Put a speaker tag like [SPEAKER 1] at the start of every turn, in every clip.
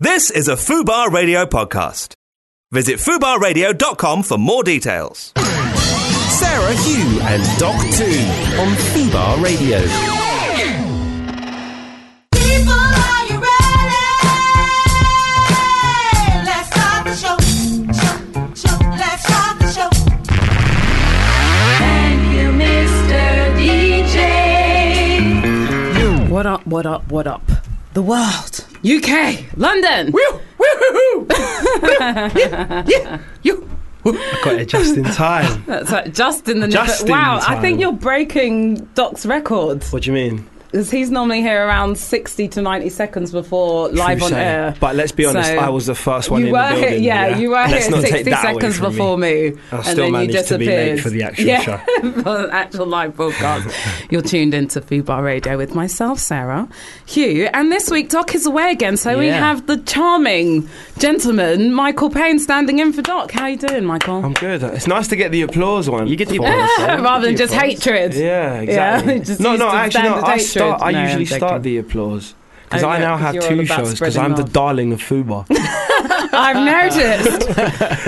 [SPEAKER 1] This is a FUBAR Radio podcast. Visit FUBARradio.com for more details.
[SPEAKER 2] Sarah Hugh and Doc 2 on Fubar Radio.
[SPEAKER 3] People, are you ready? Let's start the show. Show, show. Let's start the show.
[SPEAKER 4] Thank you, Mr. DJ.
[SPEAKER 5] What up, what up, what up? The world. UK. London.
[SPEAKER 6] Got it just in time.
[SPEAKER 5] That's like just in the
[SPEAKER 6] Just in
[SPEAKER 5] Wow, I
[SPEAKER 6] time.
[SPEAKER 5] think you're breaking Doc's record.
[SPEAKER 6] What do you mean?
[SPEAKER 5] Because he's normally here around 60 to 90 seconds before live
[SPEAKER 6] True
[SPEAKER 5] on
[SPEAKER 6] say.
[SPEAKER 5] air.
[SPEAKER 6] But let's be honest,
[SPEAKER 5] So-
[SPEAKER 6] I was the first one
[SPEAKER 5] you
[SPEAKER 6] in
[SPEAKER 5] were
[SPEAKER 6] the building.
[SPEAKER 5] here, yeah, you were
[SPEAKER 6] let's
[SPEAKER 5] here
[SPEAKER 6] not
[SPEAKER 5] 60
[SPEAKER 6] take that away
[SPEAKER 5] seconds
[SPEAKER 6] from
[SPEAKER 5] before
[SPEAKER 6] me.
[SPEAKER 5] me,
[SPEAKER 6] I
[SPEAKER 5] and
[SPEAKER 6] still
[SPEAKER 5] then you
[SPEAKER 6] managed to be late
[SPEAKER 5] disappeared.
[SPEAKER 6] for the actual
[SPEAKER 5] yeah,
[SPEAKER 6] show.
[SPEAKER 5] for the actual live broadcast. You're tuned into Fubar Radio with myself, Sarah, Hugh, and this week Doc is away again, so we
[SPEAKER 6] Yeah.
[SPEAKER 5] have the charming gentleman Michael Payne standing in for Doc. How you doing, Michael?
[SPEAKER 6] I'm good. It's nice to get the applause one. You get the
[SPEAKER 5] Rather than just hatred. Yeah,
[SPEAKER 6] Yeah, exactly.
[SPEAKER 5] just
[SPEAKER 6] no,
[SPEAKER 5] used
[SPEAKER 6] no,
[SPEAKER 5] to
[SPEAKER 6] actually, no.
[SPEAKER 5] standard
[SPEAKER 6] I
[SPEAKER 5] hatred.
[SPEAKER 6] start. I
[SPEAKER 5] No, I'm
[SPEAKER 6] usually
[SPEAKER 5] joking.
[SPEAKER 6] start the applause because
[SPEAKER 5] Oh,
[SPEAKER 6] I
[SPEAKER 5] yeah,
[SPEAKER 6] now
[SPEAKER 5] 'cause
[SPEAKER 6] have
[SPEAKER 5] you're all
[SPEAKER 6] two
[SPEAKER 5] about
[SPEAKER 6] shows because
[SPEAKER 5] spreading
[SPEAKER 6] I'm the
[SPEAKER 5] love.
[SPEAKER 6] darling of Fubar.
[SPEAKER 5] I've noticed.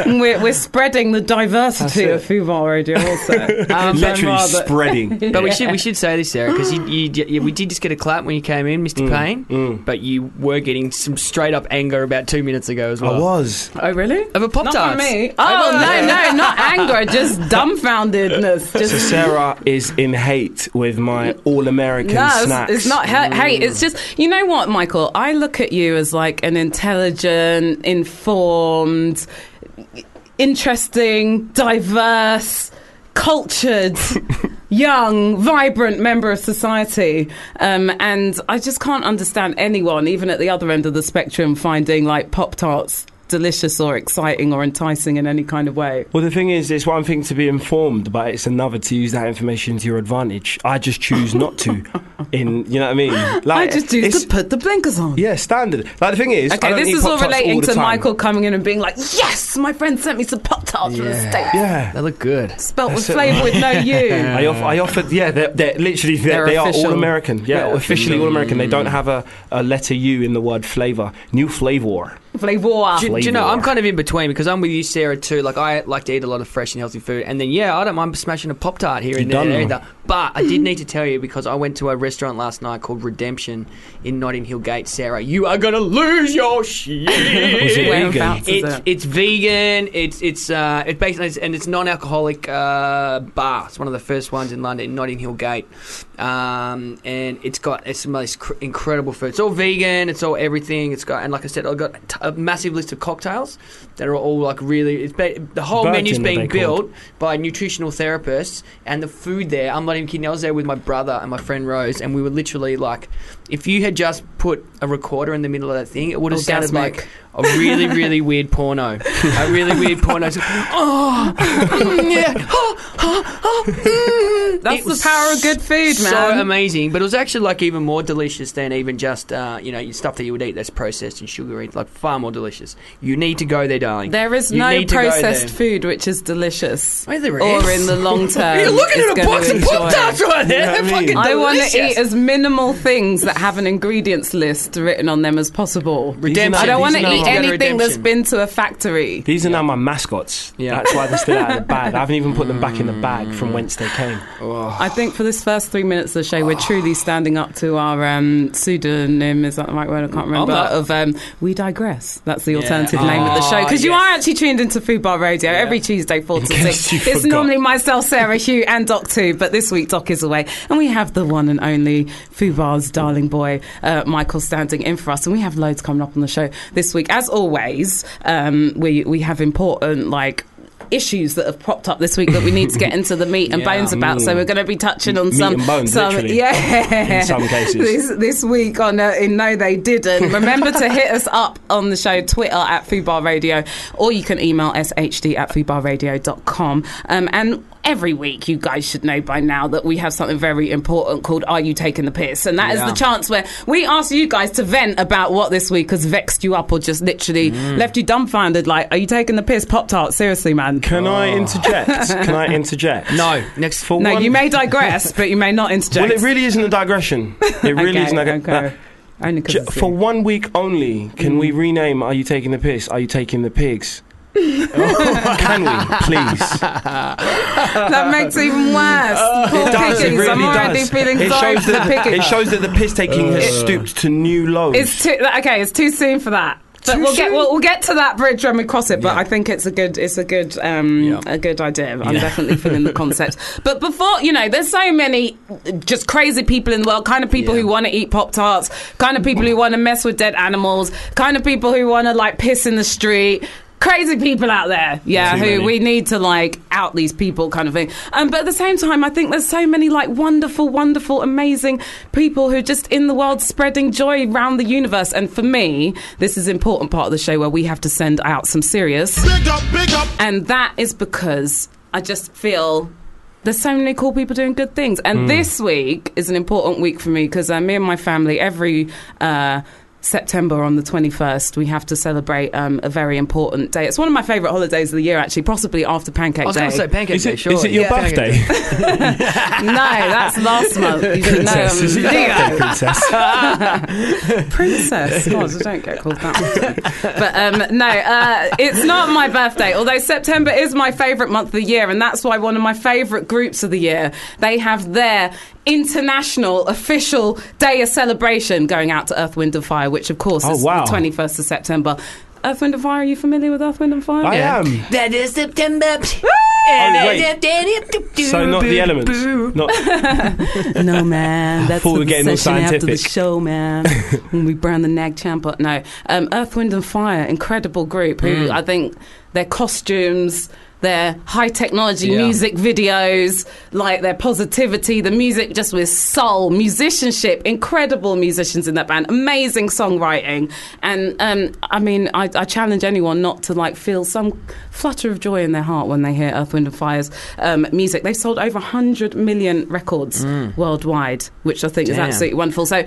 [SPEAKER 5] we're, we're spreading the diversity of
[SPEAKER 6] That's
[SPEAKER 5] Fubar Radio also. Um,
[SPEAKER 6] Literally
[SPEAKER 5] rather-
[SPEAKER 6] spreading.
[SPEAKER 7] But we should we should say this, Sarah, because you, you, d- you, we did just get a clap when you came in, Mr.
[SPEAKER 6] Mm,
[SPEAKER 7] Payne. But you were getting some straight up anger about two minutes ago as
[SPEAKER 6] I
[SPEAKER 7] well.
[SPEAKER 6] was.
[SPEAKER 5] Oh, really?
[SPEAKER 7] Of a pop
[SPEAKER 5] Not
[SPEAKER 7] tart.
[SPEAKER 5] from me. Oh, no, no, not anger, just dumbfoundedness.
[SPEAKER 6] So
[SPEAKER 5] Just
[SPEAKER 6] Sarah is in hate with my all-American
[SPEAKER 5] no, it's-
[SPEAKER 6] snacks.
[SPEAKER 5] it's not hate. Hey, it's just you know what, Michael. I look at you as like an intelligent, informed, interesting, diverse, cultured. Young, vibrant member of society, um, and I just can't understand anyone, even at the other end of the spectrum, finding like Pop Tarts delicious or exciting or enticing in any kind of way.
[SPEAKER 6] Well, the thing is, it's one thing to be informed, but it's another to use that information to your advantage. I just choose not to. In you know what I mean?
[SPEAKER 5] I
[SPEAKER 6] Like,
[SPEAKER 5] just choose
[SPEAKER 6] it's-
[SPEAKER 5] to put the blinkers on.
[SPEAKER 6] Yeah, standard. Like the thing is, I
[SPEAKER 5] Okay,
[SPEAKER 6] don't
[SPEAKER 5] this
[SPEAKER 6] eat
[SPEAKER 5] is all
[SPEAKER 6] Pop-Tarts
[SPEAKER 5] relating
[SPEAKER 6] the
[SPEAKER 5] to
[SPEAKER 6] time.
[SPEAKER 5] Michael coming in and being like, "Yes, my friend sent me some pop tarts from the states,
[SPEAKER 6] Yeah.
[SPEAKER 7] They look good.
[SPEAKER 5] spelt with
[SPEAKER 6] it,
[SPEAKER 5] flavour with no U."
[SPEAKER 6] I, off, I offered, yeah, they're, they're literally, they're,
[SPEAKER 5] They're
[SPEAKER 6] they are
[SPEAKER 5] official. Mm.
[SPEAKER 6] all American. Yeah, officially all American. They don't have a, a letter U in the word flavour. New flavour.
[SPEAKER 7] Do,
[SPEAKER 5] Flavour.
[SPEAKER 7] do you
[SPEAKER 6] Flavour.
[SPEAKER 7] know, I'm kind of in between because I'm with you, Sarah, too. Like, I like to eat a lot of fresh and healthy food. And then, yeah, I don't mind smashing a Pop Tart here
[SPEAKER 6] You
[SPEAKER 7] and there,
[SPEAKER 6] done
[SPEAKER 7] either. But I did need to tell you because I went to a restaurant last night called Redemption in Notting Hill Gate, Sarah. You are going to lose your shit.
[SPEAKER 6] Is it vegan?
[SPEAKER 5] Whereabouts is
[SPEAKER 7] It's,
[SPEAKER 5] it?
[SPEAKER 7] it's vegan. It's it's uh, it's basically it's, and it's non-alcoholic uh, bar. It's one of the first ones in London, Notting Hill Gate, um, and it's got it's the most cr- incredible food. It's all vegan. It's all everything. It's got and like I said, I've got a t- a massive list of cocktails that are all like really. It's ba- the whole
[SPEAKER 6] Virgin,
[SPEAKER 7] menu's
[SPEAKER 6] are they
[SPEAKER 7] being
[SPEAKER 6] called?
[SPEAKER 7] built by nutritional therapists, and the food there. I'm not even kidding. I was there with my brother and my friend Rose, and we were literally like, if you had just put a recorder in the middle of that thing, it would have
[SPEAKER 5] Orgasmic.
[SPEAKER 7] sounded like a really, really weird porno. A really weird porno. It's like, oh, mm, yeah, oh, oh, oh, mm."
[SPEAKER 5] That's
[SPEAKER 7] It
[SPEAKER 5] the
[SPEAKER 7] was
[SPEAKER 5] power of good food,
[SPEAKER 7] So
[SPEAKER 5] man.
[SPEAKER 7] amazing, but it was actually like even more delicious than even just uh, you know your stuff that you would eat that's processed and sugary. Like far more delicious. You need to go there, darling.
[SPEAKER 5] There is
[SPEAKER 7] You
[SPEAKER 5] no
[SPEAKER 7] need to go
[SPEAKER 5] processed
[SPEAKER 7] there.
[SPEAKER 5] food which is delicious,
[SPEAKER 7] Oh, there is.
[SPEAKER 5] or in the long term.
[SPEAKER 7] You're looking
[SPEAKER 5] is
[SPEAKER 7] at a
[SPEAKER 5] gonna
[SPEAKER 7] box of
[SPEAKER 5] enjoy
[SPEAKER 7] Pop
[SPEAKER 5] it.
[SPEAKER 7] Tarts right there. They're
[SPEAKER 6] what I
[SPEAKER 7] fucking
[SPEAKER 6] mean?
[SPEAKER 5] I want
[SPEAKER 7] delicious.
[SPEAKER 5] to eat as minimal things that have an ingredients list written on them as possible.
[SPEAKER 7] Redemption.
[SPEAKER 5] I don't want to
[SPEAKER 6] These are
[SPEAKER 5] eat
[SPEAKER 6] not-
[SPEAKER 5] anything that's
[SPEAKER 7] Redemption.
[SPEAKER 5] been to a factory.
[SPEAKER 6] These are now my mascots.
[SPEAKER 7] Yeah.
[SPEAKER 6] That's why they're still out of the bag. I haven't even put them back in the
[SPEAKER 5] Mm.
[SPEAKER 6] bag from whence they came.
[SPEAKER 5] I think for this first three minutes of the show, we're truly standing up to our um, pseudonym. Is that the right word? I can't
[SPEAKER 6] Oh,
[SPEAKER 5] remember.
[SPEAKER 7] not-
[SPEAKER 5] Of um, we digress. That's the alternative
[SPEAKER 7] Oh,
[SPEAKER 5] name of the
[SPEAKER 6] Ah,
[SPEAKER 5] show because you
[SPEAKER 7] yes.
[SPEAKER 5] are actually tuned into Food Bar Radio every Tuesday four to
[SPEAKER 6] case
[SPEAKER 5] six.
[SPEAKER 6] you
[SPEAKER 5] It's
[SPEAKER 6] forgot.
[SPEAKER 5] normally myself, Sarah, Hugh, and Doc too, but this week Doc is away, and we have the one and only Food Bar's darling boy uh, Michael standing in for us, and we have loads coming up on the show this week. As always, um, we we have important like. Issues that have propped up this week that we need to get into the meat and
[SPEAKER 7] Yeah.
[SPEAKER 5] bones about. So we're going to be touching on
[SPEAKER 6] mm. Meat
[SPEAKER 5] some,
[SPEAKER 6] and bones,
[SPEAKER 5] some
[SPEAKER 6] literally,
[SPEAKER 5] yeah,
[SPEAKER 6] in some cases.
[SPEAKER 5] This, this week on uh, in No They Didn't. Remember to hit us up on the show Twitter at Fubar Radio, or you can email shd at fubarradio.com. Um, and every week, you guys should know by now that we have something very important called "Are You Taking the Piss?" and that is
[SPEAKER 7] Yeah.
[SPEAKER 5] the chance where we ask you guys to vent about what this week has vexed you up or just literally
[SPEAKER 6] Mm.
[SPEAKER 5] left you dumbfounded. Like, are you taking the piss, Pop Tart? Seriously, man.
[SPEAKER 6] Can I interject? Can I interject?
[SPEAKER 7] No, next
[SPEAKER 6] For
[SPEAKER 5] Oh. No,
[SPEAKER 6] one,
[SPEAKER 5] you may digress, but you may not interject.
[SPEAKER 6] Well, it really isn't a digression. It really
[SPEAKER 5] Okay,
[SPEAKER 6] isn't. A,
[SPEAKER 5] okay. Only
[SPEAKER 4] J-
[SPEAKER 5] because
[SPEAKER 4] for one week only, can
[SPEAKER 5] Mm.
[SPEAKER 4] we rename Are You Taking the Piss? Are You Taking the Pigs? can we, please?
[SPEAKER 5] that makes it even worse. Poor
[SPEAKER 4] Oh, does,
[SPEAKER 5] pickings. I'm already feeling
[SPEAKER 4] It
[SPEAKER 5] sorry
[SPEAKER 4] shows,
[SPEAKER 5] for the
[SPEAKER 4] that,
[SPEAKER 5] pickings.
[SPEAKER 4] it shows that the piss taking has stooped to new lows.
[SPEAKER 5] It's too okay. It's too soon for that. But
[SPEAKER 4] Too
[SPEAKER 5] we'll get
[SPEAKER 4] soon?
[SPEAKER 5] we'll, we'll get to that bridge when we cross it. But I think it's a good it's a good um,
[SPEAKER 4] Yeah.
[SPEAKER 5] a good idea. I'm definitely feeling the concept. But before you know, there's so many just crazy people in the world. Kind of people
[SPEAKER 7] Yeah.
[SPEAKER 5] who want to eat pop tarts. Kind of people who want to mess with dead animals. Kind of people who want to like piss in the street. Crazy people out there, yeah,
[SPEAKER 4] Too
[SPEAKER 5] who
[SPEAKER 4] many.
[SPEAKER 5] we need to like out these people, kind of thing. Um, but at the same time, I think there's so many like wonderful, wonderful, amazing people who are just in the world spreading joy around the universe. And for me, this is important part of the show where we have to send out some serious,
[SPEAKER 8] Big up, big up.
[SPEAKER 5] and that is because I just feel. There's so many cool people doing good things, and this week is an important week for me because uh, me and my family every uh, September on the 21st we have to celebrate um, a very important day. It's one of my favourite holidays of the year, actually, possibly after Pancake
[SPEAKER 7] I was
[SPEAKER 5] Day.
[SPEAKER 7] going to say pancake
[SPEAKER 4] is
[SPEAKER 7] day.
[SPEAKER 4] it,
[SPEAKER 7] Sure.
[SPEAKER 4] is it your
[SPEAKER 7] Pancake
[SPEAKER 4] birthday?
[SPEAKER 7] Day.
[SPEAKER 5] No, that's last month. You should know.
[SPEAKER 4] Princess, is it your
[SPEAKER 5] Leo.
[SPEAKER 4] birthday, princess?
[SPEAKER 5] Princess. God, I don't get called that. often. But um, no, uh, it's not my birthday. Although September is my favourite month of the year, and that's why one of my favourite groups of the year they have their international official day of celebration going out to Earth, Wind and Fire, which of course
[SPEAKER 4] Oh,
[SPEAKER 5] is
[SPEAKER 4] wow.
[SPEAKER 5] the twenty first of September. Earth, Wind and Fire. Are you familiar with Earth, Wind and Fire?
[SPEAKER 4] I am.
[SPEAKER 7] That is September.
[SPEAKER 4] Oh, So not the elements. Not,
[SPEAKER 5] No, man. That's
[SPEAKER 4] thought we
[SPEAKER 5] the
[SPEAKER 4] were getting all
[SPEAKER 5] session after the
[SPEAKER 4] scientific.
[SPEAKER 5] show, man. when we burn the Nag Champa. No. Um, Earth, Wind and Fire, incredible group who I think their costumes, their high technology
[SPEAKER 7] Yeah.
[SPEAKER 5] music videos, like their positivity, the music just with soul, musicianship, incredible musicians in that band, amazing songwriting. And um, I mean, I, I challenge anyone not to like feel some flutter of joy in their heart when they hear Earth, Wind and Fire's um, music. They've sold over 100 million records worldwide, which I think is
[SPEAKER 7] Damn.
[SPEAKER 5] absolutely wonderful. So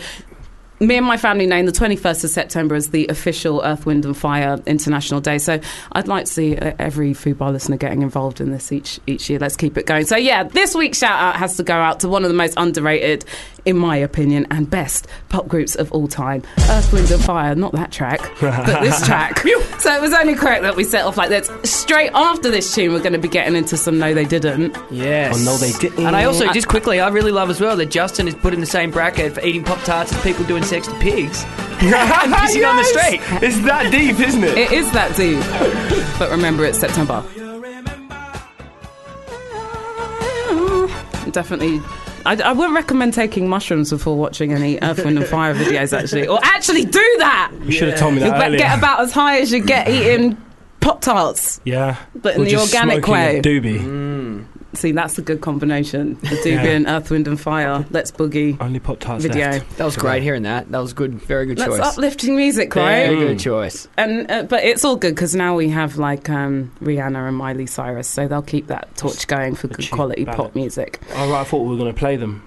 [SPEAKER 5] me and my family name the 21st of September is the official Earth, Wind and Fire International Day. So I'd like to see uh, every foodbar listener getting involved in this each each year. Let's keep it going. So yeah, this week's shout out has to go out to one of the most underrated, in my opinion, and best pop groups of all time, Earth, Wind and Fire. Not that track, but this track. so it was only correct that we set off like this. Straight after this tune, we're going to be getting into some no they didn't.
[SPEAKER 7] Yes.
[SPEAKER 4] Oh, no, they didn't.
[SPEAKER 7] And I also, just quickly, I really love as well that Justin is put in the same bracket for eating Pop Tarts as people doing sex to pigs. and pissing on the street.
[SPEAKER 4] It's that deep, isn't it?
[SPEAKER 5] It is that deep, but remember it's September. Definitely. I, I would recommend taking mushrooms before watching any Earth, Wind and Fire videos, actually. Or actually do that!
[SPEAKER 4] You should have told me
[SPEAKER 5] You
[SPEAKER 4] that
[SPEAKER 5] bet
[SPEAKER 4] earlier.
[SPEAKER 5] get about as high as you get eating Pop Tarts.
[SPEAKER 4] yeah,
[SPEAKER 5] But in
[SPEAKER 4] Or
[SPEAKER 5] the
[SPEAKER 4] just
[SPEAKER 5] organic
[SPEAKER 4] smoking a
[SPEAKER 5] way.
[SPEAKER 4] doobie.
[SPEAKER 7] Mm.
[SPEAKER 5] See, that's a good combination. The doobie
[SPEAKER 4] Yeah. Oh,
[SPEAKER 5] and Earth, Wind and Fire. Let's boogie
[SPEAKER 4] Only pop tarts
[SPEAKER 5] video.
[SPEAKER 4] left.
[SPEAKER 7] That was great hearing that. That was good. Very good
[SPEAKER 5] That's
[SPEAKER 7] choice.
[SPEAKER 5] uplifting music, right?
[SPEAKER 7] Very good choice.
[SPEAKER 5] and uh, but it's all good because now we have like um, Rihanna and Miley Cyrus, so they'll keep that torch going for good
[SPEAKER 4] cheap
[SPEAKER 5] quality
[SPEAKER 4] ballad.
[SPEAKER 5] pop music.
[SPEAKER 4] Oh, right, I thought we were going to play them.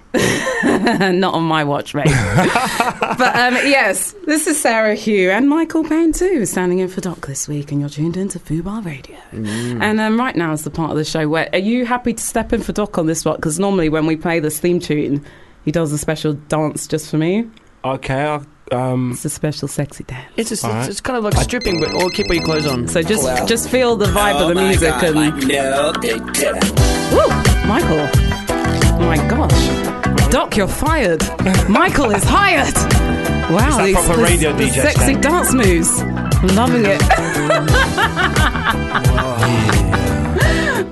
[SPEAKER 5] Not on my watch, mate. but um, yes, this is Sarah Hugh and Michael Payne too, standing in for Doc this week, and you're tuned into Fubar Radio.
[SPEAKER 4] Mm.
[SPEAKER 5] And um, right now is the part of the show where are you happy to step in for Doc on this one? Because normally when we play this theme tune, he does a special dance just for me.
[SPEAKER 4] Okay, I'll, um,
[SPEAKER 5] It's a special sexy dance.
[SPEAKER 7] It's just,
[SPEAKER 4] Alright.
[SPEAKER 7] it's, it's kind of like stripping, but or keep all your clothes on.
[SPEAKER 5] So just
[SPEAKER 7] Full out.
[SPEAKER 5] just feel the vibe of the music and. Woo! Michael. Oh My gosh. Doc, you're fired. Michael is hired. Wow,
[SPEAKER 4] that
[SPEAKER 5] these
[SPEAKER 4] proper
[SPEAKER 5] these-
[SPEAKER 4] radio
[SPEAKER 5] these
[SPEAKER 4] DJ
[SPEAKER 5] sexy
[SPEAKER 4] stuff?
[SPEAKER 5] dance moves. I'm loving it.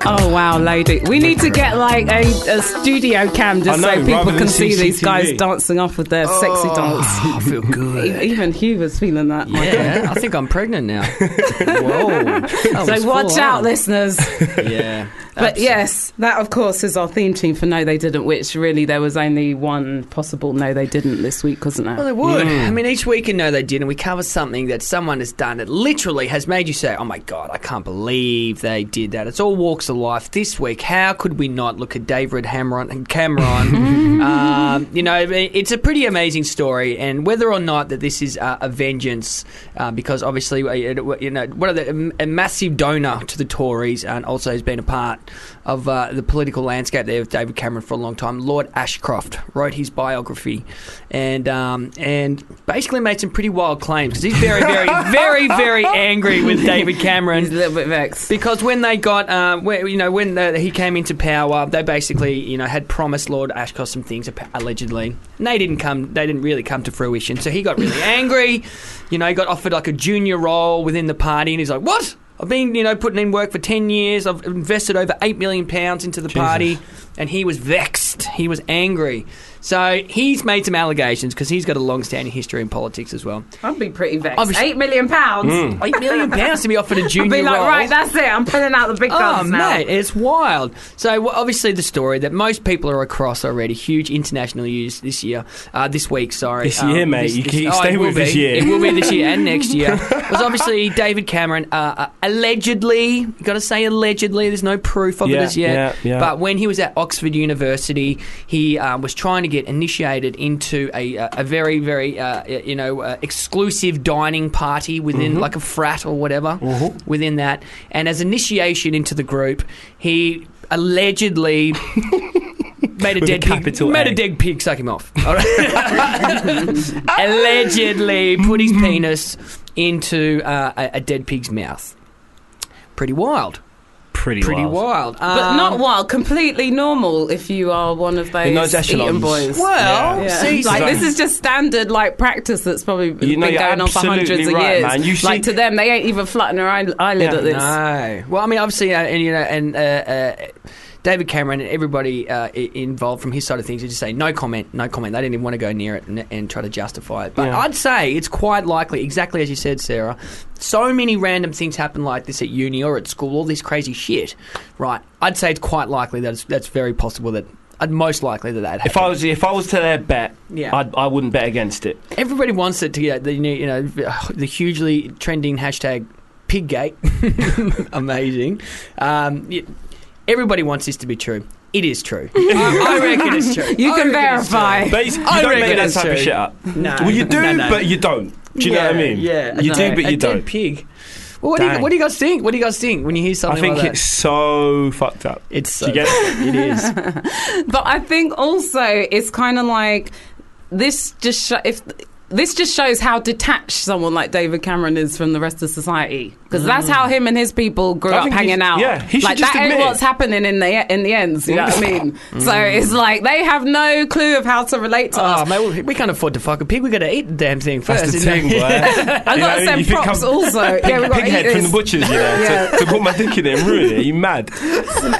[SPEAKER 5] oh wow, lady, we need to get like a, a studio cam just
[SPEAKER 4] I know,
[SPEAKER 5] so people
[SPEAKER 4] rather
[SPEAKER 5] can
[SPEAKER 4] than
[SPEAKER 5] see these guys
[SPEAKER 4] CCTV.
[SPEAKER 5] dancing off with their sexy
[SPEAKER 4] Oh.
[SPEAKER 5] dance.
[SPEAKER 7] I feel good.
[SPEAKER 5] E- Even Huber's feeling that.
[SPEAKER 7] yeah, I think I'm pregnant now. Whoa. That was
[SPEAKER 5] So watch
[SPEAKER 7] full
[SPEAKER 5] out,
[SPEAKER 7] on.
[SPEAKER 5] listeners.
[SPEAKER 7] Yeah.
[SPEAKER 5] But yes, that of course is our theme tune for No They Didn't, which really there was only one possible No They Didn't this week, wasn't
[SPEAKER 7] Well,
[SPEAKER 5] there?
[SPEAKER 7] they would. I mean, each week, you know, they did, and we cover something that someone has done that literally has made you say, "Oh my god, I can't believe they did that." It's all walks of life this week. How could we not look at David Hamron and Cameron? um, you know, I mean, it's a pretty amazing story, and whether or not that this is uh, a vengeance, uh, because obviously, uh, it- you know, one of the a massive donor to the Tories, and also has been a part of uh, the political landscape there with David Cameron for a long time. Lord Ashcroft wrote his biography, and um, and basically made some pretty wild claims because he's very, very, very, very angry with David Cameron.
[SPEAKER 5] He's a little bit vexed.
[SPEAKER 7] Because when they got, uh, where, you know, when the, he came into power, they basically, you know, had promised Lord Ashcroft some things app- allegedly, and they didn't come. They didn't really come to fruition. So he got really angry. You know, he got offered like a junior role within the party, and he's like, "What? I've been, you know, putting in work for ten years. I've invested over eight million pounds into the party, and he was vexed. He was angry." So he's made some allegations because he's got a long-standing history in politics as well.
[SPEAKER 5] I'd be pretty vexed.
[SPEAKER 7] Obviously-
[SPEAKER 5] Eight million pounds.
[SPEAKER 6] Hmm.
[SPEAKER 7] Eight million pounds to be offered a
[SPEAKER 5] I'd
[SPEAKER 7] junior
[SPEAKER 5] be like,
[SPEAKER 7] role.
[SPEAKER 5] right, that's it. I'm pulling out the big
[SPEAKER 7] Oh,
[SPEAKER 5] guns now.
[SPEAKER 7] mate, it's wild. So w- obviously the story that most people are across already. Huge international news this year, uh, this week. Sorry, Um,
[SPEAKER 6] This year, mate. You can- stay
[SPEAKER 7] oh, it will
[SPEAKER 6] with this
[SPEAKER 7] be.
[SPEAKER 6] year.
[SPEAKER 7] It will be this year and next year. Was obviously David Cameron uh, uh, allegedly. Got to say allegedly. There's no proof of it
[SPEAKER 6] Yeah,
[SPEAKER 7] as yet.
[SPEAKER 6] yeah, yeah.
[SPEAKER 7] But when he was at Oxford University, he uh, was trying to get initiated into a, uh, a very, very, uh, y- you know, uh, exclusive dining party within,
[SPEAKER 6] Mm-hmm.
[SPEAKER 7] like a frat or whatever, within that. And as initiation into the group, he allegedly. Made a
[SPEAKER 6] With a
[SPEAKER 7] dead pig.
[SPEAKER 6] capital
[SPEAKER 7] Made
[SPEAKER 6] A.
[SPEAKER 7] a dead pig suck him off. All right. Allegedly, put his penis into uh, a, a dead pig's mouth. Pretty wild.
[SPEAKER 6] Pretty,
[SPEAKER 7] Pretty
[SPEAKER 6] wild.
[SPEAKER 7] wild.
[SPEAKER 5] But not
[SPEAKER 7] Um,
[SPEAKER 5] wild, completely normal if you are one of those,
[SPEAKER 6] In those
[SPEAKER 5] eaton
[SPEAKER 6] echelons.
[SPEAKER 5] boys.
[SPEAKER 7] Well,
[SPEAKER 5] Yeah.
[SPEAKER 7] see,
[SPEAKER 5] like
[SPEAKER 7] so-
[SPEAKER 5] this is just standard like practice that's probably
[SPEAKER 6] You know,
[SPEAKER 5] been
[SPEAKER 6] you're
[SPEAKER 5] going on for
[SPEAKER 6] absolutely
[SPEAKER 5] hundreds of
[SPEAKER 6] right,
[SPEAKER 5] years.
[SPEAKER 6] man. You
[SPEAKER 5] like
[SPEAKER 6] see-
[SPEAKER 5] to them, they ain't even flutting their eye- eyelid
[SPEAKER 6] Yeah,
[SPEAKER 5] at this.
[SPEAKER 7] No. Well, I mean, obviously, uh, and you know, and uh, uh, David Cameron and everybody uh, i- involved from his side of things would just say no comment, no comment. They didn't even want to go near it and, and try to justify it. But
[SPEAKER 6] Yeah.
[SPEAKER 7] I'd say it's quite likely, exactly as you said, Sarah. So many random things happen like this at uni or at school, all this crazy shit, right? I'd say it's quite likely that it's, that's very possible that. I'd most likely that that
[SPEAKER 6] If I was if I was to their bet,
[SPEAKER 7] Yeah.
[SPEAKER 6] I'd, I wouldn't bet against it.
[SPEAKER 7] Everybody wants it to get the you know the hugely trending hashtag piggate. Amazing. Um, y- everybody wants this to be true. It is true. I, I reckon it's true.
[SPEAKER 5] You
[SPEAKER 7] I
[SPEAKER 5] can
[SPEAKER 7] reckon it's
[SPEAKER 5] verify.
[SPEAKER 6] But it's- you
[SPEAKER 7] I
[SPEAKER 6] don't
[SPEAKER 7] reckon
[SPEAKER 6] make that
[SPEAKER 7] it's
[SPEAKER 6] type of
[SPEAKER 7] true.
[SPEAKER 6] shit up.
[SPEAKER 7] No.
[SPEAKER 6] Well, you do,
[SPEAKER 7] No, no.
[SPEAKER 6] but you don't. Do you know what I
[SPEAKER 7] Yeah,
[SPEAKER 6] mean?
[SPEAKER 7] Yeah.
[SPEAKER 6] You do,
[SPEAKER 7] no,
[SPEAKER 6] but
[SPEAKER 7] a
[SPEAKER 6] you
[SPEAKER 7] dead
[SPEAKER 6] don't.
[SPEAKER 7] pig. Well, what do, you,
[SPEAKER 6] Dang.
[SPEAKER 7] what do you guys think? What do you guys think when you hear
[SPEAKER 6] I
[SPEAKER 7] something
[SPEAKER 6] think
[SPEAKER 7] like
[SPEAKER 6] it's so fucked up.
[SPEAKER 7] that? It's
[SPEAKER 6] Do
[SPEAKER 7] so,
[SPEAKER 6] you get it?
[SPEAKER 7] it is.
[SPEAKER 5] But I think also it's kind of like this just sho- if this just shows how detached someone like David Cameron is from the rest of society because that's how him and his people grew
[SPEAKER 6] Mm. I
[SPEAKER 5] up
[SPEAKER 6] think he-
[SPEAKER 5] hanging out.
[SPEAKER 6] yeah, he should
[SPEAKER 5] like
[SPEAKER 6] just
[SPEAKER 5] that ain't
[SPEAKER 6] admit it. Mm.
[SPEAKER 5] what's happening in the in the ends. You know what I mean? So it's like they have no clue of how to relate
[SPEAKER 6] Uh,
[SPEAKER 5] to
[SPEAKER 7] Oh,
[SPEAKER 5] us.
[SPEAKER 7] mate, we- we can't afford to fuck a pig. We got to eat the damn thing first.
[SPEAKER 6] That's the
[SPEAKER 7] isn't
[SPEAKER 6] thing,
[SPEAKER 7] it?
[SPEAKER 6] boy.
[SPEAKER 5] I
[SPEAKER 6] You
[SPEAKER 5] got
[SPEAKER 6] know,
[SPEAKER 5] to send
[SPEAKER 6] you think
[SPEAKER 5] props
[SPEAKER 6] I'm
[SPEAKER 5] also. yeah, we got
[SPEAKER 6] Pig
[SPEAKER 5] to eat
[SPEAKER 6] head from the
[SPEAKER 5] this
[SPEAKER 6] butchers, you know, to, to put my dick in it and ruin it. Are you mad?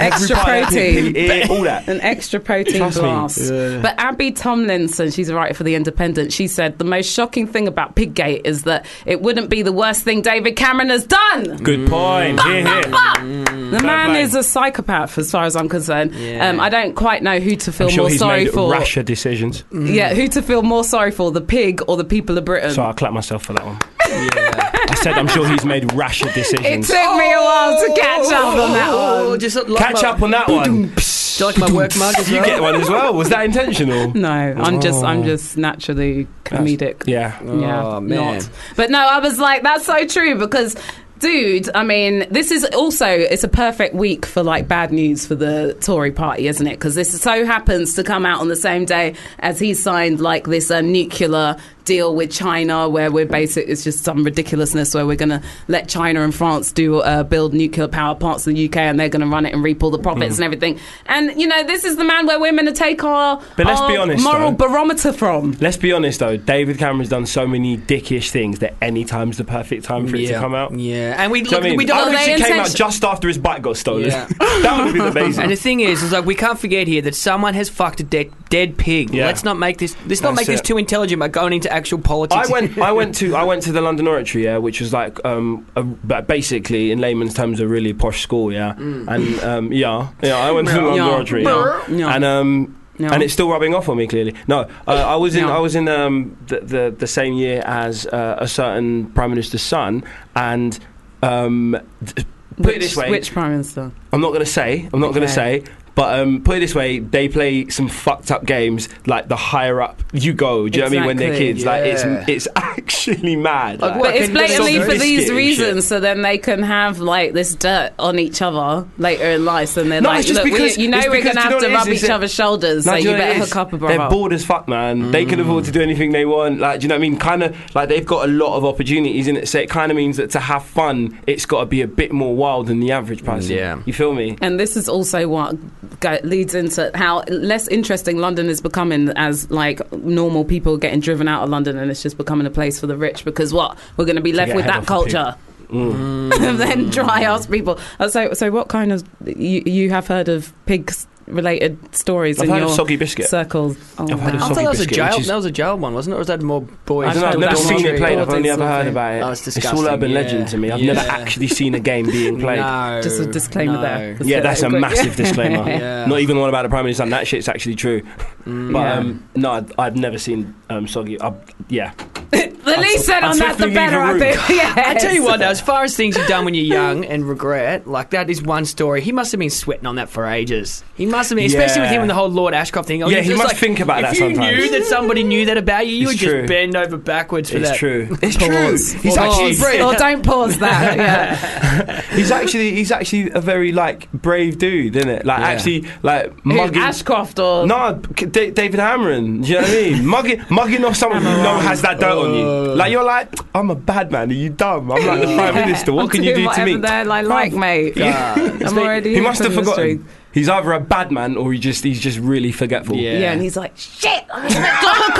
[SPEAKER 5] extra
[SPEAKER 6] Every part of that pig,
[SPEAKER 5] protein.
[SPEAKER 6] ear, all that.
[SPEAKER 5] an extra protein
[SPEAKER 6] Trust me.
[SPEAKER 5] blast. But Abby Tomlinson, she's a writer for The Independent, she said the most shocking thing about Piggate is that it wouldn't be the worst thing David Cameron has done.
[SPEAKER 7] Mm.
[SPEAKER 6] Good point. Here, here. Mm.
[SPEAKER 5] The man
[SPEAKER 6] blame.
[SPEAKER 5] is a psychopath, as far as I'm concerned.
[SPEAKER 7] Yeah.
[SPEAKER 5] Um, I don't quite know who to feel
[SPEAKER 6] I'm sure
[SPEAKER 5] more
[SPEAKER 6] he's
[SPEAKER 5] sorry
[SPEAKER 6] made Mm.
[SPEAKER 5] for.
[SPEAKER 6] rasher decisions.
[SPEAKER 7] Mm.
[SPEAKER 5] Yeah, who to feel more sorry for, the pig or the people of Britain?
[SPEAKER 6] So I clap myself for that one. I said I'm sure he's made rasher
[SPEAKER 5] It
[SPEAKER 6] decisions.
[SPEAKER 5] took me a while to catch up on that
[SPEAKER 7] Oh,
[SPEAKER 5] one.
[SPEAKER 7] Just like
[SPEAKER 6] Catch
[SPEAKER 7] my,
[SPEAKER 6] up on that one.
[SPEAKER 7] Do you like my work mug as
[SPEAKER 6] You
[SPEAKER 7] well?
[SPEAKER 6] get one as well. Was that intentional?
[SPEAKER 5] No, I'm just
[SPEAKER 6] Oh.
[SPEAKER 5] I'm just naturally comedic.
[SPEAKER 6] Yeah.
[SPEAKER 5] Yeah,
[SPEAKER 7] Oh, man.
[SPEAKER 5] not. But no, I was like, that's so true because. Dude, I mean, this is also it's a perfect week for like bad news for the Tory party, isn't it? Because this so happens to come out on the same day as he signed like this uh, nuclear deal with China, where we're basic it's just some ridiculousness where we're going to let China and France do uh, build nuclear power plants in the UK, and they're going to run it and reap all the profits
[SPEAKER 7] Hmm.
[SPEAKER 5] and everything. And you know, this is the man where women are take our,
[SPEAKER 6] But let's
[SPEAKER 5] our
[SPEAKER 6] be honest,
[SPEAKER 5] moral
[SPEAKER 6] though.
[SPEAKER 5] barometer from.
[SPEAKER 6] Let's be honest though, David Cameron's done so many dickish things that any time's the perfect time for it to come out. Do
[SPEAKER 7] Yeah, and we
[SPEAKER 6] you know
[SPEAKER 7] look,
[SPEAKER 6] what I mean?
[SPEAKER 7] we
[SPEAKER 5] don't-
[SPEAKER 6] I
[SPEAKER 5] Well,
[SPEAKER 6] wish
[SPEAKER 5] they
[SPEAKER 6] it came out
[SPEAKER 5] intention-
[SPEAKER 6] just after his bike got stolen.
[SPEAKER 7] Yeah.
[SPEAKER 6] that would be amazing.
[SPEAKER 7] And the thing is, is like we can't forget here that someone has fucked a dead dead pig.
[SPEAKER 6] Yeah.
[SPEAKER 7] Let's not make this. Let's not
[SPEAKER 6] That's
[SPEAKER 7] make this
[SPEAKER 6] it.
[SPEAKER 7] too intelligent by going into actual
[SPEAKER 6] I
[SPEAKER 7] politics.
[SPEAKER 6] went. I went to. I went to the London Oratory, yeah, which was like, um, a, but basically in layman's terms, a really posh school, yeah. And um, yeah, yeah, I went to the London
[SPEAKER 5] Mm. Yeah.
[SPEAKER 6] Oratory,
[SPEAKER 5] Yeah.
[SPEAKER 6] yeah.
[SPEAKER 5] Yeah.
[SPEAKER 6] and um,
[SPEAKER 5] Yeah.
[SPEAKER 6] and it's still rubbing off on me clearly. No, uh, I was in.
[SPEAKER 5] Yeah.
[SPEAKER 6] I was in um, the, the the same year as uh, a certain prime minister's son, and um, th- put
[SPEAKER 5] Which,
[SPEAKER 6] it this way.
[SPEAKER 5] which prime minister?
[SPEAKER 6] I'm not gonna say. I'm not gonna
[SPEAKER 5] Okay.
[SPEAKER 6] say. But um, put it this way, they play some fucked up games. Like the higher up you go, do you know what I mean? When they're
[SPEAKER 5] Exactly.
[SPEAKER 6] kids, like
[SPEAKER 7] Yeah.
[SPEAKER 6] it's it's actually mad.
[SPEAKER 7] Like,
[SPEAKER 6] Like,
[SPEAKER 7] what
[SPEAKER 5] But it's
[SPEAKER 7] can you do?
[SPEAKER 5] blatantly for
[SPEAKER 6] Biscuit
[SPEAKER 5] these
[SPEAKER 6] and
[SPEAKER 5] reasons, so then they can have like this dirt on each other later in life, and they're
[SPEAKER 6] No,
[SPEAKER 5] like,
[SPEAKER 6] it's just
[SPEAKER 5] "Look,
[SPEAKER 6] because-
[SPEAKER 5] we, you know
[SPEAKER 6] it's
[SPEAKER 5] we're
[SPEAKER 6] because-
[SPEAKER 5] gonna
[SPEAKER 6] do you
[SPEAKER 5] have
[SPEAKER 6] know
[SPEAKER 5] to
[SPEAKER 6] what it
[SPEAKER 5] rub
[SPEAKER 6] is? It's
[SPEAKER 5] each
[SPEAKER 6] that-
[SPEAKER 5] other's shoulders,
[SPEAKER 6] No,
[SPEAKER 5] so
[SPEAKER 6] do
[SPEAKER 5] you
[SPEAKER 6] know what
[SPEAKER 5] better
[SPEAKER 6] it
[SPEAKER 5] hook
[SPEAKER 6] is?
[SPEAKER 5] up a
[SPEAKER 6] They're
[SPEAKER 5] brother." Mm.
[SPEAKER 6] bored as fuck, man. They can afford to do anything they want. Like, do you know what I mean? Kind of like they've got a lot of opportunities in it. So it kind of means that to have fun, it's got to be a bit more wild than the average
[SPEAKER 5] Mm,
[SPEAKER 6] person.
[SPEAKER 7] Yeah.
[SPEAKER 6] you feel me?
[SPEAKER 5] And this is also what go, leads into how less interesting London is becoming as like normal people getting driven out of London, and it's just becoming a place for the rich. Because what we're going to be left
[SPEAKER 6] get
[SPEAKER 5] with
[SPEAKER 6] head
[SPEAKER 5] that
[SPEAKER 6] off the pig.
[SPEAKER 5] culture.
[SPEAKER 6] Mm.
[SPEAKER 5] and then dry ass people. Uh, So, so what kind of you, you have heard of pigs related stories
[SPEAKER 6] I've
[SPEAKER 5] in
[SPEAKER 6] heard
[SPEAKER 5] your
[SPEAKER 6] of soggy biscuit.
[SPEAKER 5] circles? Oh,
[SPEAKER 6] I've heard of
[SPEAKER 7] I
[SPEAKER 5] wow.
[SPEAKER 7] thought that was a
[SPEAKER 6] Biscuit,
[SPEAKER 7] jail.
[SPEAKER 6] which is-
[SPEAKER 7] That was a jail one, wasn't it? Or was that more boys?
[SPEAKER 5] I've
[SPEAKER 6] I don't know, I've
[SPEAKER 5] heard
[SPEAKER 6] never
[SPEAKER 5] of
[SPEAKER 6] seen it
[SPEAKER 5] Dormitory
[SPEAKER 6] played. I've
[SPEAKER 5] Boarding
[SPEAKER 6] only ever heard
[SPEAKER 5] something.
[SPEAKER 6] about it.
[SPEAKER 7] Oh, it's
[SPEAKER 6] all
[SPEAKER 7] disgusting,
[SPEAKER 6] urban
[SPEAKER 7] yeah.
[SPEAKER 6] legend to me. I've
[SPEAKER 7] Yeah.
[SPEAKER 6] never actually seen a game being played.
[SPEAKER 7] No,
[SPEAKER 5] Just a disclaimer
[SPEAKER 7] no.
[SPEAKER 5] there.
[SPEAKER 6] Yeah, that's a
[SPEAKER 5] Quick.
[SPEAKER 6] massive disclaimer.
[SPEAKER 7] Yeah.
[SPEAKER 6] Not even the one about the prime minister. and That shit's actually true. But
[SPEAKER 5] Yeah.
[SPEAKER 6] um, no, I'd, I've never seen um, soggy. I, yeah,
[SPEAKER 5] The least said
[SPEAKER 6] I'll
[SPEAKER 5] on that, the
[SPEAKER 6] swiftly leave
[SPEAKER 5] better.
[SPEAKER 6] the
[SPEAKER 5] I
[SPEAKER 6] room.
[SPEAKER 5] think. Yes.
[SPEAKER 7] I tell you what, though, as far as things you've done when you're young and regret, like that is one story. He must have been sweating on that for ages. He must have been, especially with
[SPEAKER 6] Yeah.
[SPEAKER 7] him and the whole Lord Ashcroft thing. I was
[SPEAKER 6] Yeah, he
[SPEAKER 7] just
[SPEAKER 6] must
[SPEAKER 7] like,
[SPEAKER 6] think about
[SPEAKER 7] if
[SPEAKER 6] that
[SPEAKER 7] you
[SPEAKER 6] sometimes.
[SPEAKER 7] knew that somebody knew that about you, you
[SPEAKER 6] It's
[SPEAKER 7] would
[SPEAKER 6] true.
[SPEAKER 7] just bend over backwards for
[SPEAKER 6] it's
[SPEAKER 7] that.
[SPEAKER 6] true. It's
[SPEAKER 5] Pause.
[SPEAKER 6] true. He's
[SPEAKER 5] Pause.
[SPEAKER 6] actually brave.
[SPEAKER 5] or don't pause that. Yeah.
[SPEAKER 6] He's actually he's actually a very like brave dude, isn't it? Like
[SPEAKER 7] Yeah.
[SPEAKER 6] actually like
[SPEAKER 5] Who,
[SPEAKER 6] mugging.
[SPEAKER 5] Ashcroft or
[SPEAKER 6] Nah, D- David Cameron. Do you know what I mean? Mugging, mugging off someone who you know has that dirt on you.
[SPEAKER 5] Oh.
[SPEAKER 6] Like you're like, I'm a bad man. Are you dumb? I'm like the prime minister. What
[SPEAKER 5] I'm
[SPEAKER 6] can you
[SPEAKER 5] doing
[SPEAKER 6] do to
[SPEAKER 5] whatever
[SPEAKER 6] me?
[SPEAKER 5] They're like, like mate. I'm already.
[SPEAKER 6] He must
[SPEAKER 5] in
[SPEAKER 6] have
[SPEAKER 5] the
[SPEAKER 6] forgotten.
[SPEAKER 5] street.
[SPEAKER 6] He's either a bad man or he just he's just really forgetful.
[SPEAKER 7] Yeah.
[SPEAKER 5] Yeah. and he's like, shit, I got a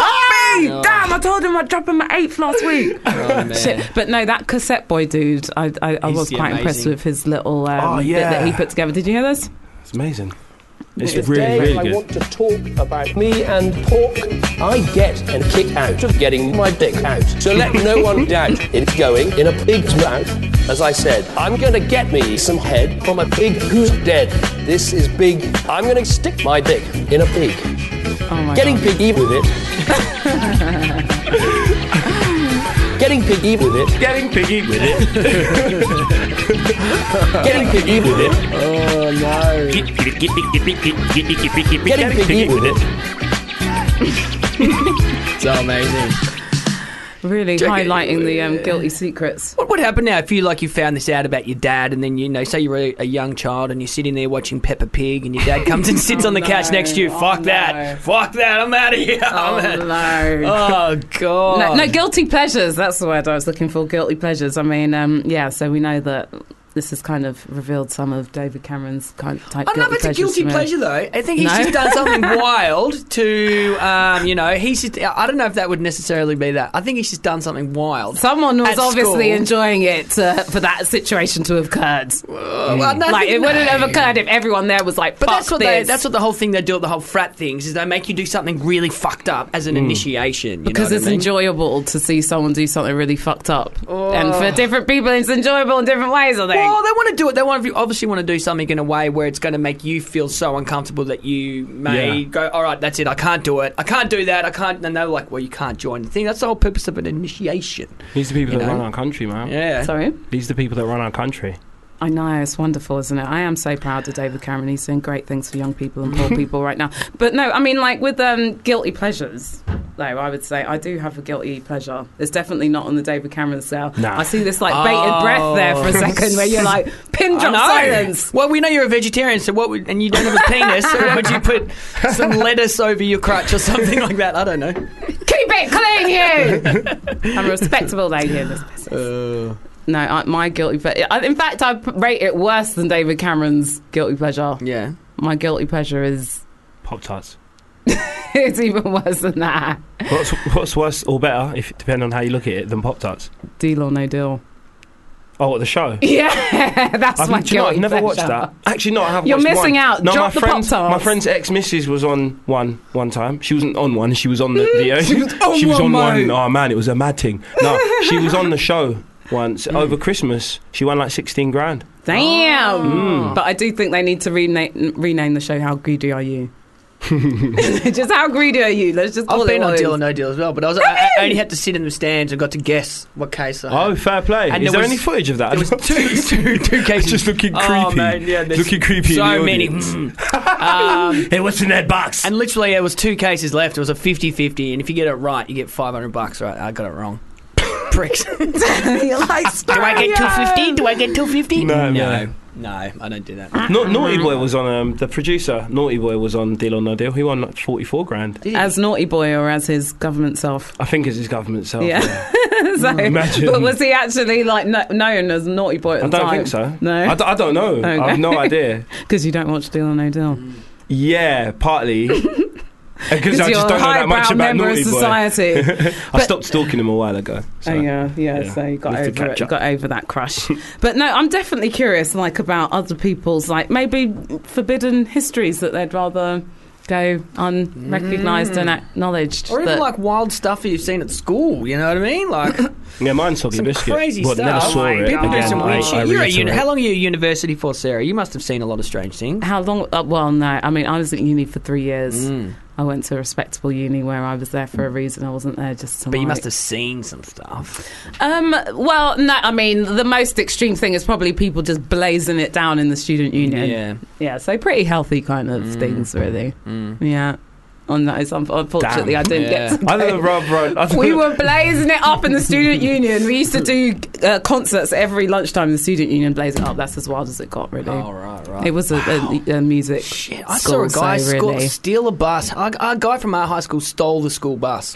[SPEAKER 5] coffee. Damn, I told him I'd drop him at eighth last week.
[SPEAKER 7] Oh, man.
[SPEAKER 5] Shit. But no, that cassette boy dude, I, I, I
[SPEAKER 7] He's
[SPEAKER 5] was quite impressed
[SPEAKER 7] amazing.
[SPEAKER 5] with his little um,
[SPEAKER 6] Oh,
[SPEAKER 5] bit
[SPEAKER 6] yeah.
[SPEAKER 5] that he put together. Did you hear this?
[SPEAKER 6] It's amazing. It's really, really good.
[SPEAKER 8] to talk about me and pork. I get a kick out of getting my dick out. So let no one doubt it's going in a pig's mouth. As I said, I'm going to get me some head from a pig who's dead. This is big. I'm going to stick my dick in a pig.
[SPEAKER 5] Oh my
[SPEAKER 8] Getting
[SPEAKER 5] God.
[SPEAKER 8] piggy with it. Getting piggy with it.
[SPEAKER 6] Getting piggy with it.
[SPEAKER 8] Getting piggy with it. Getting piggy with it.
[SPEAKER 7] It's amazing.
[SPEAKER 5] Really
[SPEAKER 7] Check it.
[SPEAKER 5] highlighting the um, guilty secrets.
[SPEAKER 7] What would happen now if you like you found this out about your dad, and then you know, say you were a, a young child and you're sitting there watching Peppa Pig, and your dad comes and sits
[SPEAKER 5] Oh,
[SPEAKER 7] on the couch
[SPEAKER 5] no.
[SPEAKER 7] next to you.
[SPEAKER 5] Oh,
[SPEAKER 7] Fuck
[SPEAKER 5] no.
[SPEAKER 7] that! Fuck that! I'm out of here.
[SPEAKER 5] Oh,
[SPEAKER 7] I'm out.
[SPEAKER 5] no.
[SPEAKER 7] Oh god.
[SPEAKER 5] No, no, guilty pleasures. That's the word I was looking for. Guilty pleasures. I mean, um, yeah. So we know that this has kind of revealed some of David Cameron's kind of type.
[SPEAKER 7] I don't know if
[SPEAKER 5] guilty
[SPEAKER 7] it's
[SPEAKER 5] pleasures
[SPEAKER 7] a guilty
[SPEAKER 5] to me.
[SPEAKER 7] pleasure though. I think he's
[SPEAKER 5] No?
[SPEAKER 7] just done something wild to, um, you know, he's just. I don't know if that would necessarily be that. I think he's just done something wild.
[SPEAKER 5] Someone was
[SPEAKER 7] At
[SPEAKER 5] obviously
[SPEAKER 7] school.
[SPEAKER 5] enjoying it uh, for that situation to have occurred.
[SPEAKER 7] Uh, well, no, I
[SPEAKER 5] Like
[SPEAKER 7] think
[SPEAKER 5] it wouldn't have
[SPEAKER 7] no.
[SPEAKER 5] occurred if everyone there was like,
[SPEAKER 7] But
[SPEAKER 5] "Fuck
[SPEAKER 7] that's what
[SPEAKER 5] this."
[SPEAKER 7] they, that's what the whole thing they do at the whole frat things is they make you do something really fucked up as an initiation.
[SPEAKER 5] Hmm.
[SPEAKER 7] You
[SPEAKER 5] because
[SPEAKER 7] know what
[SPEAKER 5] it's
[SPEAKER 7] I mean?
[SPEAKER 5] enjoyable to see someone do something really fucked up, and for different people, it's enjoyable in different ways. I think.
[SPEAKER 7] Oh. Well, they want to do it. They want to obviously want to do something in a way where it's going to make you feel so uncomfortable that you may
[SPEAKER 6] Yeah.
[SPEAKER 7] go, "All right, that's it. I can't do it. I can't do that. I can't." And they're like, "Well, you can't join the thing." That's the whole purpose of an initiation.
[SPEAKER 6] These are the people
[SPEAKER 7] You
[SPEAKER 6] that
[SPEAKER 7] know?
[SPEAKER 6] run our country, man.
[SPEAKER 7] Yeah.
[SPEAKER 5] Sorry,
[SPEAKER 6] These are the people that run our country.
[SPEAKER 5] I know it's wonderful, isn't it? I am so proud of David Cameron. He's doing great things for young people and poor people right now. But no, I mean, like with um, guilty pleasures, though, I would say I do have a guilty pleasure. It's definitely not on the David Cameron scale.
[SPEAKER 6] Nah.
[SPEAKER 5] I see this like bated breath there for a second where you're like, pin
[SPEAKER 7] Oh. I
[SPEAKER 5] drop
[SPEAKER 7] know.
[SPEAKER 5] silence.
[SPEAKER 7] Well, we know you're a vegetarian, so what? Would, and you don't have a penis, so why would you put some lettuce over your crutch or something like that? I don't know.
[SPEAKER 5] Keep it clean, you. I'm a respectable lady in this business.
[SPEAKER 6] Uh.
[SPEAKER 5] No, I, my guilty pleasure. In fact, I rate it worse than David Cameron's guilty pleasure.
[SPEAKER 7] Yeah.
[SPEAKER 5] My guilty pleasure is
[SPEAKER 6] Pop tarts.
[SPEAKER 5] it's even worse than that.
[SPEAKER 6] What's, what's worse or better, if depending on how you look at it, than pop tarts?
[SPEAKER 5] Deal or no deal.
[SPEAKER 6] Oh, at the show.
[SPEAKER 5] Yeah, that's
[SPEAKER 6] I've,
[SPEAKER 5] my
[SPEAKER 6] do you know,
[SPEAKER 5] guilty
[SPEAKER 6] I've never watched
[SPEAKER 5] pleasure.
[SPEAKER 6] that. Actually, no, I have.
[SPEAKER 5] You're
[SPEAKER 6] watched
[SPEAKER 5] missing
[SPEAKER 6] one.
[SPEAKER 5] out.
[SPEAKER 6] No,
[SPEAKER 5] Drop
[SPEAKER 6] my
[SPEAKER 5] the
[SPEAKER 6] friend's
[SPEAKER 5] Pop-Tarts.
[SPEAKER 6] my friend's ex missus was on one one time. She wasn't on one. She was on the, the only.
[SPEAKER 5] was on
[SPEAKER 6] she was
[SPEAKER 5] one,
[SPEAKER 6] on one.
[SPEAKER 5] mate.
[SPEAKER 6] Oh man, it was a mad thing. No, she was on the show once over Christmas. She won like sixteen grand. Oh. Hmm.
[SPEAKER 5] Damn. But I do think they need to rename rename the show. How greedy are you? just how greedy are you? Let's just call
[SPEAKER 7] I've
[SPEAKER 5] it
[SPEAKER 7] been
[SPEAKER 5] what
[SPEAKER 7] on
[SPEAKER 5] it
[SPEAKER 7] Deal
[SPEAKER 5] is.
[SPEAKER 7] or No Deal as well, but I, was, I, I only had to sit in the stands and got to guess what case I had.
[SPEAKER 4] Oh, fair play.
[SPEAKER 7] And
[SPEAKER 4] Is
[SPEAKER 7] there
[SPEAKER 4] there
[SPEAKER 7] was-
[SPEAKER 4] any footage of that?
[SPEAKER 7] There was two, two, two cases.
[SPEAKER 4] Just looking
[SPEAKER 7] Oh,
[SPEAKER 4] creepy.
[SPEAKER 7] man, yeah, there's
[SPEAKER 4] Looking creepy in
[SPEAKER 7] So
[SPEAKER 4] the
[SPEAKER 7] many.
[SPEAKER 4] audience.
[SPEAKER 7] Mm. um,
[SPEAKER 4] hey, what's in that box?
[SPEAKER 7] and literally, there was two cases left. It was a 50-50, and if you get it right, you get five hundred bucks. Right, I got it wrong. Pricks. Do
[SPEAKER 5] You're like,
[SPEAKER 7] I get two fifty? Do I get two fifty?
[SPEAKER 4] No,
[SPEAKER 7] no,
[SPEAKER 4] no.
[SPEAKER 7] no. I don't do that.
[SPEAKER 4] Na- Naughty
[SPEAKER 5] Mm-hmm.
[SPEAKER 4] Boy was on um, the producer. Naughty Boy was on Deal or No Deal. He won like forty-four grand.
[SPEAKER 5] As naughty boy or as his government self?
[SPEAKER 4] I think it's his government self.
[SPEAKER 5] Yeah. So,
[SPEAKER 4] Mm, Imagine.
[SPEAKER 5] But was he actually like no, known as naughty boy at
[SPEAKER 4] I
[SPEAKER 5] the
[SPEAKER 4] don't
[SPEAKER 5] time?
[SPEAKER 4] think so. I,
[SPEAKER 5] No,
[SPEAKER 4] d- I don't know.
[SPEAKER 5] Okay.
[SPEAKER 4] I have no idea.
[SPEAKER 5] because you don't watch Deal or No Deal.
[SPEAKER 4] Yeah, partly. Because I
[SPEAKER 5] you're
[SPEAKER 4] just don't
[SPEAKER 5] a
[SPEAKER 4] know that
[SPEAKER 5] highbrow
[SPEAKER 4] much about
[SPEAKER 5] member of
[SPEAKER 4] Naughty Boy.
[SPEAKER 5] society.
[SPEAKER 4] I
[SPEAKER 5] But-
[SPEAKER 4] stopped stalking him a while ago. So.
[SPEAKER 5] Oh yeah, yeah,
[SPEAKER 4] yeah,
[SPEAKER 5] So you got
[SPEAKER 4] need to
[SPEAKER 5] over
[SPEAKER 4] catch
[SPEAKER 5] it,
[SPEAKER 4] up.
[SPEAKER 5] got over that crush. but no, I'm definitely curious, like about other people's, like maybe forbidden histories that they'd rather go unrecognised and acknowledged.
[SPEAKER 7] Or even
[SPEAKER 5] that-
[SPEAKER 7] like wild stuff that you've seen at school. You know what I mean? Like
[SPEAKER 4] Yeah, mine's soggy
[SPEAKER 7] some
[SPEAKER 4] biscuit.
[SPEAKER 7] crazy
[SPEAKER 4] but
[SPEAKER 7] stuff.
[SPEAKER 4] Never
[SPEAKER 5] Oh
[SPEAKER 4] saw
[SPEAKER 7] Like,
[SPEAKER 4] it.
[SPEAKER 7] People do
[SPEAKER 4] again.
[SPEAKER 7] some
[SPEAKER 4] I-
[SPEAKER 7] weird shit.
[SPEAKER 4] I
[SPEAKER 7] You're at
[SPEAKER 4] reiterate.
[SPEAKER 7] uni- how long are you at university for, Sarah? You must have seen a lot of strange things.
[SPEAKER 5] how long? Uh, well, no, I mean I was at uni for three years.
[SPEAKER 7] Mm.
[SPEAKER 5] I went to a respectable uni where I was there for a reason. I wasn't there just to.
[SPEAKER 7] But you
[SPEAKER 5] like-
[SPEAKER 7] must have seen some stuff.
[SPEAKER 5] Um, well, no, I mean the most extreme thing is probably people just blazing it down in the student union. Yeah, so pretty healthy kind of
[SPEAKER 7] Mm.
[SPEAKER 5] things, really. Yeah. On that, it's unf- unfortunately, I didn't
[SPEAKER 7] Yeah.
[SPEAKER 5] get. To
[SPEAKER 4] I
[SPEAKER 5] go.
[SPEAKER 4] don't know, Rob. Rob I don't
[SPEAKER 5] We
[SPEAKER 4] know.
[SPEAKER 5] were blazing it up in the student union. We used to do uh, concerts every lunchtime in the student union, blaze it up. That's as wild as it got, really.
[SPEAKER 7] Oh, right, right.
[SPEAKER 5] It was a, a, a music.
[SPEAKER 7] Shit, I
[SPEAKER 5] school,
[SPEAKER 7] saw a guy
[SPEAKER 5] so
[SPEAKER 7] sco-
[SPEAKER 5] really.
[SPEAKER 7] steal a bus. A, a guy from our high school stole the school bus.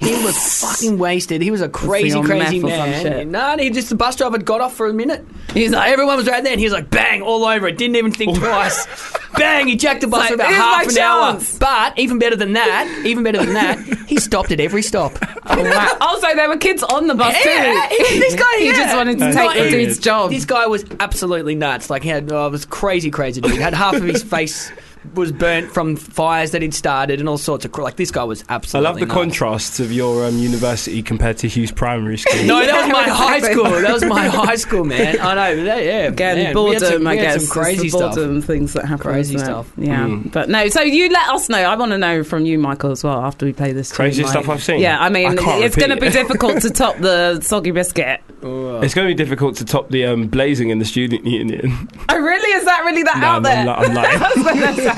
[SPEAKER 7] He was fucking wasted. He was a crazy,
[SPEAKER 5] on
[SPEAKER 7] crazy
[SPEAKER 5] meth or some shit?
[SPEAKER 7] man. No, he just the bus driver got off for a minute.
[SPEAKER 5] He's like,
[SPEAKER 7] Everyone was right there, and he was like, bang, all over it. Didn't even think twice. bang, he jacked the bus
[SPEAKER 5] It's
[SPEAKER 7] for
[SPEAKER 5] like,
[SPEAKER 7] about
[SPEAKER 5] "Here's
[SPEAKER 7] half an
[SPEAKER 5] my chance."
[SPEAKER 7] hour. But even better than that, even better than that, he stopped at every stop.
[SPEAKER 5] oh, wow. also there were kids on the bus
[SPEAKER 7] Yeah,
[SPEAKER 5] too.
[SPEAKER 7] he- this guy
[SPEAKER 5] he
[SPEAKER 7] here.
[SPEAKER 5] just wanted to
[SPEAKER 4] That's
[SPEAKER 5] take the
[SPEAKER 4] brilliant.
[SPEAKER 5] dude's job.
[SPEAKER 7] This guy was absolutely nuts. Like he had, oh, it was crazy, crazy dude. Had half of his face was burnt from fires that he'd started and all sorts of. cr- Like this guy was
[SPEAKER 4] I
[SPEAKER 7] absolutely.
[SPEAKER 4] love the
[SPEAKER 7] nuts.
[SPEAKER 4] contrasts of your um, university compared to Hughes Primary School.
[SPEAKER 7] No, that was
[SPEAKER 5] Yeah,
[SPEAKER 7] my high
[SPEAKER 5] exactly.
[SPEAKER 7] school. That was my high school, man. I know. but that- yeah,
[SPEAKER 5] again,
[SPEAKER 7] man, we had
[SPEAKER 5] boredom.
[SPEAKER 7] some-
[SPEAKER 5] I
[SPEAKER 7] we had
[SPEAKER 5] guess
[SPEAKER 7] some
[SPEAKER 5] it's
[SPEAKER 7] crazy
[SPEAKER 5] the
[SPEAKER 7] stuff.
[SPEAKER 5] boredom things that happen.
[SPEAKER 7] Crazy
[SPEAKER 5] isn't it?
[SPEAKER 7] stuff.
[SPEAKER 5] Yeah,
[SPEAKER 4] Hmm.
[SPEAKER 5] but no. So you let us know. I want to know from you, Michael, as well. After we play this, tune,
[SPEAKER 4] Crazy
[SPEAKER 5] like-
[SPEAKER 4] stuff I've seen.
[SPEAKER 5] Yeah, I mean,
[SPEAKER 4] I can't
[SPEAKER 5] it's going to
[SPEAKER 4] repeat
[SPEAKER 5] be
[SPEAKER 4] it.
[SPEAKER 5] difficult to top the soggy biscuit.
[SPEAKER 4] It's going to be difficult to top the um, blazing in the student union.
[SPEAKER 5] Oh, really? Is that really that
[SPEAKER 4] No,
[SPEAKER 5] out
[SPEAKER 4] I'm-
[SPEAKER 5] there?
[SPEAKER 4] I'm li- I'm lying.
[SPEAKER 5] I was going to say.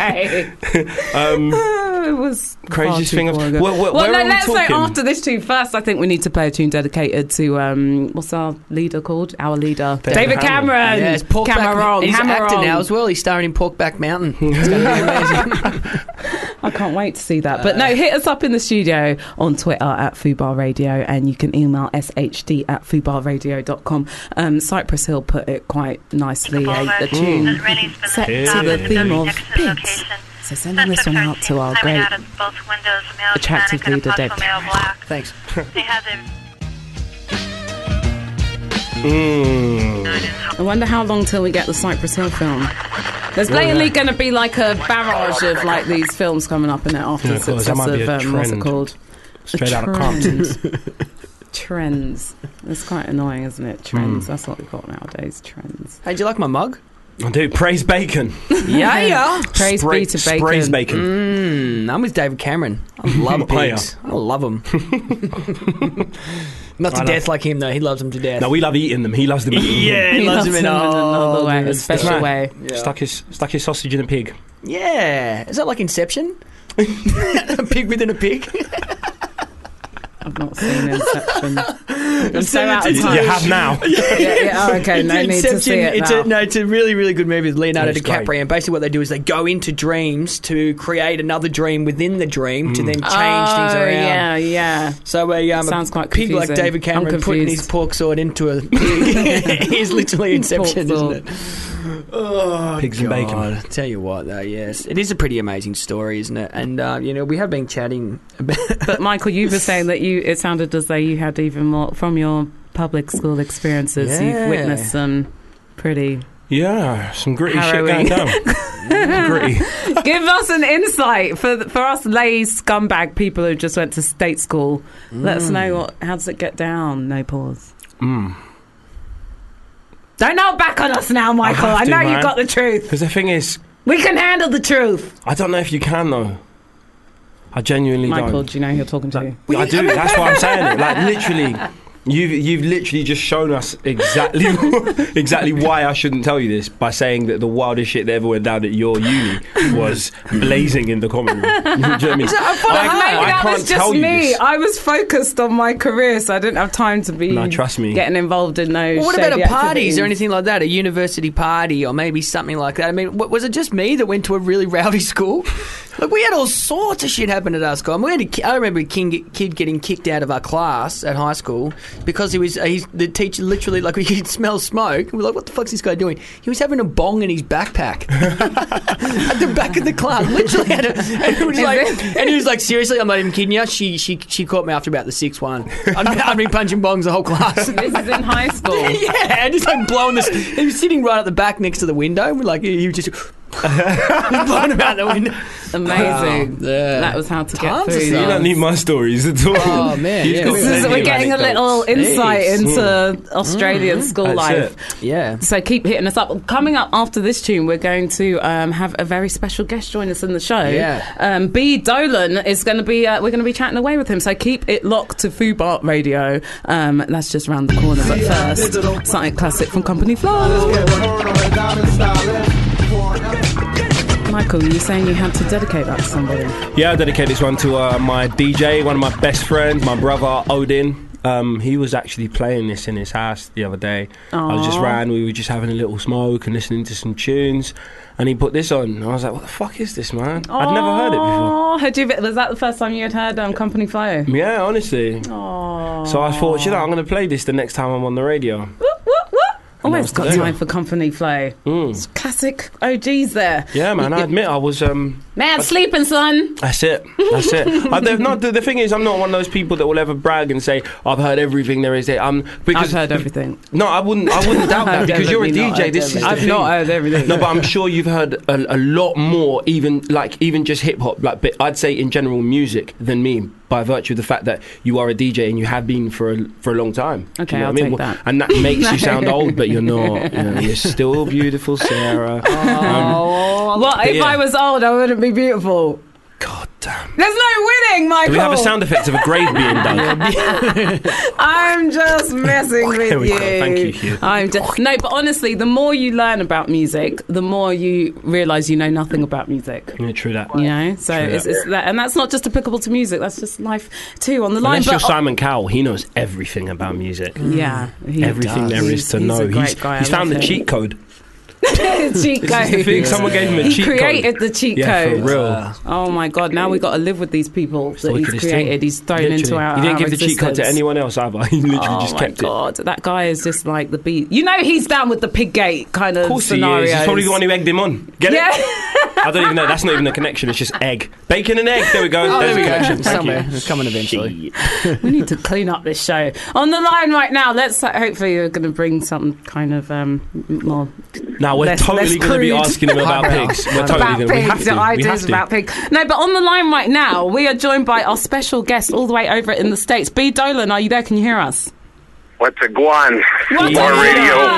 [SPEAKER 4] Um,
[SPEAKER 5] Oh, it was
[SPEAKER 4] Craziest
[SPEAKER 5] far too
[SPEAKER 4] thing I've-
[SPEAKER 5] long ago.
[SPEAKER 4] Well, well,
[SPEAKER 5] well,
[SPEAKER 4] where
[SPEAKER 5] no,
[SPEAKER 4] are we
[SPEAKER 5] let's
[SPEAKER 4] talking?
[SPEAKER 5] know after this tune first. I think we need to play a tune dedicated to um, what's our leader called? Our leader,
[SPEAKER 4] Cameron.
[SPEAKER 5] David, Cameron.
[SPEAKER 7] Yeah, it's Porkback.
[SPEAKER 5] Cameron.
[SPEAKER 7] He's an
[SPEAKER 5] Cameron.
[SPEAKER 7] actor now as well. He's starring in Porkback Mountain. It's going to be amazing.
[SPEAKER 5] I can't wait to see that. But
[SPEAKER 4] Uh.
[SPEAKER 5] no, hit us up in the studio on Twitter at Fubar Radio and you can email shd at fubarradio.com. Um, Cypress Hill put it quite nicely. eh, the tune set to the theme of pigs. So sending this one out to our great attractive leader, Dave Cameron.
[SPEAKER 7] Thanks.
[SPEAKER 4] Mm.
[SPEAKER 5] I wonder how long till we get the Cypress Hill film. There's blatantly going to be like a barrage of like these films coming up in it after
[SPEAKER 4] Yeah,
[SPEAKER 5] the
[SPEAKER 4] of course, that
[SPEAKER 5] success
[SPEAKER 4] might be
[SPEAKER 5] of
[SPEAKER 4] a
[SPEAKER 5] um, what's it
[SPEAKER 4] trend.
[SPEAKER 5] called?
[SPEAKER 4] Straight out of Compton.
[SPEAKER 5] Trends. Trends. That's quite annoying, isn't it?
[SPEAKER 4] Mm.
[SPEAKER 5] Trends. That's what we've got nowadays. Trends.
[SPEAKER 7] Hey, do you like my mug?
[SPEAKER 4] I do. Praise bacon.
[SPEAKER 7] Yeah, yeah.
[SPEAKER 5] Praise
[SPEAKER 4] Spray-
[SPEAKER 5] be to bacon.
[SPEAKER 4] Sprays bacon.
[SPEAKER 7] Mm, I'm with David Cameron. I love
[SPEAKER 4] Oh, yeah.
[SPEAKER 7] pigs. I love them.
[SPEAKER 4] I
[SPEAKER 7] Not to
[SPEAKER 4] love-
[SPEAKER 7] death like him though. He loves them to death.
[SPEAKER 4] No, we love eating them. He loves them.
[SPEAKER 7] yeah, he,
[SPEAKER 5] He loves
[SPEAKER 7] loves, them in
[SPEAKER 5] them in
[SPEAKER 7] all
[SPEAKER 5] another way,
[SPEAKER 7] the
[SPEAKER 5] a
[SPEAKER 7] stuff.
[SPEAKER 5] special way.
[SPEAKER 4] Stuck his stuck his sausage in a pig.
[SPEAKER 7] Yeah, is that like Inception? a pig within a pig.
[SPEAKER 5] I've not seen Inception. I'm so
[SPEAKER 7] seen
[SPEAKER 5] out of
[SPEAKER 7] it.
[SPEAKER 4] You
[SPEAKER 5] time.
[SPEAKER 4] have now.
[SPEAKER 5] Yeah, yeah, oh, okay, no need to see it
[SPEAKER 7] it's
[SPEAKER 5] now.
[SPEAKER 7] A, no, it's a really, really good movie with Leonardo
[SPEAKER 4] It's
[SPEAKER 7] DiCaprio.
[SPEAKER 4] great.
[SPEAKER 7] And basically, what they do is they go into dreams to create another dream within the dream
[SPEAKER 4] Mm.
[SPEAKER 7] to then change things
[SPEAKER 5] Oh,
[SPEAKER 7] around.
[SPEAKER 5] yeah, yeah.
[SPEAKER 7] So a um,
[SPEAKER 5] Sounds
[SPEAKER 7] a
[SPEAKER 5] quite
[SPEAKER 7] pig like
[SPEAKER 5] confusing.
[SPEAKER 7] David
[SPEAKER 5] I'm
[SPEAKER 7] Cameron putting his
[SPEAKER 5] confused.
[SPEAKER 7] pork sword into a pig is literally Inception,
[SPEAKER 5] Pork
[SPEAKER 7] isn't
[SPEAKER 5] sword.
[SPEAKER 7] it? Oh,
[SPEAKER 4] Pigs and bacon.
[SPEAKER 7] God. Tell you what, though, yes, it is a pretty amazing story, isn't it? And uh, you know, we have been chatting about.
[SPEAKER 5] But Michael, you were saying that you it sounded as though you had even more from your public school experiences.
[SPEAKER 7] Yeah.
[SPEAKER 5] You've witnessed some pretty.
[SPEAKER 4] Yeah, some gritty
[SPEAKER 5] Harrowing.
[SPEAKER 4] shit going down. gritty.
[SPEAKER 5] Give us an insight for for us lay scumbag people who just went to state school. Let us
[SPEAKER 7] Mm.
[SPEAKER 5] know what how does it get down. No pause.
[SPEAKER 4] Mm.
[SPEAKER 5] Don't hold back on us now, Michael.
[SPEAKER 4] have
[SPEAKER 5] I
[SPEAKER 4] to,
[SPEAKER 5] know
[SPEAKER 4] man.
[SPEAKER 5] you've got the truth.
[SPEAKER 4] Because the thing is,
[SPEAKER 5] We can handle the truth.
[SPEAKER 6] I don't know if you can though. I genuinely
[SPEAKER 5] Michael,
[SPEAKER 6] don't.
[SPEAKER 5] do you know who you're talking to?
[SPEAKER 6] I do. That's why I'm saying it. Like literally, you've you've literally just shown us exactly exactly why I shouldn't tell you this by saying that the wildest shit that ever went down at your uni was blazing in the common room. Do you know what I mean? I-
[SPEAKER 5] Mate,
[SPEAKER 6] I
[SPEAKER 5] that
[SPEAKER 6] can't
[SPEAKER 5] was just
[SPEAKER 6] tell you
[SPEAKER 5] me. Oh.
[SPEAKER 6] this.
[SPEAKER 5] I was focused on my career, so I didn't have time to be
[SPEAKER 6] No, trust me.
[SPEAKER 5] getting involved in those.
[SPEAKER 7] Well, what about
[SPEAKER 5] shady
[SPEAKER 7] a party? Is
[SPEAKER 5] activities.
[SPEAKER 7] there anything like that? A university party or maybe something like that? I mean, w- was it just me that went to a really rowdy school? Like, we had all sorts of shit happen at our school. I, mean, we had a ki- I remember a king, kid getting kicked out of our class at high school because he was, uh, he's, the teacher literally, like, we could smell smoke. We're like, what the fuck's this guy doing? He was having a bong in his backpack at the back of the class. Literally had a, and he was
[SPEAKER 5] Is
[SPEAKER 7] like,
[SPEAKER 5] it?
[SPEAKER 7] and he was like, seriously, I'm not even kidding you. She, she, she caught me after about the 6-1. I'd been, I'd been punching bongs the whole class
[SPEAKER 5] This is in high school.
[SPEAKER 7] yeah, and just like blowing this. He was sitting right at the back next to the window. We're like, he was just blowing him out the window.
[SPEAKER 5] Amazing.
[SPEAKER 7] Wow. Yeah.
[SPEAKER 5] That was how to
[SPEAKER 7] Times
[SPEAKER 5] get
[SPEAKER 7] is
[SPEAKER 5] through.
[SPEAKER 6] You
[SPEAKER 5] that.
[SPEAKER 6] don't need my stories at all.
[SPEAKER 7] Oh, man,
[SPEAKER 6] You've
[SPEAKER 7] yeah.
[SPEAKER 6] got
[SPEAKER 5] This is,
[SPEAKER 6] plenty
[SPEAKER 5] we're
[SPEAKER 6] of
[SPEAKER 5] getting a little
[SPEAKER 6] anecdotes.
[SPEAKER 5] insight
[SPEAKER 6] Jeez. Mm-hmm.
[SPEAKER 5] into Australian school
[SPEAKER 6] That's
[SPEAKER 5] life.
[SPEAKER 6] it.
[SPEAKER 7] Yeah.
[SPEAKER 5] So keep hitting us up. Coming up after this tune, we're going to um, have a very special guest join us in the show.
[SPEAKER 7] Yeah.
[SPEAKER 5] Um, B Dolan is going to be. Uh, we're going to be chatting away with him. So keep it locked to Fubart Radio. Um, that's just round the corner. But first, something classic from Company Flow. Michael, you were saying you had to dedicate that to somebody.
[SPEAKER 6] Yeah, I dedicate this one to uh, my DJ, one of my best friends, my brother Odin. Um, he was actually playing this in his house the other day. I was just
[SPEAKER 5] Aw.
[SPEAKER 6] round, we were just having a little smoke and listening to some tunes, and he put this on. And I was like, "What the fuck is this, man? I'd never heard it before."
[SPEAKER 5] Aw, had you, was that the first time you had heard um, Company Flow?
[SPEAKER 6] Yeah, honestly. So I thought, you know, I'm gonna play this the next time I'm on the radio.
[SPEAKER 5] Whoop, whoop, whoop. Always
[SPEAKER 6] that was
[SPEAKER 5] got
[SPEAKER 6] clever. Hmm.
[SPEAKER 5] time for company flow. It's classic OGs there.
[SPEAKER 6] Yeah, man. I admit I was. Um,
[SPEAKER 5] Man, sleeping, son.
[SPEAKER 6] That's it. That's it. I, they've not, the, the thing is, I'm not one of those people that will ever brag and say I've heard everything there is. There. I'm because
[SPEAKER 5] I've heard everything.
[SPEAKER 6] No, I wouldn't. I wouldn't doubt that
[SPEAKER 5] I've
[SPEAKER 6] because you're a
[SPEAKER 5] definitely not
[SPEAKER 6] DJ.
[SPEAKER 5] heard
[SPEAKER 6] This is the
[SPEAKER 5] everything. I've
[SPEAKER 6] thing.
[SPEAKER 5] not heard everything.
[SPEAKER 6] No, but I'm sure you've heard a, a lot more, even like even just hip hop. Like, but I'd say in general music than me by virtue of the fact that you are a DJ and you have been for a, for a long time. Do
[SPEAKER 5] Okay,
[SPEAKER 6] you know
[SPEAKER 5] I'll
[SPEAKER 6] what I mean?
[SPEAKER 5] take
[SPEAKER 6] Well,
[SPEAKER 5] that.
[SPEAKER 6] And that makes you sound old, but you're not. You know, you're still beautiful, Sarah. Um,
[SPEAKER 7] Oh,
[SPEAKER 5] Well, if
[SPEAKER 6] yeah.
[SPEAKER 5] I was old, I wouldn't be beautiful.
[SPEAKER 6] God damn.
[SPEAKER 5] There's no winning, Michael.
[SPEAKER 6] Do we have a sound effect of a grave being done?
[SPEAKER 5] I'm just messing with
[SPEAKER 6] There we
[SPEAKER 5] you.
[SPEAKER 6] go. Thank you, Hugh.
[SPEAKER 5] I'm just no, but honestly, the more you learn about music, the more you realise you know nothing about music.
[SPEAKER 6] Yeah, true that.
[SPEAKER 5] You know, so
[SPEAKER 6] True
[SPEAKER 5] it's,
[SPEAKER 6] that.
[SPEAKER 5] it's that, and that's not just applicable to music. That's just life too on the line.
[SPEAKER 6] Unless you're
[SPEAKER 5] but uh,
[SPEAKER 6] Simon Cowell, he knows everything about music.
[SPEAKER 5] yeah, he
[SPEAKER 6] Everything
[SPEAKER 5] does.
[SPEAKER 6] there is to
[SPEAKER 5] he's,
[SPEAKER 6] know.
[SPEAKER 5] He's, a great
[SPEAKER 6] he's
[SPEAKER 5] guy, I
[SPEAKER 6] he's
[SPEAKER 5] love
[SPEAKER 6] found the
[SPEAKER 5] him.
[SPEAKER 6] cheat code.
[SPEAKER 5] cheat
[SPEAKER 6] This is the thing.
[SPEAKER 5] code.
[SPEAKER 6] Someone gave him a
[SPEAKER 5] He
[SPEAKER 6] cheat
[SPEAKER 5] created
[SPEAKER 6] code.
[SPEAKER 5] the cheat
[SPEAKER 6] yeah,
[SPEAKER 5] code.
[SPEAKER 6] for real.
[SPEAKER 5] Oh my god! Now we got to live with these people
[SPEAKER 6] The
[SPEAKER 5] that he's
[SPEAKER 6] wickedest thing.
[SPEAKER 5] created. He's thrown into
[SPEAKER 6] Literally.
[SPEAKER 5] our.
[SPEAKER 6] He didn't
[SPEAKER 5] our
[SPEAKER 6] give the cheat code to
[SPEAKER 5] existence.
[SPEAKER 6] anyone else either. He literally
[SPEAKER 5] Oh
[SPEAKER 6] just
[SPEAKER 5] my
[SPEAKER 6] kept it.
[SPEAKER 5] god! That guy is just like the beat. You know, he's down with the pig gate kind of,
[SPEAKER 6] Of course
[SPEAKER 5] scenario.
[SPEAKER 6] he is. He's probably the one who egged him on. Get
[SPEAKER 5] Yeah.
[SPEAKER 6] it? I don't even know. That's not even a connection. It's just egg. Bacon and egg. There we
[SPEAKER 5] Oh,
[SPEAKER 6] go. There's
[SPEAKER 7] there we
[SPEAKER 6] a
[SPEAKER 7] go.
[SPEAKER 6] connection. Thank you.
[SPEAKER 7] Somewhere. It's coming eventually.
[SPEAKER 5] we need to clean up this show. On the line right now. Let's hopefully we're going to bring some kind of um more
[SPEAKER 6] Now we're
[SPEAKER 5] Less-
[SPEAKER 6] totally
[SPEAKER 5] less
[SPEAKER 6] going to be
[SPEAKER 5] crude.
[SPEAKER 6] asking him about pigs. We're
[SPEAKER 5] about
[SPEAKER 6] totally going to. We
[SPEAKER 5] pigs,
[SPEAKER 6] have to.
[SPEAKER 5] the
[SPEAKER 6] We have
[SPEAKER 5] ideas
[SPEAKER 6] to.
[SPEAKER 5] about pigs. No, but on the line right now, we are joined by our special guest all the way over in the states. B Dolan, are you there? Can you hear us?
[SPEAKER 9] What's a guan?
[SPEAKER 5] What's
[SPEAKER 9] More
[SPEAKER 5] a guan?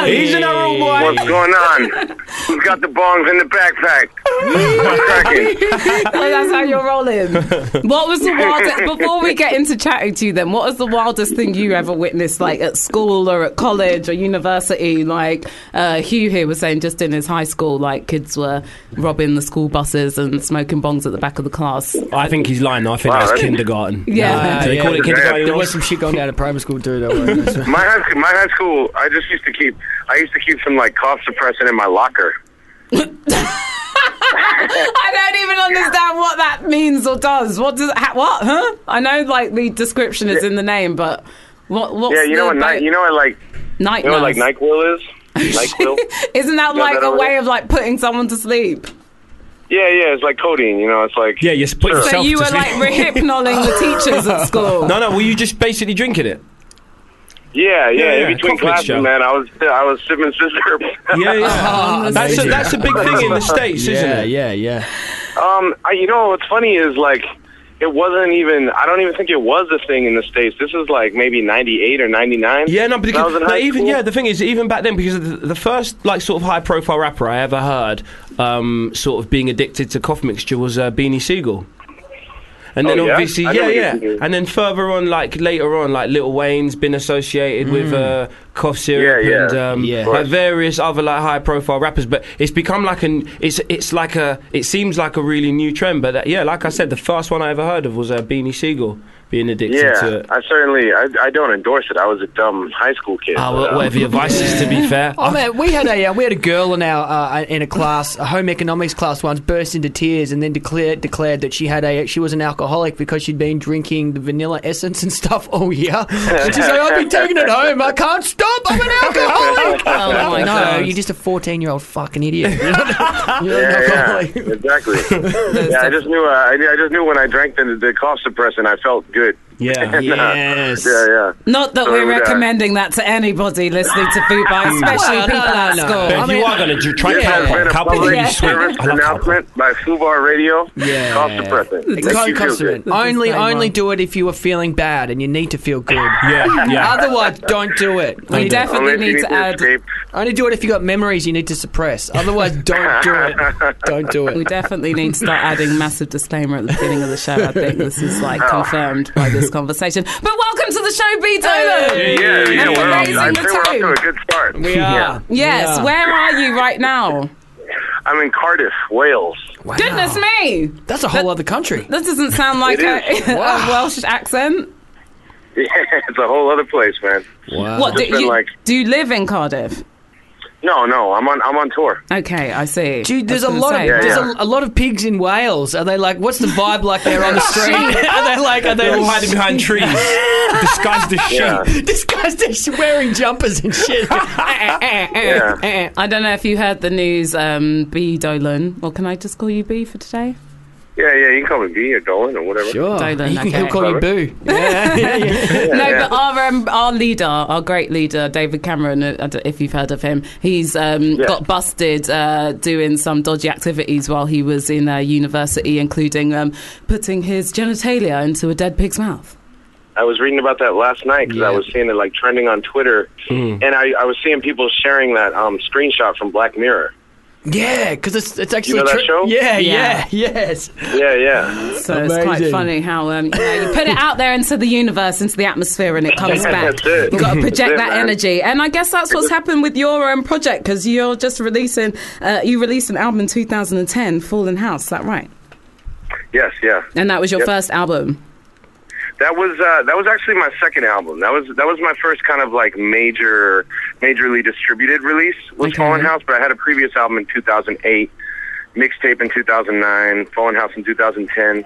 [SPEAKER 9] radio.
[SPEAKER 6] He's an old boy.
[SPEAKER 9] What's going on? Who's got the bongs in the backpack? What's cracking?
[SPEAKER 5] Oh, that's how you're rolling. What was the wildest? Before we get into chatting to you, then, what was the wildest thing you ever witnessed, like at school or at college or university? Like uh, Hugh here was saying, just in his high school, like kids were robbing the school buses and smoking bongs at the back of the class.
[SPEAKER 6] I think he's lying. I think
[SPEAKER 9] Wow,
[SPEAKER 6] that's
[SPEAKER 9] that's-
[SPEAKER 6] kindergarten.
[SPEAKER 5] Yeah.
[SPEAKER 6] Do they call it kindergarten?
[SPEAKER 7] There was some shit going down at primary school too. Don't worry.
[SPEAKER 9] My high school, my high school. I just used to keep. I used to keep some like cough suppressant in my locker.
[SPEAKER 5] I don't even understand what that means or does. What does ha, what? Huh? I know, like the description is in the name, but what? What's
[SPEAKER 9] Yeah, you know what? Ni- you know what? Like
[SPEAKER 5] night
[SPEAKER 9] you know what like Nyquil is? Nyquil.
[SPEAKER 5] Isn't that
[SPEAKER 9] Yeah,
[SPEAKER 5] like
[SPEAKER 9] that
[SPEAKER 5] a
[SPEAKER 9] over
[SPEAKER 5] way
[SPEAKER 9] there.
[SPEAKER 5] of like putting someone to sleep?
[SPEAKER 9] yeah, yeah. It's like codeine. You know, it's like
[SPEAKER 6] Yeah, you split
[SPEAKER 5] So
[SPEAKER 6] yourself.
[SPEAKER 5] you
[SPEAKER 6] to
[SPEAKER 5] were
[SPEAKER 6] sleep.
[SPEAKER 5] like rehypnoling the teachers at school.
[SPEAKER 6] No, no. Were you just basically drinking it?
[SPEAKER 9] yeah,
[SPEAKER 6] Yeah,
[SPEAKER 9] yeah.
[SPEAKER 6] yeah,
[SPEAKER 9] in between
[SPEAKER 6] conflict
[SPEAKER 9] classes,
[SPEAKER 6] show.
[SPEAKER 9] man, I was I was sipping scissor.
[SPEAKER 6] Yeah, yeah. that's, a,
[SPEAKER 7] amazing.
[SPEAKER 6] that's a big thing in the states, isn't it?
[SPEAKER 7] yeah, yeah.
[SPEAKER 9] Um, I, you know what's funny is like it wasn't even. I don't even think it was a thing in the states. This is like maybe '98 or '99.
[SPEAKER 4] Yeah, no,
[SPEAKER 9] When I
[SPEAKER 4] because
[SPEAKER 9] was in
[SPEAKER 4] no,
[SPEAKER 9] high
[SPEAKER 4] even
[SPEAKER 9] school.
[SPEAKER 4] yeah, the thing is, even back then, because the, the first like sort of high profile rapper I ever heard, um, sort of being addicted to cough mixture was uh, Beanie Siegel. And then
[SPEAKER 9] Oh, yeah?
[SPEAKER 4] obviously,
[SPEAKER 9] I
[SPEAKER 4] yeah,
[SPEAKER 9] never
[SPEAKER 4] yeah.
[SPEAKER 9] listened to it.
[SPEAKER 4] And then further on, like later on, like Little Wayne's been associated with uh, cough syrup
[SPEAKER 9] Mm. Yeah, yeah.
[SPEAKER 4] and um, like
[SPEAKER 7] Yeah. Right.
[SPEAKER 4] various other like high profile rappers. But it's become like an it's it's like a it seems like a really new trend. But uh, yeah, like I said, the first one I ever heard of was uh, Beanie Siegel being addicted to
[SPEAKER 9] Yeah,
[SPEAKER 4] it.
[SPEAKER 9] I certainly. I, I don't endorse it. I was a dumb high school kid.
[SPEAKER 4] Ah,
[SPEAKER 9] but,
[SPEAKER 4] well,
[SPEAKER 9] um,
[SPEAKER 4] whatever your vice is, to be fair.
[SPEAKER 7] Oh man, we had a uh, we had a girl in our uh, in a class, a home economics class once, burst into tears and then declared declared that she had a she was an alcoholic because she'd been drinking the vanilla essence and stuff all year. She's like, I've been taking it home. I can't stop. I'm an alcoholic.
[SPEAKER 5] Oh,
[SPEAKER 7] I'm
[SPEAKER 5] my
[SPEAKER 7] like, no,
[SPEAKER 5] God.
[SPEAKER 7] you're just a 14 year old fucking idiot. You're not-
[SPEAKER 4] Oh,
[SPEAKER 7] you're an
[SPEAKER 9] Yeah, yeah,
[SPEAKER 7] alcoholic.
[SPEAKER 9] exactly. yeah, I just knew. Uh, I, I just knew when I drank the, the cough suppressant, I felt good.
[SPEAKER 4] Yeah.
[SPEAKER 9] And, uh,
[SPEAKER 7] Yes.
[SPEAKER 9] yeah, yeah.
[SPEAKER 5] Not that
[SPEAKER 9] So
[SPEAKER 5] we're
[SPEAKER 9] would I.
[SPEAKER 5] recommending that to anybody listening to Food Bar,
[SPEAKER 7] Hmm.
[SPEAKER 5] especially
[SPEAKER 7] Well, no,
[SPEAKER 5] people at
[SPEAKER 7] no, no.
[SPEAKER 5] school.
[SPEAKER 4] But if
[SPEAKER 7] I mean-
[SPEAKER 4] you are going to try
[SPEAKER 9] This has been
[SPEAKER 4] cowpop,
[SPEAKER 9] a
[SPEAKER 4] cowpop
[SPEAKER 9] public
[SPEAKER 4] really sweet.
[SPEAKER 9] service
[SPEAKER 4] I love cowpop.
[SPEAKER 9] announcement by Fubar Radio.
[SPEAKER 7] Yeah.
[SPEAKER 9] Cough suppressant. Makes
[SPEAKER 7] Coke
[SPEAKER 9] you feel good.
[SPEAKER 7] concentrate. Only,
[SPEAKER 5] That's the same
[SPEAKER 7] only
[SPEAKER 5] one.
[SPEAKER 7] do it if you are feeling bad and you need to feel good.
[SPEAKER 4] Yeah, yeah.
[SPEAKER 7] Otherwise, don't do it.
[SPEAKER 5] We
[SPEAKER 7] Only-
[SPEAKER 5] definitely
[SPEAKER 9] Unless you
[SPEAKER 5] need to add.
[SPEAKER 9] escape.
[SPEAKER 7] Only do it if you got memories you need to suppress. Otherwise, don't do it. Don't do
[SPEAKER 5] We
[SPEAKER 7] it.
[SPEAKER 5] definitely need to start adding massive disclaimer at the beginning of the show. I think this is like confirmed by this conversation. But welcome to the show, B. Taylor.
[SPEAKER 9] Yeah, yeah,
[SPEAKER 5] And
[SPEAKER 9] we're off,
[SPEAKER 5] raising
[SPEAKER 9] I
[SPEAKER 5] the
[SPEAKER 9] think we're off to
[SPEAKER 5] tone.
[SPEAKER 9] a good start.
[SPEAKER 7] We are.
[SPEAKER 5] Yes, where are you right now?
[SPEAKER 9] I'm in Cardiff, Wales.
[SPEAKER 7] Wow.
[SPEAKER 5] Goodness me,
[SPEAKER 7] That's a whole other country.
[SPEAKER 5] that doesn't sound like
[SPEAKER 9] It
[SPEAKER 5] a, a
[SPEAKER 7] Wow.
[SPEAKER 5] Welsh accent.
[SPEAKER 9] Yeah, it's a whole other place, man.
[SPEAKER 5] What do
[SPEAKER 9] Just been
[SPEAKER 5] you
[SPEAKER 9] like-
[SPEAKER 5] do? You live in Cardiff?
[SPEAKER 9] No, no, I'm on. I'm on tour.
[SPEAKER 5] Okay, I see.
[SPEAKER 7] Dude,
[SPEAKER 5] I was
[SPEAKER 7] there's a
[SPEAKER 5] gonna
[SPEAKER 7] lot
[SPEAKER 5] say.
[SPEAKER 9] Yeah,
[SPEAKER 7] of there's
[SPEAKER 9] yeah.
[SPEAKER 7] A, a lot of pigs in Wales. Are they like? What's the vibe like there on the street? are they like? Are they
[SPEAKER 4] They're all
[SPEAKER 7] all
[SPEAKER 4] hiding behind trees, disguised as sheep.
[SPEAKER 9] Yeah.
[SPEAKER 7] This guy's just wearing jumpers and shit. Eh,
[SPEAKER 9] Yeah.
[SPEAKER 5] I don't know if you heard the news, um, B. Dolan. Or can I just call you B for today?
[SPEAKER 9] Yeah, yeah, you can call me B or Dolan or whatever.
[SPEAKER 7] Sure.
[SPEAKER 5] Dolan,
[SPEAKER 7] He-
[SPEAKER 5] okay.
[SPEAKER 7] He'll call you Boo. Yeah, yeah, yeah.
[SPEAKER 5] no,
[SPEAKER 9] yeah.
[SPEAKER 5] but our um, our leader, our great leader, David Cameron. uh, I don't- If you've heard of him, he's um, got busted uh, doing some dodgy activities while he was in uh, university, including um, putting his genitalia into a dead pig's mouth.
[SPEAKER 9] I was reading about that last night because I
[SPEAKER 7] Yeah. Mm-hmm.
[SPEAKER 9] was seeing it like trending on Twitter, and I, I was seeing people sharing that um, screenshot from Black Mirror.
[SPEAKER 7] Yeah, because it's it's actually
[SPEAKER 9] know that
[SPEAKER 7] tri-
[SPEAKER 9] show?
[SPEAKER 7] Yeah,
[SPEAKER 5] Yeah.
[SPEAKER 7] yeah, yes.
[SPEAKER 9] Yeah, yeah,
[SPEAKER 5] So it's quite
[SPEAKER 7] Amazing.
[SPEAKER 5] funny how um, you, know, you put it out there into the universe, into the atmosphere, and it comes back.
[SPEAKER 9] That's it.
[SPEAKER 5] You've got to
[SPEAKER 9] That's
[SPEAKER 5] project
[SPEAKER 9] it,
[SPEAKER 5] that
[SPEAKER 9] man.
[SPEAKER 5] energy, and I guess that's what's happened with your um, project because you're just releasing. Uh, you released an album in 2010, Fallen House. Is that right?
[SPEAKER 9] yes, yeah.
[SPEAKER 5] And that was your
[SPEAKER 9] Yep.
[SPEAKER 5] first album.
[SPEAKER 9] That was uh, that was actually my second album. That was that was my first kind of like major, majorly distributed release was
[SPEAKER 5] Okay.
[SPEAKER 9] Fallen House, but I had a previous album in 2008, mixtape in 2009, Fallen House in 2010,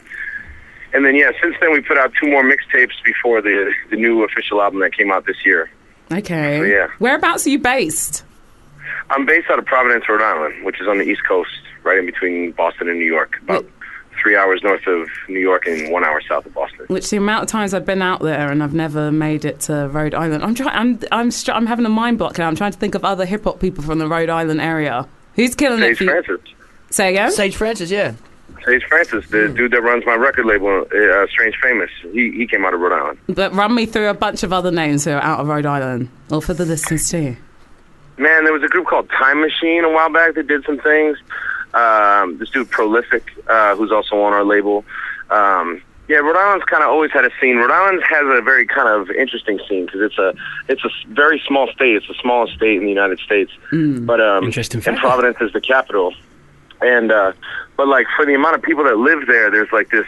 [SPEAKER 9] and then yeah, since then we put out two more mixtapes before the the new official album that came out this year.
[SPEAKER 5] Okay.
[SPEAKER 9] Yeah.
[SPEAKER 5] Whereabouts are you based?
[SPEAKER 9] I'm based out of Providence, Rhode Island, which is on the East Coast, right in between Boston and New York, about three hours north of New York and one hour south of Boston.
[SPEAKER 5] Which the amount of times I've been out there and I've never made it to Rhode Island. I'm trying. I'm I'm, str- I'm having a mind block now. I'm trying to think of other hip hop people from the Rhode Island area. Who's killing it?
[SPEAKER 9] Sage
[SPEAKER 5] For you?
[SPEAKER 9] Francis.
[SPEAKER 5] Say again.
[SPEAKER 7] Sage Francis, yeah.
[SPEAKER 9] Sage Francis, the dude that runs my record label, uh, Strange Famous, he, he came out of Rhode Island.
[SPEAKER 5] But run me through a bunch of other names who are out of Rhode Island, or for the listeners too.
[SPEAKER 9] Man, there was a group called Time Machine a while back that did some things. Um, this dude Prolific, uh, who's also on our label. Um, yeah, Rhode Island's kind of always had a scene. Rhode Island has a very kind of interesting scene because it's a it's a s- very small state. It's the smallest state in the United States, but um,
[SPEAKER 4] Interesting
[SPEAKER 9] and
[SPEAKER 4] fact.
[SPEAKER 9] Providence is the capital. and uh, but like for the amount of people that live there, there's like this.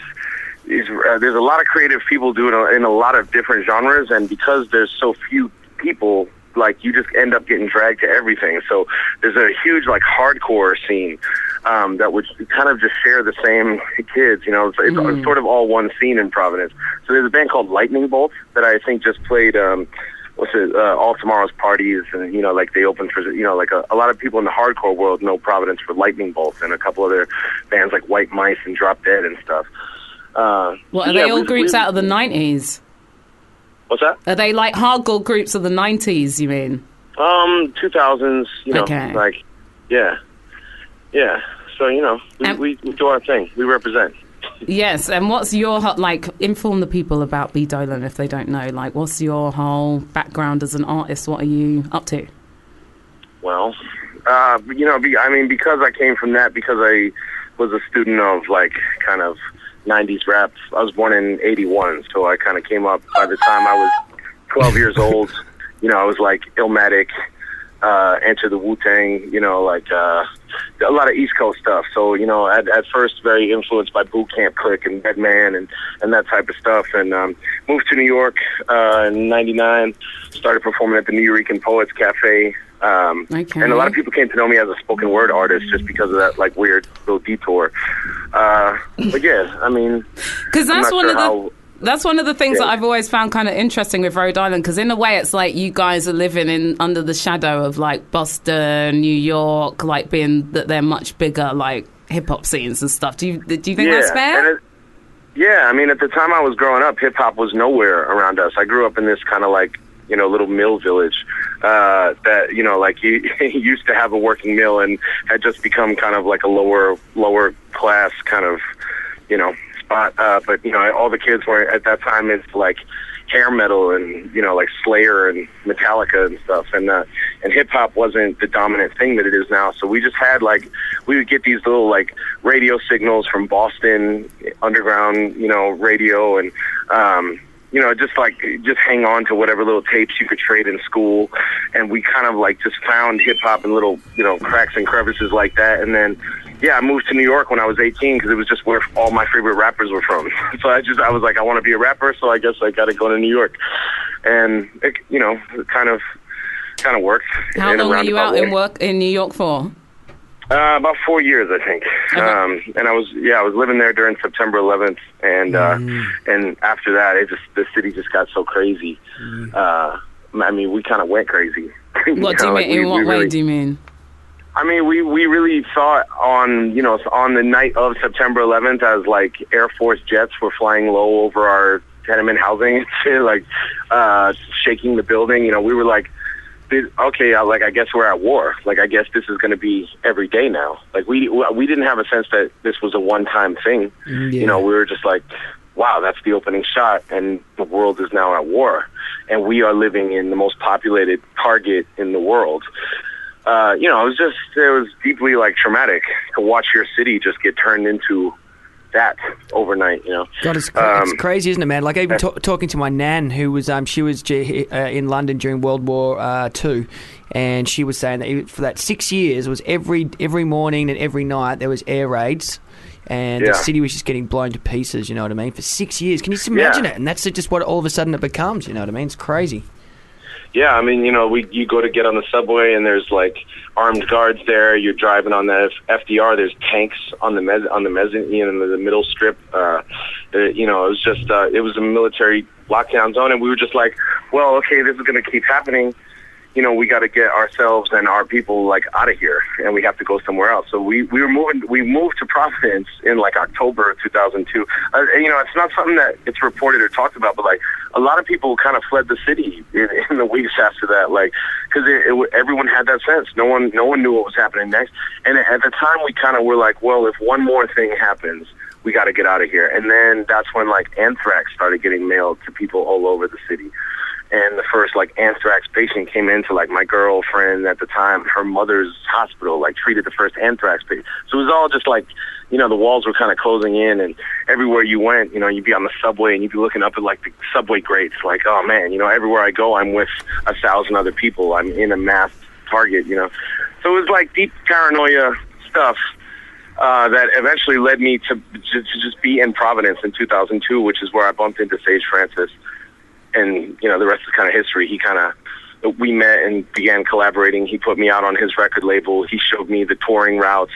[SPEAKER 9] Is, uh, there's a lot of creative people doing a, in a lot of different genres, and because there's so few people, like you just end up getting dragged to everything. So there's a huge like hardcore scene um, that would kind of just share the same kids. You know, it's, it's sort of all one scene in Providence. So there's a band called Lightning Bolt that I think just played. Um, what's it, uh, all tomorrow's parties and you know like they open for you know like a, a lot of people in the hardcore world know providence for lightning bolts and a couple other bands like white mice and drop dead and stuff uh
[SPEAKER 5] What are
[SPEAKER 9] yeah,
[SPEAKER 5] they all
[SPEAKER 9] we-
[SPEAKER 5] groups
[SPEAKER 9] we-
[SPEAKER 5] out of the nineties?
[SPEAKER 9] what's that
[SPEAKER 5] Are they like hardcore groups of the nineties? You mean?
[SPEAKER 9] um 2000s you know
[SPEAKER 5] Okay.
[SPEAKER 9] like yeah yeah so you know we,
[SPEAKER 5] And-
[SPEAKER 9] we, we do our thing we represent
[SPEAKER 5] Yes, and what's your ho- like? Inform the people about B Dolan if they don't know. Like, what's your whole background as an artist? What are you up to?
[SPEAKER 9] Well, uh, you know, be, I mean, because I came from that, because I was a student of like kind of '90s rap. I was born in '81, so I kind of came up by the time I was 12 years old. You know, I was like Illmatic, uh, Enter the Wu Tang. You know, like uh, a lot of East Coast stuff. So you know, at, at first very influenced by Boot Camp Click and Deadman and and that type of stuff. And um, moved to New York uh, in '99. Started performing at the New Eurekan Poets Cafe. Um,
[SPEAKER 5] Okay.
[SPEAKER 9] And a lot of people came to know me as a spoken word artist just because of that like weird little detour. Uh, but yeah, I mean,
[SPEAKER 5] Because
[SPEAKER 9] I'm
[SPEAKER 5] that's
[SPEAKER 9] not
[SPEAKER 5] one
[SPEAKER 9] sure
[SPEAKER 5] of the.
[SPEAKER 9] how-
[SPEAKER 5] that's one of the things
[SPEAKER 9] Yeah.
[SPEAKER 5] that I've always found kind of interesting with Rhode Island because in a way it's like you guys are living in under the shadow of like Boston, New York, like being that they're much bigger like hip hop scenes and stuff. Do you do you think that's fair?
[SPEAKER 9] and it- yeah, I mean, at the time I was growing up, hip hop was nowhere around us. I grew up in this kind of like you know little mill village uh, that you know like you, used to have a working mill and had just become kind of like a lower lower class kind of you know spot. Uh, but you know, all the kids were at that time into like hair metal and you know like Slayer and Metallica and stuff, and uh, and hip hop wasn't the dominant thing that it is now. So we just had like we would get these little like radio signals from Boston underground, you know, radio and. um you know, just like just hang on to whatever little tapes you could trade in school, and we kind of like just found hip hop in little you know cracks and crevices like that, and then yeah, I moved to New York when I was 18 because it was just where all my favorite rappers were from. So I just I was like I want to be a rapper, so I guess I got to go to New York, and it, you know, it kind of kind of worked.
[SPEAKER 5] How
[SPEAKER 9] in a
[SPEAKER 5] long were you
[SPEAKER 9] roundabout
[SPEAKER 5] out in
[SPEAKER 9] way.
[SPEAKER 5] work in New York for?
[SPEAKER 9] Uh, about four years, I think. Um, and I was, yeah, I was living there during September 11th, and uh, and after that, it just the city just got so crazy. Uh, I mean, we kind of went crazy.
[SPEAKER 5] What do you mean? in what way do you mean?
[SPEAKER 9] I mean, we we really thought on you know on the night of September 11th as like Air Force jets were flying low over our tenement housing, like uh, shaking the building. You know, we were like, "Dude, okay, I, like I guess we're at war. Like I guess this is going to be every day now. Like we we didn't have a sense that this was a one time thing. You know, we were just like, wow, that's the opening shot, and the world is now at war, and we are living in the most populated target in the world uh, you know, it was just it was deeply like traumatic to watch your city just get turned into that overnight. You know,
[SPEAKER 7] God, it's, cra- it's
[SPEAKER 9] Um,
[SPEAKER 7] crazy, isn't it, man? Like even ta- talking to my nan, who was um, she was G- uh, in London during World War uh, Two, and she was saying that even for that six years was every every morning and every night there was air raids, and
[SPEAKER 9] Yeah.
[SPEAKER 7] the city was just getting blown to pieces. You know what I mean? For six years, can you just
[SPEAKER 9] Yeah.
[SPEAKER 7] imagine it? And that's just what all of a sudden it becomes. You know what I mean? It's crazy.
[SPEAKER 9] yeah, I mean, you know, we you go to get on the subway and there's like armed guards there. You're driving on the F- FDR. There's tanks on the mez- on the mezzanine in the, the middle strip. Uh, uh, you know, it was just uh, it was a military lockdown zone, and we were just like, well, okay, this is going to keep happening. you know, we got to get ourselves and our people like out of here, and we have to go somewhere else. So we we were moving. We moved to Providence in like October of 2002. Uh, and, you know, it's not something that it's reported or talked about, but like a lot of people kind of fled the city in, in the weeks after that, like because it, it, wa- everyone had that sense. No one no one knew what was happening next, and at the time we kind of were like, well, if one more thing happens. We got to get out of here, and then that's when like anthrax started getting mailed to people all over the city and the first like anthrax patient came into like my girlfriend at the time her mother's hospital like treated the first anthrax patient so it was all just like you know the walls were kind of closing in and everywhere you went you know you'd be on the subway and you'd be looking up at like the subway grates like oh man you know everywhere i go i'm with a thousand other people i'm in a mass target you know so it was like deep paranoia stuff uh, that eventually led me to, to to just be in Providence in 2002, which is where I bumped into Sage Francis and you know the rest is kind of history. He kind of we met and began collaborating. He put me out on his record label. He showed me the touring routes,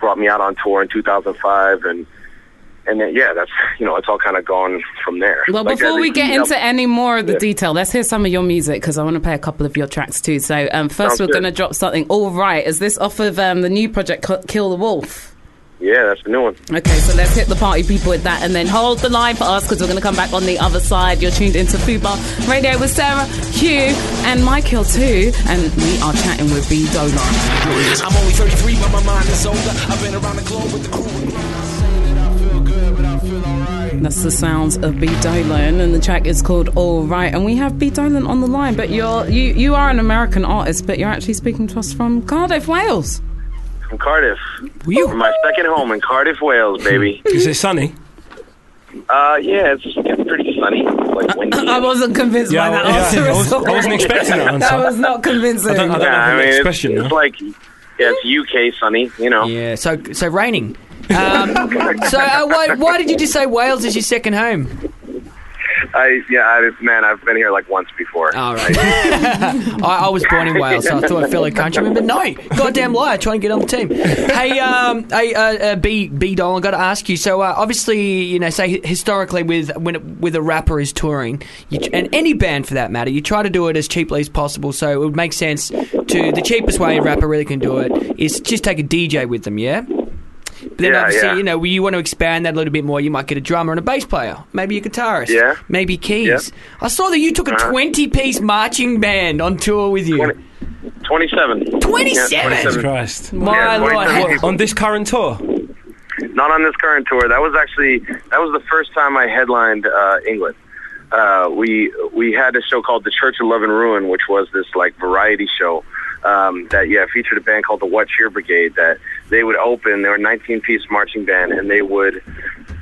[SPEAKER 9] brought me out on tour in 2005, and and then yeah, that's you know it's all kind of gone from there.
[SPEAKER 5] Well,
[SPEAKER 9] Like, I
[SPEAKER 5] before we
[SPEAKER 9] think
[SPEAKER 5] get
[SPEAKER 9] he helped-
[SPEAKER 5] into any more of the
[SPEAKER 9] Yeah.
[SPEAKER 5] detail, let's hear some of your music because I want to play a couple of your tracks too. So, um, first,
[SPEAKER 9] Sounds
[SPEAKER 5] we're
[SPEAKER 9] good.
[SPEAKER 5] going to drop something. All right, is this off of um, the new project, K- Kill the Wolf?
[SPEAKER 9] yeah, that's the new one.
[SPEAKER 5] Okay, so let's hit the party people with that and then hold the line for us because we're going to come back on the other side. You're tuned into Fubar Radio with Sarah, Hugh, and Michael too. And we are chatting with B. Dolan.
[SPEAKER 6] I'm only 33, but my mind is older. I've been around the globe with the crew. Saying that I feel good, but I
[SPEAKER 5] That's the sounds of B Dolan, and the track is called All Right. And we have B Dolan on the line, but you're you you are an American artist, but you're actually speaking to us from Cardiff, Wales.
[SPEAKER 9] From Cardiff. From my second home in Cardiff, Wales, baby.
[SPEAKER 4] Is it sunny?
[SPEAKER 9] Uh, yeah, it's, it's pretty sunny, like windy.
[SPEAKER 5] Uh, I wasn't convinced by that answer
[SPEAKER 4] I,
[SPEAKER 5] at
[SPEAKER 4] was,
[SPEAKER 5] all.
[SPEAKER 4] not expecting that
[SPEAKER 5] That
[SPEAKER 4] answer.
[SPEAKER 5] was not
[SPEAKER 4] I don't, I
[SPEAKER 5] convincing.
[SPEAKER 4] don't
[SPEAKER 9] Yeah,
[SPEAKER 4] know
[SPEAKER 9] I
[SPEAKER 4] the
[SPEAKER 9] mean,
[SPEAKER 4] next
[SPEAKER 9] it's,
[SPEAKER 4] question.
[SPEAKER 9] it's
[SPEAKER 4] no?
[SPEAKER 9] like yeah, it's UK sunny, you know.
[SPEAKER 7] Yeah, so so raining. Um, so uh, why, why did you just say Wales is your second home?
[SPEAKER 9] I yeah, I, man, I've been here like once
[SPEAKER 5] Uh,
[SPEAKER 9] before.
[SPEAKER 7] All right. I, I was born in Wales, so I thought a fellow countryman, but no, goddamn liar, trying to get on the team. Hey, um, hey, uh, uh, B B Dolan, got to ask you. So uh, obviously, you know, say historically with when with a rapper is touring, you, tr- and any band for that matter, you try to do it as cheaply as possible. So it would make sense to the cheapest way a rapper really can do it is just take a DJ with them. Yeah. But then
[SPEAKER 9] Yeah,
[SPEAKER 7] obviously,
[SPEAKER 9] yeah.
[SPEAKER 7] you know, you want to expand that a little bit more. You might get a drummer and a bass player, maybe a guitarist,
[SPEAKER 9] Yeah.
[SPEAKER 7] maybe keys. I saw that you took a
[SPEAKER 9] Uh-huh.
[SPEAKER 7] 20 piece marching band on tour with you.
[SPEAKER 9] Twenty- Twenty-seven.
[SPEAKER 7] 27?
[SPEAKER 9] Yeah,
[SPEAKER 4] Jesus
[SPEAKER 9] 27.
[SPEAKER 4] Christ.
[SPEAKER 7] My
[SPEAKER 9] Yeah,
[SPEAKER 7] lord.
[SPEAKER 9] 27
[SPEAKER 7] Hey,
[SPEAKER 9] people.
[SPEAKER 4] On this current tour?
[SPEAKER 9] Not on this current tour. That was actually that was the first time I headlined uh, England. Uh, we we had a show called The Church of Love and Ruin, which was this like variety show um, that yeah featured a band called the What Cheer Brigade. That they would open. They were a 19-piece marching band, and they would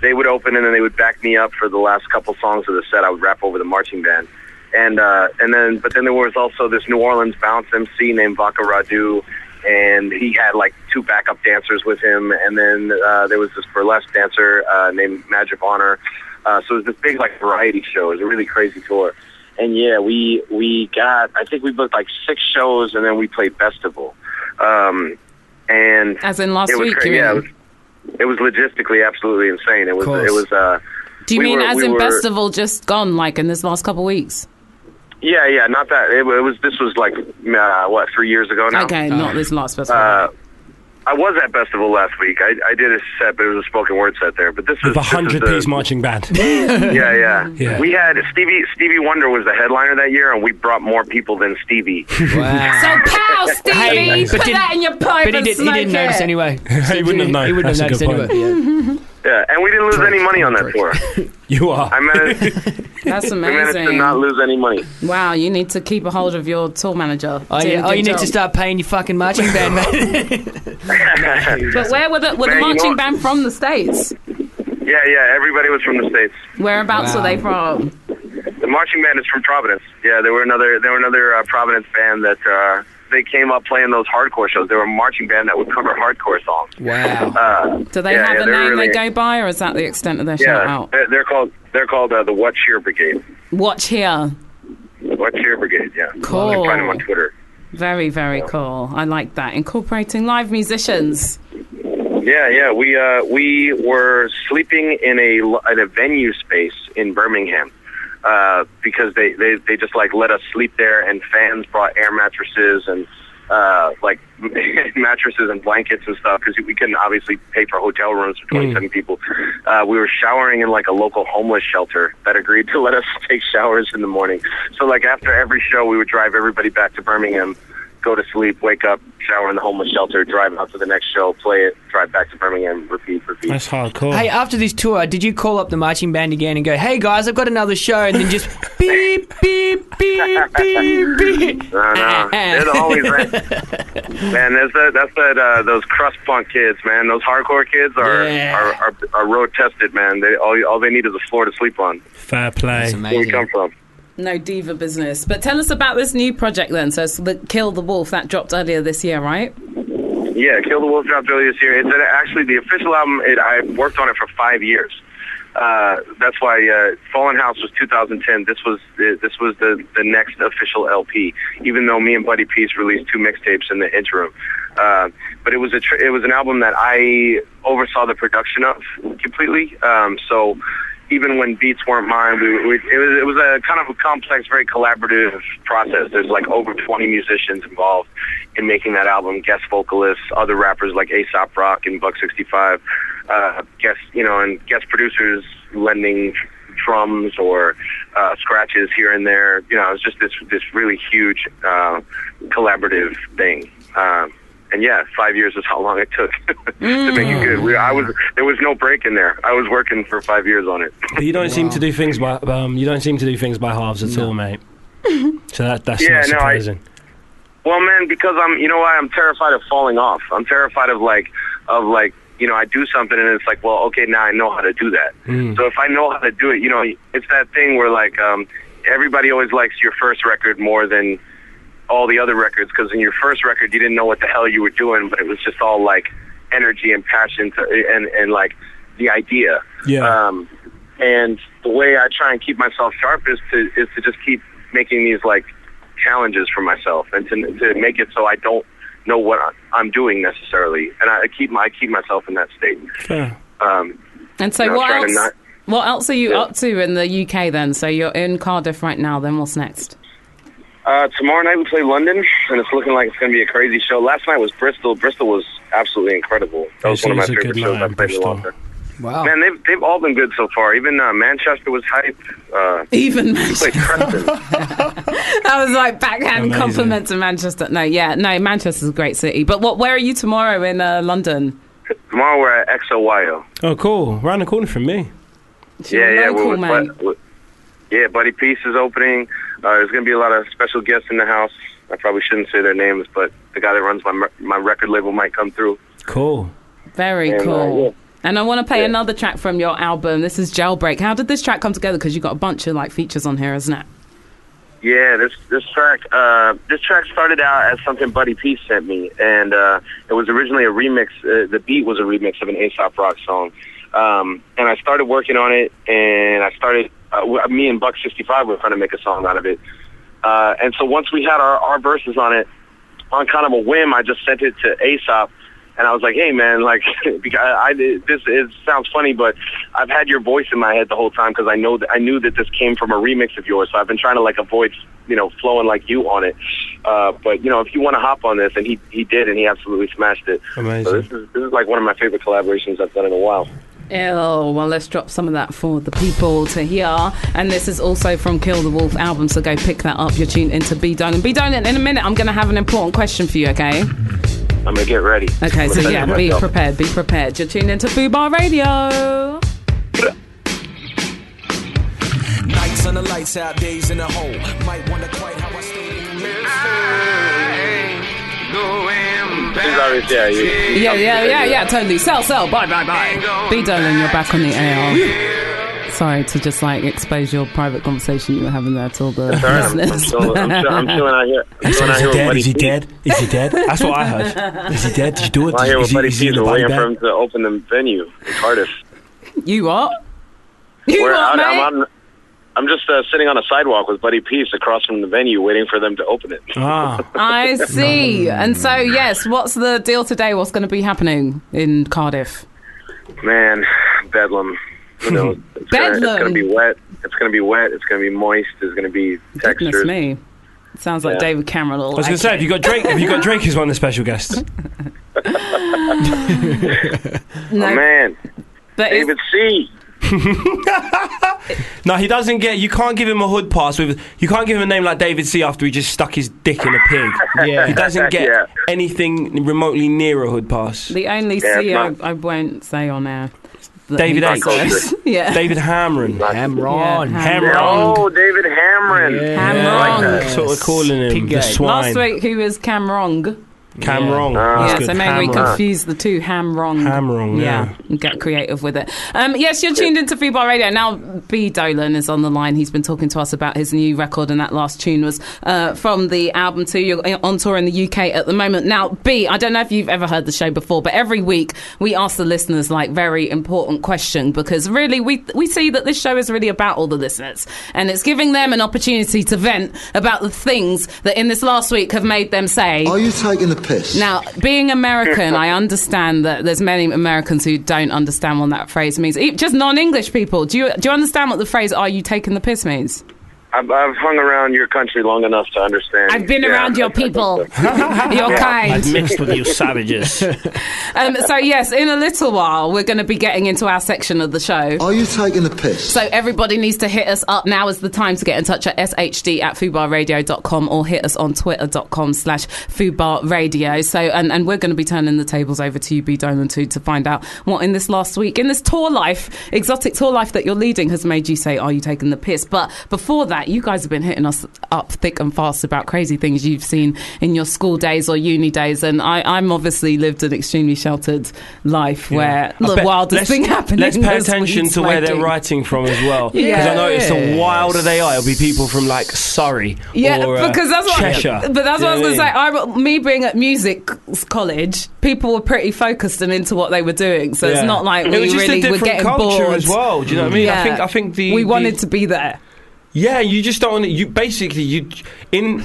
[SPEAKER 9] they would open, and then they would back me up for the last couple songs of the set. I would rap over the marching band. and uh, and then but then there was also this New Orleans bounce MC named Vaka Radu, and he had like two backup dancers with him, and then uh, there was this burlesque dancer uh, named Magic Honor. Uh, so it was this big like variety show. It was a really crazy tour, and yeah, we we got I think we booked like six shows, and then we played festival, um, and
[SPEAKER 5] As in last
[SPEAKER 9] it was
[SPEAKER 5] week,
[SPEAKER 9] cra-
[SPEAKER 5] you
[SPEAKER 9] yeah,
[SPEAKER 5] mean?
[SPEAKER 9] it was, it was logistically absolutely insane. It was
[SPEAKER 7] Course.
[SPEAKER 9] it was. Uh,
[SPEAKER 5] Do you
[SPEAKER 9] we
[SPEAKER 5] mean
[SPEAKER 9] were-
[SPEAKER 5] as
[SPEAKER 9] we
[SPEAKER 5] in
[SPEAKER 9] were-
[SPEAKER 5] festival just gone, like in this last couple of weeks?
[SPEAKER 9] Yeah, yeah, not that. It, was this was like uh, what three years ago now.
[SPEAKER 5] Okay, not this last festival.
[SPEAKER 9] Uh, I was at festival last week. I, I did a set, but it was a spoken word set there. But this
[SPEAKER 4] With
[SPEAKER 9] is
[SPEAKER 4] a
[SPEAKER 9] this is
[SPEAKER 4] 100
[SPEAKER 9] the-
[SPEAKER 4] piece marching band.
[SPEAKER 9] Yeah, yeah,
[SPEAKER 4] Yeah.
[SPEAKER 9] We had Stevie Stevie Wonder was the headliner that year, and we brought more people than Stevie.
[SPEAKER 7] wow.
[SPEAKER 5] so, pal, Stevie,
[SPEAKER 7] Hey,
[SPEAKER 5] put
[SPEAKER 7] but did-
[SPEAKER 5] that in your pipe
[SPEAKER 7] but he,
[SPEAKER 5] and
[SPEAKER 7] did, he
[SPEAKER 5] smoke
[SPEAKER 7] didn't
[SPEAKER 5] it.
[SPEAKER 7] notice anyway.
[SPEAKER 4] he wouldn't have known.
[SPEAKER 7] He wouldn't have
[SPEAKER 4] That's a
[SPEAKER 7] noticed
[SPEAKER 4] good
[SPEAKER 7] anyway.
[SPEAKER 9] yeah, and we didn't lose any money on that tour.
[SPEAKER 4] You are.
[SPEAKER 9] I managed,
[SPEAKER 5] That's
[SPEAKER 9] I managed to not
[SPEAKER 5] amazing.
[SPEAKER 9] lose any money.
[SPEAKER 5] Wow, you need to keep a hold of your tour manager.
[SPEAKER 7] Oh,
[SPEAKER 5] Do a
[SPEAKER 7] yeah. oh
[SPEAKER 5] good
[SPEAKER 7] you need
[SPEAKER 5] job.
[SPEAKER 7] to start paying your fucking marching band, mate.
[SPEAKER 5] But where were the, were
[SPEAKER 9] Man,
[SPEAKER 5] the
[SPEAKER 9] you
[SPEAKER 5] marching
[SPEAKER 9] want-
[SPEAKER 5] band from the States?
[SPEAKER 9] Yeah, yeah. Everybody was from the states.
[SPEAKER 5] Whereabouts were they from?
[SPEAKER 9] The marching band is from Providence. Yeah, they were another they were another uh, Providence band that uh, they came up playing those hardcore shows. They were a marching band that would cover hardcore songs.
[SPEAKER 7] wow.
[SPEAKER 9] Uh,
[SPEAKER 5] Do they
[SPEAKER 9] yeah,
[SPEAKER 5] have
[SPEAKER 9] yeah,
[SPEAKER 5] a
[SPEAKER 9] they're
[SPEAKER 5] name
[SPEAKER 9] really-
[SPEAKER 5] they go by, or is that the extent of their shout
[SPEAKER 9] Yeah,
[SPEAKER 5] out?
[SPEAKER 9] they're, they're called they're called uh, the What Cheer Brigade.
[SPEAKER 5] Watch here.
[SPEAKER 9] What Cheer Brigade? Yeah,
[SPEAKER 5] Cool.
[SPEAKER 9] You can find them on Twitter.
[SPEAKER 5] Very, very cool. I like that. Incorporating live musicians.
[SPEAKER 9] Yeah, yeah. We uh, we were sleeping in a lo- in a venue space in Birmingham uh, because they, they they just like let us sleep there, and fans brought air mattresses and uh, like mattresses and blankets and stuff because we couldn't obviously pay for hotel rooms for 27 people. Uh, we were showering in like a local homeless shelter that agreed to let us take showers in the morning. So like after every show, we would drive everybody back to Birmingham go to sleep, wake up, shower in the homeless shelter, drive out to the next show, play it, drive back to Birmingham, repeat, repeat.
[SPEAKER 4] That's hardcore.
[SPEAKER 7] Hey, uh, after this tour, did you call up the marching band again and go, "Hey guys, I've got another show," and then just beep, beep, beep, beep, beep?
[SPEAKER 9] No, no, they're the always man. man that's that, that's that. Uh, those crust punk kids, man. Those hardcore kids are
[SPEAKER 7] Yeah.
[SPEAKER 9] are, are, are road tested, man. They all all they need is a floor to sleep on.
[SPEAKER 4] Fair play.
[SPEAKER 7] It's
[SPEAKER 9] Where we
[SPEAKER 7] amazing.
[SPEAKER 9] come from.
[SPEAKER 5] No diva business. But tell us about this new project then. So it's the Kill the Wolf that dropped earlier this year, right?
[SPEAKER 9] Yeah, Kill the Wolf dropped earlier this year. It's an, actually the official album. It, I worked on it for five years. Uh, that's why uh, Fallen House was 2010. This was the, this was the the next official LP. Even though me and Buddy Peace released two mixtapes in the interim, uh, but it was a tr- it was an album that I oversaw the production of completely. Um, so even when beats weren't mine, we, we, it was it was a kind of a complex, very collaborative process. There's like over 20 musicians involved in making that album. Guest vocalists, other rappers like Aesop Rock and Buck 65, uh, guest you know, and guest producers lending drums or uh, scratches here and there. You know, it's just this this really huge uh, collaborative thing. Um And yeah, five years is how long it took to make it good. We, I was there was no break in there. I was working for five years on it.
[SPEAKER 6] But you don't seem to do things by um, you don't seem to do things by halves at all, mate. So that that's
[SPEAKER 9] Yeah,
[SPEAKER 6] not
[SPEAKER 9] no, I-
[SPEAKER 6] surprising.
[SPEAKER 9] Well, man, because I'm, you know, why I'm terrified of falling off. I'm terrified of like, of like, you know, I do something and it's like, well, okay, now I know how to do that. So if I know how to do it, you know, it's that thing where like, um, everybody always likes your first record more than all the other records because in your first record you didn't know what the hell you were doing, but it was just all like energy and passion to, and and like the idea.
[SPEAKER 6] Yeah.
[SPEAKER 9] Um, and the way I try and keep myself sharp is to is to just keep making these like challenges for myself and to to make it so I don't know what I- I'm doing necessarily, and I keep my I keep myself in that state.
[SPEAKER 6] Fair.
[SPEAKER 9] Um,
[SPEAKER 5] And so,
[SPEAKER 9] No,
[SPEAKER 5] what
[SPEAKER 9] trying to
[SPEAKER 5] else?
[SPEAKER 9] not-
[SPEAKER 5] what else are you
[SPEAKER 9] Yeah.
[SPEAKER 5] up to in the UK then? So you're in Cardiff right now. Then what's next?
[SPEAKER 9] Uh, tomorrow night we play London, and it's looking like it's going to be a crazy show. Last night was Bristol. Bristol was absolutely incredible. That was
[SPEAKER 6] This
[SPEAKER 9] one of my
[SPEAKER 6] is a
[SPEAKER 9] favorite
[SPEAKER 6] good
[SPEAKER 9] shows
[SPEAKER 6] lineup,
[SPEAKER 9] I've played in a long
[SPEAKER 6] Bristol.
[SPEAKER 9] time.
[SPEAKER 7] Wow.
[SPEAKER 9] Man, they've they've all been good so far. Even uh, Manchester was hype. Uh,
[SPEAKER 5] Even
[SPEAKER 9] played Preston.
[SPEAKER 5] I was like backhand
[SPEAKER 6] Amazing.
[SPEAKER 5] compliment to Manchester. No, yeah, no, Manchester's a great city. But what? Where are you tomorrow in uh, London?
[SPEAKER 9] tomorrow we're at XOYO.
[SPEAKER 6] Oh, cool. Round the corner from me.
[SPEAKER 9] yeah, yeah,
[SPEAKER 5] local,
[SPEAKER 9] we're with,
[SPEAKER 5] mate.
[SPEAKER 9] Bu- with- yeah. Buddy Peace is opening. Uh, there's going to be a lot of special guests in the house. I probably shouldn't say their names, but the guy that runs my mer- my record label might come through.
[SPEAKER 6] Cool.
[SPEAKER 5] Very
[SPEAKER 9] And, uh,
[SPEAKER 5] cool.
[SPEAKER 9] yeah.
[SPEAKER 5] And I want to play another track from your album. This is Jailbreak. How did this track come together? Because you got a bunch of like features on here, isn't it?
[SPEAKER 9] Yeah, this this track uh, this track started out as something Buddy P sent me, and uh, it was originally a remix. Uh, the beat was a remix of an Aesop Rock song, um, and I started working on it, and I started. Uh, w- me and Buck sixty five were trying to make a song out of it, uh, and so once we had our, our verses on it, on kind of a whim, I just sent it to Aesop, and I was like, "Hey, man, like, because I, I this it sounds funny, but I've had your voice in my head the whole time because I know that I knew that this came from a remix of yours, so I've been trying to like avoid, you know, flowing like you on it. Uh, but you know, if you want to hop on this, and he he did, and he absolutely smashed it.
[SPEAKER 6] Amazing.
[SPEAKER 9] So this is this is like one of my favorite collaborations I've done in a while.
[SPEAKER 5] Ew, Oh, well, let's drop some of that for the people to hear. And this is also from Kill the Wolf album, so go pick that up. You're tuned into B Donut. B Donut, in a minute, I'm going to have an important question for you, okay?
[SPEAKER 9] I'm gonna get ready.
[SPEAKER 5] Okay, so
[SPEAKER 9] Listen
[SPEAKER 5] yeah,
[SPEAKER 9] to
[SPEAKER 5] be
[SPEAKER 9] myself.
[SPEAKER 5] prepared, be prepared. You're tuned into Foo Bar Radio.
[SPEAKER 1] Nights on the lights out, days in a hole. Might wonder quite how I stayed in the
[SPEAKER 9] This is already- yeah, you-
[SPEAKER 5] Yeah, yeah, yeah, yeah, totally. Sell, sell. Bye, bye, bye. B Dolan, you're back on the air. Sorry to just like expose your private conversation you were having there till the
[SPEAKER 9] Sorry, I'm, I'm,
[SPEAKER 5] listeners.
[SPEAKER 9] chilling, I'm, chill- I'm chilling out here. I'm chilling out here with Buddy P.
[SPEAKER 6] Is he dead? That's what I heard. Is he dead? Did you do it?
[SPEAKER 9] I'm out here
[SPEAKER 6] Is
[SPEAKER 9] with
[SPEAKER 6] he-
[SPEAKER 9] Buddy
[SPEAKER 6] is he
[SPEAKER 9] P.
[SPEAKER 6] in
[SPEAKER 9] We're
[SPEAKER 6] the body
[SPEAKER 9] waiting for him
[SPEAKER 6] bag?
[SPEAKER 9] to open the venue in Cardiff.
[SPEAKER 5] you what? You
[SPEAKER 9] We're
[SPEAKER 5] what,
[SPEAKER 9] out,
[SPEAKER 5] mate?
[SPEAKER 9] I'm on. I'm just uh, sitting on a sidewalk with Buddy Peace across from the venue, waiting for them to open it.
[SPEAKER 6] Ah,
[SPEAKER 5] I see. And so, yes, what's the deal today? What's going to be happening in Cardiff?
[SPEAKER 9] Man, bedlam. You know, it's gonna- It's
[SPEAKER 5] Bedlam.
[SPEAKER 9] gonna be wet. It's gonna be wet. It's gonna be moist. There's gonna be
[SPEAKER 5] Goodness
[SPEAKER 9] textures.
[SPEAKER 5] me. Sounds like
[SPEAKER 9] Yeah.
[SPEAKER 5] David Cameron.
[SPEAKER 6] I was going to say, have you got Drake? Have you got Drake as one of the special guests?
[SPEAKER 9] Oh man, David C.
[SPEAKER 6] No, he doesn't get. You can't give him a hood pass with. You can't give him a name like David C. After he just stuck his dick in a pig.
[SPEAKER 4] Yeah.
[SPEAKER 6] he doesn't get
[SPEAKER 9] Yeah.
[SPEAKER 6] anything remotely near a hood pass.
[SPEAKER 5] the only
[SPEAKER 9] Yeah,
[SPEAKER 5] C I,
[SPEAKER 9] it's
[SPEAKER 5] I won't say on air. that
[SPEAKER 6] David
[SPEAKER 5] he
[SPEAKER 6] H.
[SPEAKER 5] says. yeah.
[SPEAKER 6] David Hamron.
[SPEAKER 4] Hamron.
[SPEAKER 5] Hamron.
[SPEAKER 6] Hamron.
[SPEAKER 9] Oh, David Hamron.
[SPEAKER 4] Yeah.
[SPEAKER 5] Hamron.
[SPEAKER 6] That's what we're calling him. The
[SPEAKER 4] Piggate.
[SPEAKER 6] swine.
[SPEAKER 5] Last week, who was Camrong?
[SPEAKER 6] Camron.
[SPEAKER 9] Yeah.
[SPEAKER 6] That's
[SPEAKER 5] yeah,
[SPEAKER 6] good.
[SPEAKER 5] so maybe we
[SPEAKER 6] Hamron.
[SPEAKER 5] confuse the two ham wrong.
[SPEAKER 6] Ham wrong, yeah.
[SPEAKER 5] and get creative with it. Um, yes, you're tuned into Food Bar Radio. Now, B. Dolan is on the line. He's been talking to us about his new record, and that last tune was uh, from the album, too. You're on tour in the UK at the moment. Now, B, I don't know if you've ever heard the show before, but every week we ask the listeners, like, very important question because really we, we see that this show is really about all the listeners, and it's giving them an opportunity to vent about the things that in this last week have made them say,
[SPEAKER 10] you taking the piss?
[SPEAKER 5] now, being American, I understand that there's many Americans who don't understand what that phrase means. E- Just non-English people, do you do you understand what the phrase "Are you taking the piss" means?
[SPEAKER 9] I've, I've hung around your country long enough to understand.
[SPEAKER 5] I've been
[SPEAKER 9] Yeah,
[SPEAKER 5] around
[SPEAKER 9] I-
[SPEAKER 5] your
[SPEAKER 9] I think
[SPEAKER 5] people,
[SPEAKER 9] so.
[SPEAKER 5] your kind.
[SPEAKER 6] mixed with you savages.
[SPEAKER 5] Um, so yes, in a little while we're going to be getting into our section of the show.
[SPEAKER 10] Are you taking the piss?
[SPEAKER 5] So everybody needs to hit us up. Now is the time to get in touch at shd at fubarradio.com or hit us on twitter.com slash fubarradio. So, and, and we're going to be turning the tables over to you, B. Dolan, too, to find out what in this last week, in this tour life, exotic tour life that you're leading has made you say, are you taking the piss? But before that, you guys have been hitting us up thick and fast about crazy things you've seen in your school days or uni days. And I, I'm obviously lived an extremely sheltered life where
[SPEAKER 6] I
[SPEAKER 5] the
[SPEAKER 6] bet-
[SPEAKER 5] wildest
[SPEAKER 6] let's-
[SPEAKER 5] thing happening
[SPEAKER 6] Let's pay
[SPEAKER 5] was
[SPEAKER 6] attention
[SPEAKER 5] weed
[SPEAKER 6] to where they're
[SPEAKER 5] smoking.
[SPEAKER 6] writing from as well. Because I noticed the
[SPEAKER 5] Yes.
[SPEAKER 6] wilder they are, it'll be people from like Surrey.
[SPEAKER 5] Yeah,
[SPEAKER 6] or, uh,
[SPEAKER 5] because that's what.
[SPEAKER 6] Cheshire.
[SPEAKER 5] But that's
[SPEAKER 6] You
[SPEAKER 5] what I was
[SPEAKER 6] know
[SPEAKER 5] going to say.
[SPEAKER 6] mean?
[SPEAKER 5] I, me being at music college, people were pretty focused and into what they were doing. So it's
[SPEAKER 6] Yeah.
[SPEAKER 5] not like
[SPEAKER 6] It
[SPEAKER 5] we
[SPEAKER 6] was just a
[SPEAKER 5] really were
[SPEAKER 6] different
[SPEAKER 5] getting
[SPEAKER 6] culture
[SPEAKER 5] bored
[SPEAKER 6] as well. Do you know what I mean? I think I think the
[SPEAKER 5] we
[SPEAKER 6] the-
[SPEAKER 5] wanted to be there.
[SPEAKER 6] Yeah, you just don't. want to- You basically you in.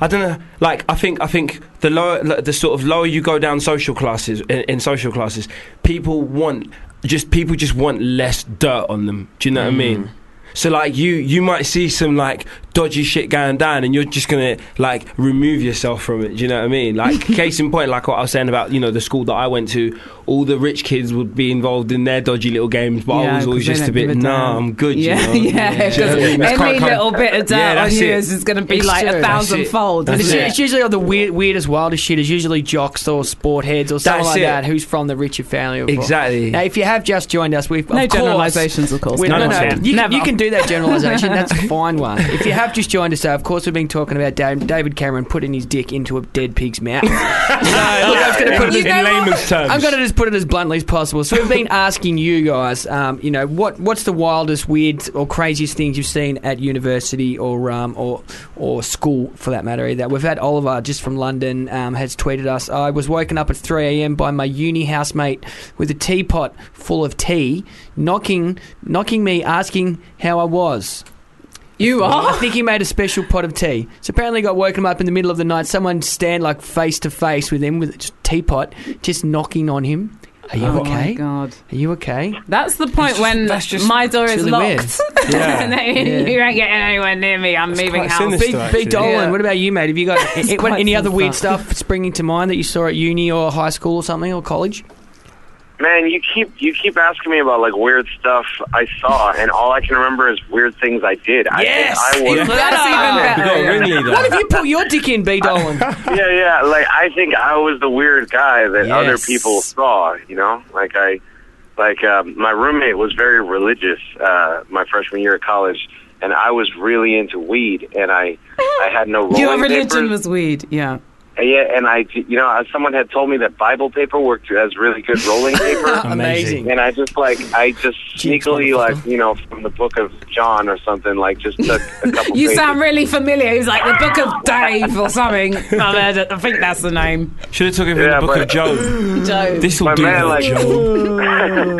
[SPEAKER 6] I don't know. Like I think I think the lower like, the sort of lower you go down social classes in, in social classes, people want just people just want less dirt on them. Do you know what I
[SPEAKER 5] Mm.
[SPEAKER 6] mean? So like you you might see some like dodgy shit going down and you're just gonna like remove yourself from it. Do you know what I mean? Like case in point, like what I was saying about you know the school that I went to, all the rich kids would be involved in their dodgy little games, but I was always just a bit nah, I'm good.
[SPEAKER 5] Yeah,
[SPEAKER 6] you know?
[SPEAKER 5] yeah.
[SPEAKER 6] Do you know what I mean? That's
[SPEAKER 5] Every
[SPEAKER 6] kind- kind-
[SPEAKER 5] little bit of dirt
[SPEAKER 6] Yeah,
[SPEAKER 5] on
[SPEAKER 6] that's
[SPEAKER 5] you
[SPEAKER 6] it.
[SPEAKER 5] is going to be
[SPEAKER 7] It's
[SPEAKER 5] like
[SPEAKER 7] true.
[SPEAKER 5] a
[SPEAKER 6] That's it.
[SPEAKER 5] thousand-fold.
[SPEAKER 6] That's
[SPEAKER 7] It's,
[SPEAKER 5] isn't
[SPEAKER 6] it.
[SPEAKER 5] it?
[SPEAKER 7] it's usually all the weird, weirdest, wildest shit. It's usually jocks or sport heads or something
[SPEAKER 6] That's
[SPEAKER 7] like
[SPEAKER 6] it.
[SPEAKER 7] that who's from the richer family. or-
[SPEAKER 6] Exactly.
[SPEAKER 7] Now, if you have just joined us, we've
[SPEAKER 5] No
[SPEAKER 7] of course-
[SPEAKER 5] generalisations, of course.
[SPEAKER 7] we-
[SPEAKER 6] No,
[SPEAKER 7] no, no,
[SPEAKER 6] no,
[SPEAKER 7] you,
[SPEAKER 6] no.
[SPEAKER 7] can-
[SPEAKER 5] Never.
[SPEAKER 7] you can do that generalisation. That's a fine one. If you have just joined us, uh, of course, we've been talking about Da- David Cameron putting his dick into a dead pig's mouth. so, look, I'm
[SPEAKER 1] Ah,
[SPEAKER 7] just going to put it
[SPEAKER 5] You
[SPEAKER 7] in
[SPEAKER 5] know what?
[SPEAKER 6] layman's terms.
[SPEAKER 7] I'm going to just put it as bluntly as possible. So we've been asking you guys, um, you know, what what's the wildest, weird, or craziest things you've seen at university or um, or or school for that matter? Either we've had Oliver just from London um, has tweeted us. I was woken up at 3 a.m. by my uni housemate with a teapot full of tea, knocking knocking me, asking how I was.
[SPEAKER 5] You
[SPEAKER 7] I
[SPEAKER 5] are.
[SPEAKER 7] think he made a special pot of tea. So apparently, he got woken up in the middle of the night. Someone stand like face to face with him with a just teapot, just knocking on him. Are you
[SPEAKER 5] Oh my
[SPEAKER 7] okay?
[SPEAKER 5] god!
[SPEAKER 7] Are you okay?
[SPEAKER 5] That's the point when
[SPEAKER 6] that's just
[SPEAKER 5] my door is
[SPEAKER 7] really
[SPEAKER 5] locked.
[SPEAKER 6] Yeah.
[SPEAKER 5] And then You ain't getting anywhere near me. I'm moving
[SPEAKER 6] quite
[SPEAKER 5] house.
[SPEAKER 6] sinister.
[SPEAKER 7] Big,
[SPEAKER 6] actually.
[SPEAKER 7] big Dolan,
[SPEAKER 5] Yeah.
[SPEAKER 7] what about you, mate? Have you got a- any,
[SPEAKER 5] quite
[SPEAKER 7] any other
[SPEAKER 5] some
[SPEAKER 7] weird
[SPEAKER 5] stuff.
[SPEAKER 7] stuff springing to mind that you saw at uni or high school or something or college?
[SPEAKER 9] Man, you keep you keep asking me about like weird stuff I saw, and all I can remember is weird things I did.
[SPEAKER 7] Yes!
[SPEAKER 9] I think I was.
[SPEAKER 5] That's even
[SPEAKER 6] You
[SPEAKER 5] better.
[SPEAKER 6] got a
[SPEAKER 5] yeah.
[SPEAKER 6] ringleader.
[SPEAKER 7] What have you put your dick in, B Dolan?
[SPEAKER 9] yeah, yeah. Like I think I was the weird guy that other
[SPEAKER 7] Yes.
[SPEAKER 9] people saw. You know, like I, like um, my roommate was very religious uh, my freshman year at college, and I was really into weed, and I, I had no rolling
[SPEAKER 5] Your religion
[SPEAKER 9] papers.
[SPEAKER 5] was weed. Yeah.
[SPEAKER 9] And yeah, and I, you know, uh, someone had told me that Bible paper worked as really good rolling
[SPEAKER 7] Oh,
[SPEAKER 9] paper.
[SPEAKER 6] Amazing.
[SPEAKER 9] And I just like I just
[SPEAKER 7] Jinx,
[SPEAKER 9] sneakily
[SPEAKER 7] motherfucker.
[SPEAKER 9] like you know from the book of John or something like just took a couple.
[SPEAKER 5] You
[SPEAKER 9] pages.
[SPEAKER 5] sound really familiar. He's like the Book of Dave or something. I've heard it. I think that's the name.
[SPEAKER 6] Should have took it from
[SPEAKER 9] Yeah,
[SPEAKER 6] the book
[SPEAKER 9] but-
[SPEAKER 6] of Job.
[SPEAKER 5] Joe.
[SPEAKER 6] This will
[SPEAKER 9] My
[SPEAKER 6] do.
[SPEAKER 9] man,
[SPEAKER 6] the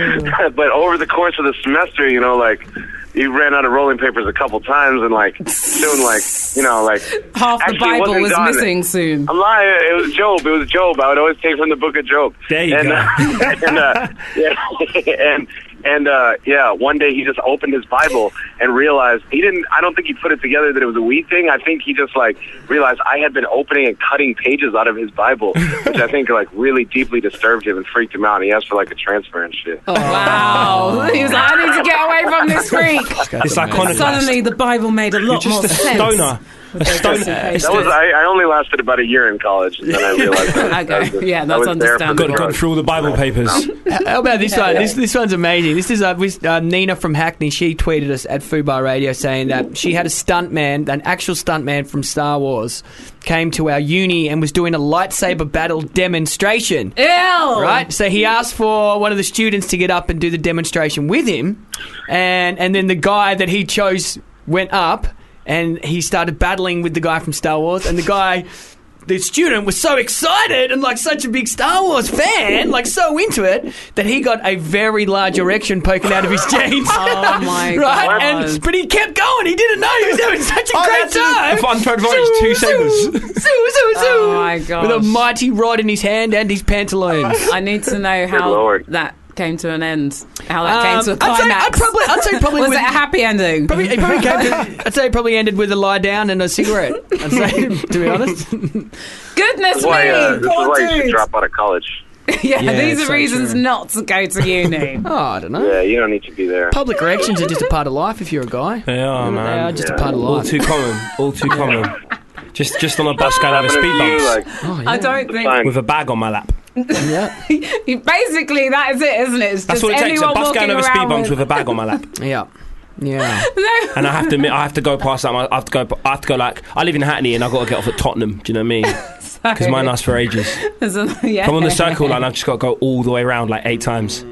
[SPEAKER 9] like-
[SPEAKER 6] job.
[SPEAKER 9] but over the course of the semester, you know, like he ran out of rolling papers a couple times, and like soon, like you know, like
[SPEAKER 5] Half the
[SPEAKER 9] actually, it
[SPEAKER 5] Bible
[SPEAKER 9] wasn't
[SPEAKER 5] was
[SPEAKER 9] John.
[SPEAKER 5] missing soon.
[SPEAKER 9] I'm lying. It was Job. It was Job. I would always take from the book of Job.
[SPEAKER 6] There you
[SPEAKER 9] and,
[SPEAKER 6] go.
[SPEAKER 9] Uh, and, uh, yeah, and and uh, yeah, one day he just opened his Bible and realized he didn't. I don't think he put it together that it was a weed thing. I think he just like realized I had been opening and cutting pages out of his Bible, which I think like really deeply disturbed him and freaked him out. And he asked for like a transfer and shit.
[SPEAKER 5] Oh, Wow. He was like, I need to get away from this freak.
[SPEAKER 6] It's iconoclast.
[SPEAKER 5] Suddenly, the Bible made a
[SPEAKER 6] You're
[SPEAKER 5] lot
[SPEAKER 6] just
[SPEAKER 5] more
[SPEAKER 6] a
[SPEAKER 5] sense.
[SPEAKER 6] stoner. A stoner. It's
[SPEAKER 9] That was
[SPEAKER 6] the-
[SPEAKER 9] I, I only lasted about a year in college, and then I realized. That,
[SPEAKER 5] Okay,
[SPEAKER 9] that was-
[SPEAKER 5] yeah,
[SPEAKER 9] I
[SPEAKER 5] that's
[SPEAKER 9] was there for the
[SPEAKER 5] understandable.
[SPEAKER 6] Got, got
[SPEAKER 9] drugs.
[SPEAKER 6] through all the Bible papers.
[SPEAKER 7] How about this one? This this one's amazing. This is uh, with, uh, Nina from Hackney. She tweeted us at Fubar Radio saying that she had a stuntman, an actual stuntman from Star Wars, came to our uni and was doing a lightsaber battle demonstration.
[SPEAKER 5] Ew.
[SPEAKER 7] Right, so he asked for one of the students to get up and do the demonstration with him, and and then the guy that he chose went up and he started battling with the guy from Star Wars, and the guy. The student was so excited and like such a big Star Wars fan, like so into it, that he got a very large erection poking out of his jeans.
[SPEAKER 5] Oh my
[SPEAKER 7] right,
[SPEAKER 5] God.
[SPEAKER 7] and but he kept going. He didn't know he was having such a
[SPEAKER 6] Oh,
[SPEAKER 7] great
[SPEAKER 6] that's a-
[SPEAKER 7] time.
[SPEAKER 6] if I'm trying to advise, two
[SPEAKER 7] Zoo,
[SPEAKER 6] seconds.
[SPEAKER 7] zoo, zoo, zoo.
[SPEAKER 5] Oh my
[SPEAKER 7] With a
[SPEAKER 5] gosh.
[SPEAKER 7] mighty rod in his hand and his pantaloons.
[SPEAKER 5] I need to know how
[SPEAKER 9] Lord.
[SPEAKER 5] that came to an end? How that came
[SPEAKER 7] Um,
[SPEAKER 5] to a
[SPEAKER 7] I'd say- I'd
[SPEAKER 5] climax?
[SPEAKER 7] probably- I'd say probably
[SPEAKER 5] was
[SPEAKER 7] with-
[SPEAKER 5] it a happy ending?
[SPEAKER 7] Probably, it probably came to, I'd say it probably ended with a lie down and a cigarette. I'd say, to be honest.
[SPEAKER 5] Goodness
[SPEAKER 9] That's why,
[SPEAKER 5] me,
[SPEAKER 9] uh, this is
[SPEAKER 5] poor
[SPEAKER 9] why you should
[SPEAKER 5] dude.
[SPEAKER 9] drop out of college.
[SPEAKER 5] yeah,
[SPEAKER 7] Yeah,
[SPEAKER 5] these
[SPEAKER 7] it's
[SPEAKER 5] are
[SPEAKER 7] so
[SPEAKER 5] reasons
[SPEAKER 7] true.
[SPEAKER 5] not to go to uni.
[SPEAKER 7] Oh, I don't know.
[SPEAKER 9] Yeah, you don't need to be there.
[SPEAKER 7] Public reactions are just a part of life if you're a guy.
[SPEAKER 6] They are,
[SPEAKER 5] Um,
[SPEAKER 7] They
[SPEAKER 6] man.
[SPEAKER 7] are just a
[SPEAKER 9] Yeah.
[SPEAKER 7] part of
[SPEAKER 6] All
[SPEAKER 7] life.
[SPEAKER 6] too common. All too common. Just, just on a bus going over
[SPEAKER 9] Happening
[SPEAKER 6] speed
[SPEAKER 9] to you,
[SPEAKER 6] bumps
[SPEAKER 9] like,
[SPEAKER 7] Oh, yeah.
[SPEAKER 5] I don't think.
[SPEAKER 9] fine.
[SPEAKER 6] with a bag on my lap.
[SPEAKER 7] yeah.
[SPEAKER 5] Basically, that is it, isn't it? It's just
[SPEAKER 6] That's all it takes. A
[SPEAKER 5] anyone
[SPEAKER 6] bus
[SPEAKER 5] walking
[SPEAKER 6] going over
[SPEAKER 5] around
[SPEAKER 6] speed bumps with a bag on my lap,
[SPEAKER 7] Yeah. Yeah.
[SPEAKER 5] No,
[SPEAKER 6] and I have to, admit, I have to go past that. I have to go. I have to go like I live in Hackney, and I have got to get off at Tottenham. Do you know what I mean? Because mine lasts for ages.
[SPEAKER 5] There's a- yeah.
[SPEAKER 6] If I'm on the circle line, I've just got to go all the way around like eight times.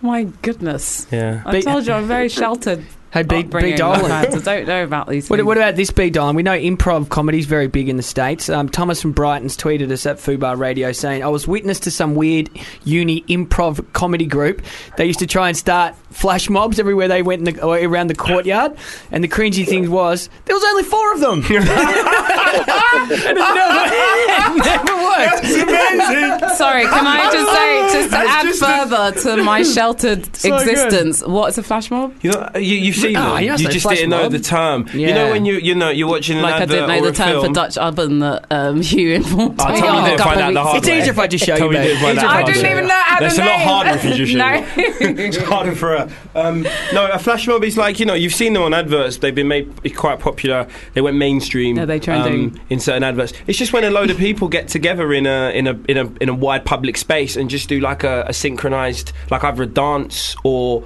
[SPEAKER 5] My goodness.
[SPEAKER 6] Yeah.
[SPEAKER 5] I told you I'm very sheltered.
[SPEAKER 7] Hey, B, B
[SPEAKER 5] upbringing. I've
[SPEAKER 7] Dolan.
[SPEAKER 5] had. I don't know about these.
[SPEAKER 7] What,
[SPEAKER 5] things.
[SPEAKER 7] what about this, B. Dolan? We know improv comedy is very big in the States. Um, Thomas from Brighton's tweeted us at Fubar Radio saying, I was witness to some weird uni improv comedy group. They used to try and start flash mobs everywhere they went in the, or around the courtyard. And the cringy thing was, there was only four of them. and it never, it never worked.
[SPEAKER 5] Sorry, can I just say, just to add
[SPEAKER 6] just
[SPEAKER 5] further to my sheltered existence, what's a flash mob?
[SPEAKER 6] You know, uh, you, you've seen them.
[SPEAKER 7] Ah, you
[SPEAKER 6] You,
[SPEAKER 7] know, so
[SPEAKER 6] just
[SPEAKER 7] flash
[SPEAKER 6] didn't know
[SPEAKER 7] mob.
[SPEAKER 6] the term. You
[SPEAKER 7] Yeah.
[SPEAKER 6] know when you you know you're watching an
[SPEAKER 5] Like I
[SPEAKER 6] advert
[SPEAKER 5] didn't know
[SPEAKER 6] or
[SPEAKER 5] the
[SPEAKER 6] a
[SPEAKER 5] term
[SPEAKER 6] film.
[SPEAKER 5] for Dutch oven that um, you informed
[SPEAKER 6] Oh,
[SPEAKER 5] me
[SPEAKER 6] tell
[SPEAKER 5] on
[SPEAKER 6] me you
[SPEAKER 5] a
[SPEAKER 6] didn't
[SPEAKER 5] couple
[SPEAKER 6] find
[SPEAKER 5] of
[SPEAKER 6] out the
[SPEAKER 5] weeks
[SPEAKER 6] hard
[SPEAKER 7] It's
[SPEAKER 6] way.
[SPEAKER 7] easier if I just show
[SPEAKER 6] Tell
[SPEAKER 7] you,
[SPEAKER 6] me you
[SPEAKER 7] babe.
[SPEAKER 6] didn't find
[SPEAKER 7] It's
[SPEAKER 6] that
[SPEAKER 7] easier
[SPEAKER 5] I
[SPEAKER 7] if
[SPEAKER 6] hard,
[SPEAKER 5] didn't
[SPEAKER 6] yeah.
[SPEAKER 5] even know how the
[SPEAKER 6] That's a lot harder if you just
[SPEAKER 5] name. No.
[SPEAKER 6] harder for her. Um, no, a flash mob is like you know you've seen them on adverts. They've been made quite popular. They went mainstream. um,
[SPEAKER 5] Yeah, they tried to-
[SPEAKER 6] in certain adverts. It's just when a load of people get together in a in a in a in a wide public space and just do like a, a synchronized like either a dance or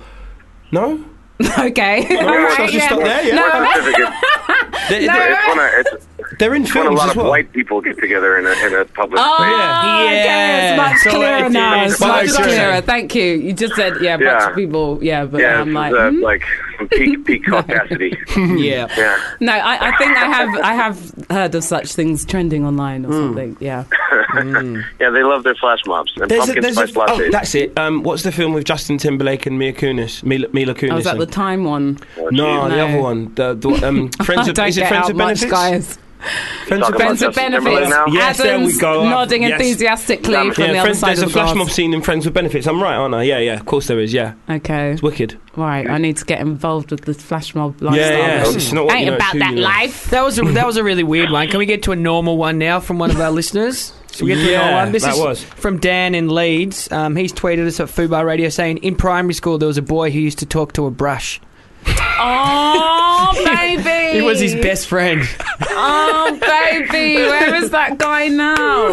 [SPEAKER 6] no.
[SPEAKER 5] okay. All
[SPEAKER 6] Should I
[SPEAKER 5] right,
[SPEAKER 6] just
[SPEAKER 5] yeah.
[SPEAKER 6] stop there? Yeah.
[SPEAKER 9] It's specific.
[SPEAKER 6] They're,
[SPEAKER 5] No.
[SPEAKER 6] they're,
[SPEAKER 9] It's when a, it's,
[SPEAKER 6] they're in
[SPEAKER 9] when a
[SPEAKER 6] films
[SPEAKER 9] lot
[SPEAKER 6] as
[SPEAKER 9] of
[SPEAKER 6] well.
[SPEAKER 9] white people get together in a, in a public
[SPEAKER 5] Oh,
[SPEAKER 9] space.
[SPEAKER 5] yeah. okay, it's
[SPEAKER 7] Yeah.
[SPEAKER 5] much
[SPEAKER 7] So,
[SPEAKER 5] clearer
[SPEAKER 6] uh, if you-
[SPEAKER 5] now.
[SPEAKER 6] if
[SPEAKER 5] It's
[SPEAKER 6] you-
[SPEAKER 5] much
[SPEAKER 6] Well, it's-
[SPEAKER 5] clearer. Thank you. You just said, yeah, bunch
[SPEAKER 9] Yeah.
[SPEAKER 5] of people, yeah, but
[SPEAKER 9] Yeah,
[SPEAKER 5] I'm
[SPEAKER 9] this
[SPEAKER 5] like,
[SPEAKER 9] is, uh,
[SPEAKER 5] hmm?
[SPEAKER 9] like peak peak capacity.
[SPEAKER 7] Yeah.
[SPEAKER 9] yeah.
[SPEAKER 5] no, I, I think I have, I have heard of such things trending online
[SPEAKER 6] Hmm.
[SPEAKER 5] or something. Yeah.
[SPEAKER 9] Yeah, they love their flash mobs and
[SPEAKER 6] There's a,
[SPEAKER 9] pumpkin
[SPEAKER 6] there's a,
[SPEAKER 9] spice
[SPEAKER 6] oh,
[SPEAKER 9] lattes.
[SPEAKER 6] that's it. Um, what's the film with Justin Timberlake and Mia Kunis? Mila, Mila Kunis.
[SPEAKER 5] I was at
[SPEAKER 6] and-
[SPEAKER 5] the time one.
[SPEAKER 6] no, the
[SPEAKER 5] No.
[SPEAKER 6] other one. The, the um, friends
[SPEAKER 5] I
[SPEAKER 6] of,
[SPEAKER 5] don't
[SPEAKER 6] is it
[SPEAKER 5] get
[SPEAKER 6] friends
[SPEAKER 5] out
[SPEAKER 6] of
[SPEAKER 5] much,
[SPEAKER 6] benefits?
[SPEAKER 5] guys.
[SPEAKER 6] Friends of
[SPEAKER 9] Talking about
[SPEAKER 5] Friends
[SPEAKER 6] benefits.
[SPEAKER 5] of
[SPEAKER 9] Justin Timberlake
[SPEAKER 5] benefits.
[SPEAKER 9] now?
[SPEAKER 6] Yes, there we
[SPEAKER 5] Adam's
[SPEAKER 6] go.
[SPEAKER 5] nodding
[SPEAKER 6] Yes.
[SPEAKER 5] enthusiastically
[SPEAKER 9] Yeah,
[SPEAKER 5] from the other
[SPEAKER 6] friends,
[SPEAKER 5] side
[SPEAKER 6] there's
[SPEAKER 5] of
[SPEAKER 6] a
[SPEAKER 5] the
[SPEAKER 6] flash
[SPEAKER 5] glass.
[SPEAKER 6] mob scene in Friends with Benefits. I'm right, aren't I? Yeah, yeah. Of course there is. Yeah,
[SPEAKER 5] Okay,
[SPEAKER 6] it's wicked.
[SPEAKER 5] right. I need to get involved with this flash mob
[SPEAKER 6] Yeah,
[SPEAKER 5] lifestyle.
[SPEAKER 6] yeah. Oh, It's, it's not what
[SPEAKER 5] Ain't
[SPEAKER 6] you know, it's
[SPEAKER 5] about
[SPEAKER 6] who
[SPEAKER 5] that
[SPEAKER 6] you know.
[SPEAKER 5] life.
[SPEAKER 7] That was, a, that was a really weird one. Can we get to a normal one now from one of our listeners? So we get to a normal
[SPEAKER 6] Yeah,
[SPEAKER 7] one. This
[SPEAKER 6] that
[SPEAKER 7] is
[SPEAKER 6] was.
[SPEAKER 7] from Dan in Leeds. Um, he's tweeted us at Fubar Radio saying, in primary school, there was a boy who used to talk to a brush.
[SPEAKER 5] Oh, baby.
[SPEAKER 7] He was his best friend.
[SPEAKER 5] Oh, baby. Where is that guy now?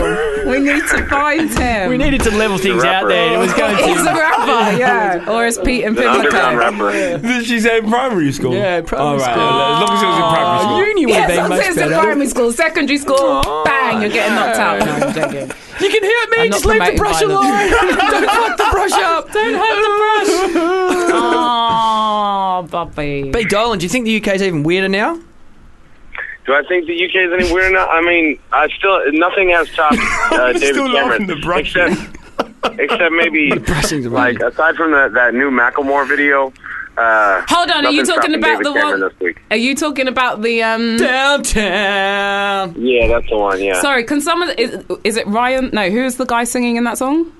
[SPEAKER 5] We need to find him.
[SPEAKER 7] We needed to level things out
[SPEAKER 9] rapper.
[SPEAKER 7] there. It was going
[SPEAKER 5] He's a
[SPEAKER 7] to...
[SPEAKER 5] rapper, yeah. Or is Pete and
[SPEAKER 9] An underground
[SPEAKER 5] Pimlico?
[SPEAKER 9] rapper.
[SPEAKER 6] Did she say in primary school?
[SPEAKER 7] Yeah, primary
[SPEAKER 6] All right,
[SPEAKER 7] school.
[SPEAKER 6] well, as long as it was in primary school.
[SPEAKER 7] Uni would have
[SPEAKER 5] Yes,
[SPEAKER 7] been
[SPEAKER 5] I'm
[SPEAKER 7] much
[SPEAKER 5] serious. In
[SPEAKER 7] better.
[SPEAKER 5] primary school, secondary school,
[SPEAKER 7] Oh,
[SPEAKER 5] bang, you're getting knocked out. No, I'm joking.
[SPEAKER 7] You can hurt me.
[SPEAKER 5] I'm not
[SPEAKER 7] just leave
[SPEAKER 5] promoting
[SPEAKER 7] the brush alone. Don't fuck the brush up. Don't hurt the brush.
[SPEAKER 5] Oh, Bobby.
[SPEAKER 7] B. Dolan, do you think the UK's even weirder now?
[SPEAKER 9] Do I think the UK is any weirder now? I mean, I still nothing has topped uh, David
[SPEAKER 6] still
[SPEAKER 9] Cameron
[SPEAKER 6] laughing at the brush.
[SPEAKER 9] except except maybe
[SPEAKER 7] Brushing's
[SPEAKER 9] like aside from that that new Macklemore video. Uh,
[SPEAKER 5] Hold on, are you
[SPEAKER 9] nothing's
[SPEAKER 5] talking
[SPEAKER 9] topping
[SPEAKER 5] about
[SPEAKER 9] David
[SPEAKER 5] the
[SPEAKER 9] Cameron
[SPEAKER 5] one?
[SPEAKER 9] This week.
[SPEAKER 5] Are you talking about the um?
[SPEAKER 7] Downtown.
[SPEAKER 9] Yeah, that's the one. Yeah.
[SPEAKER 5] Sorry, can someone is, is it Ryan? No, who is the guy singing in that song?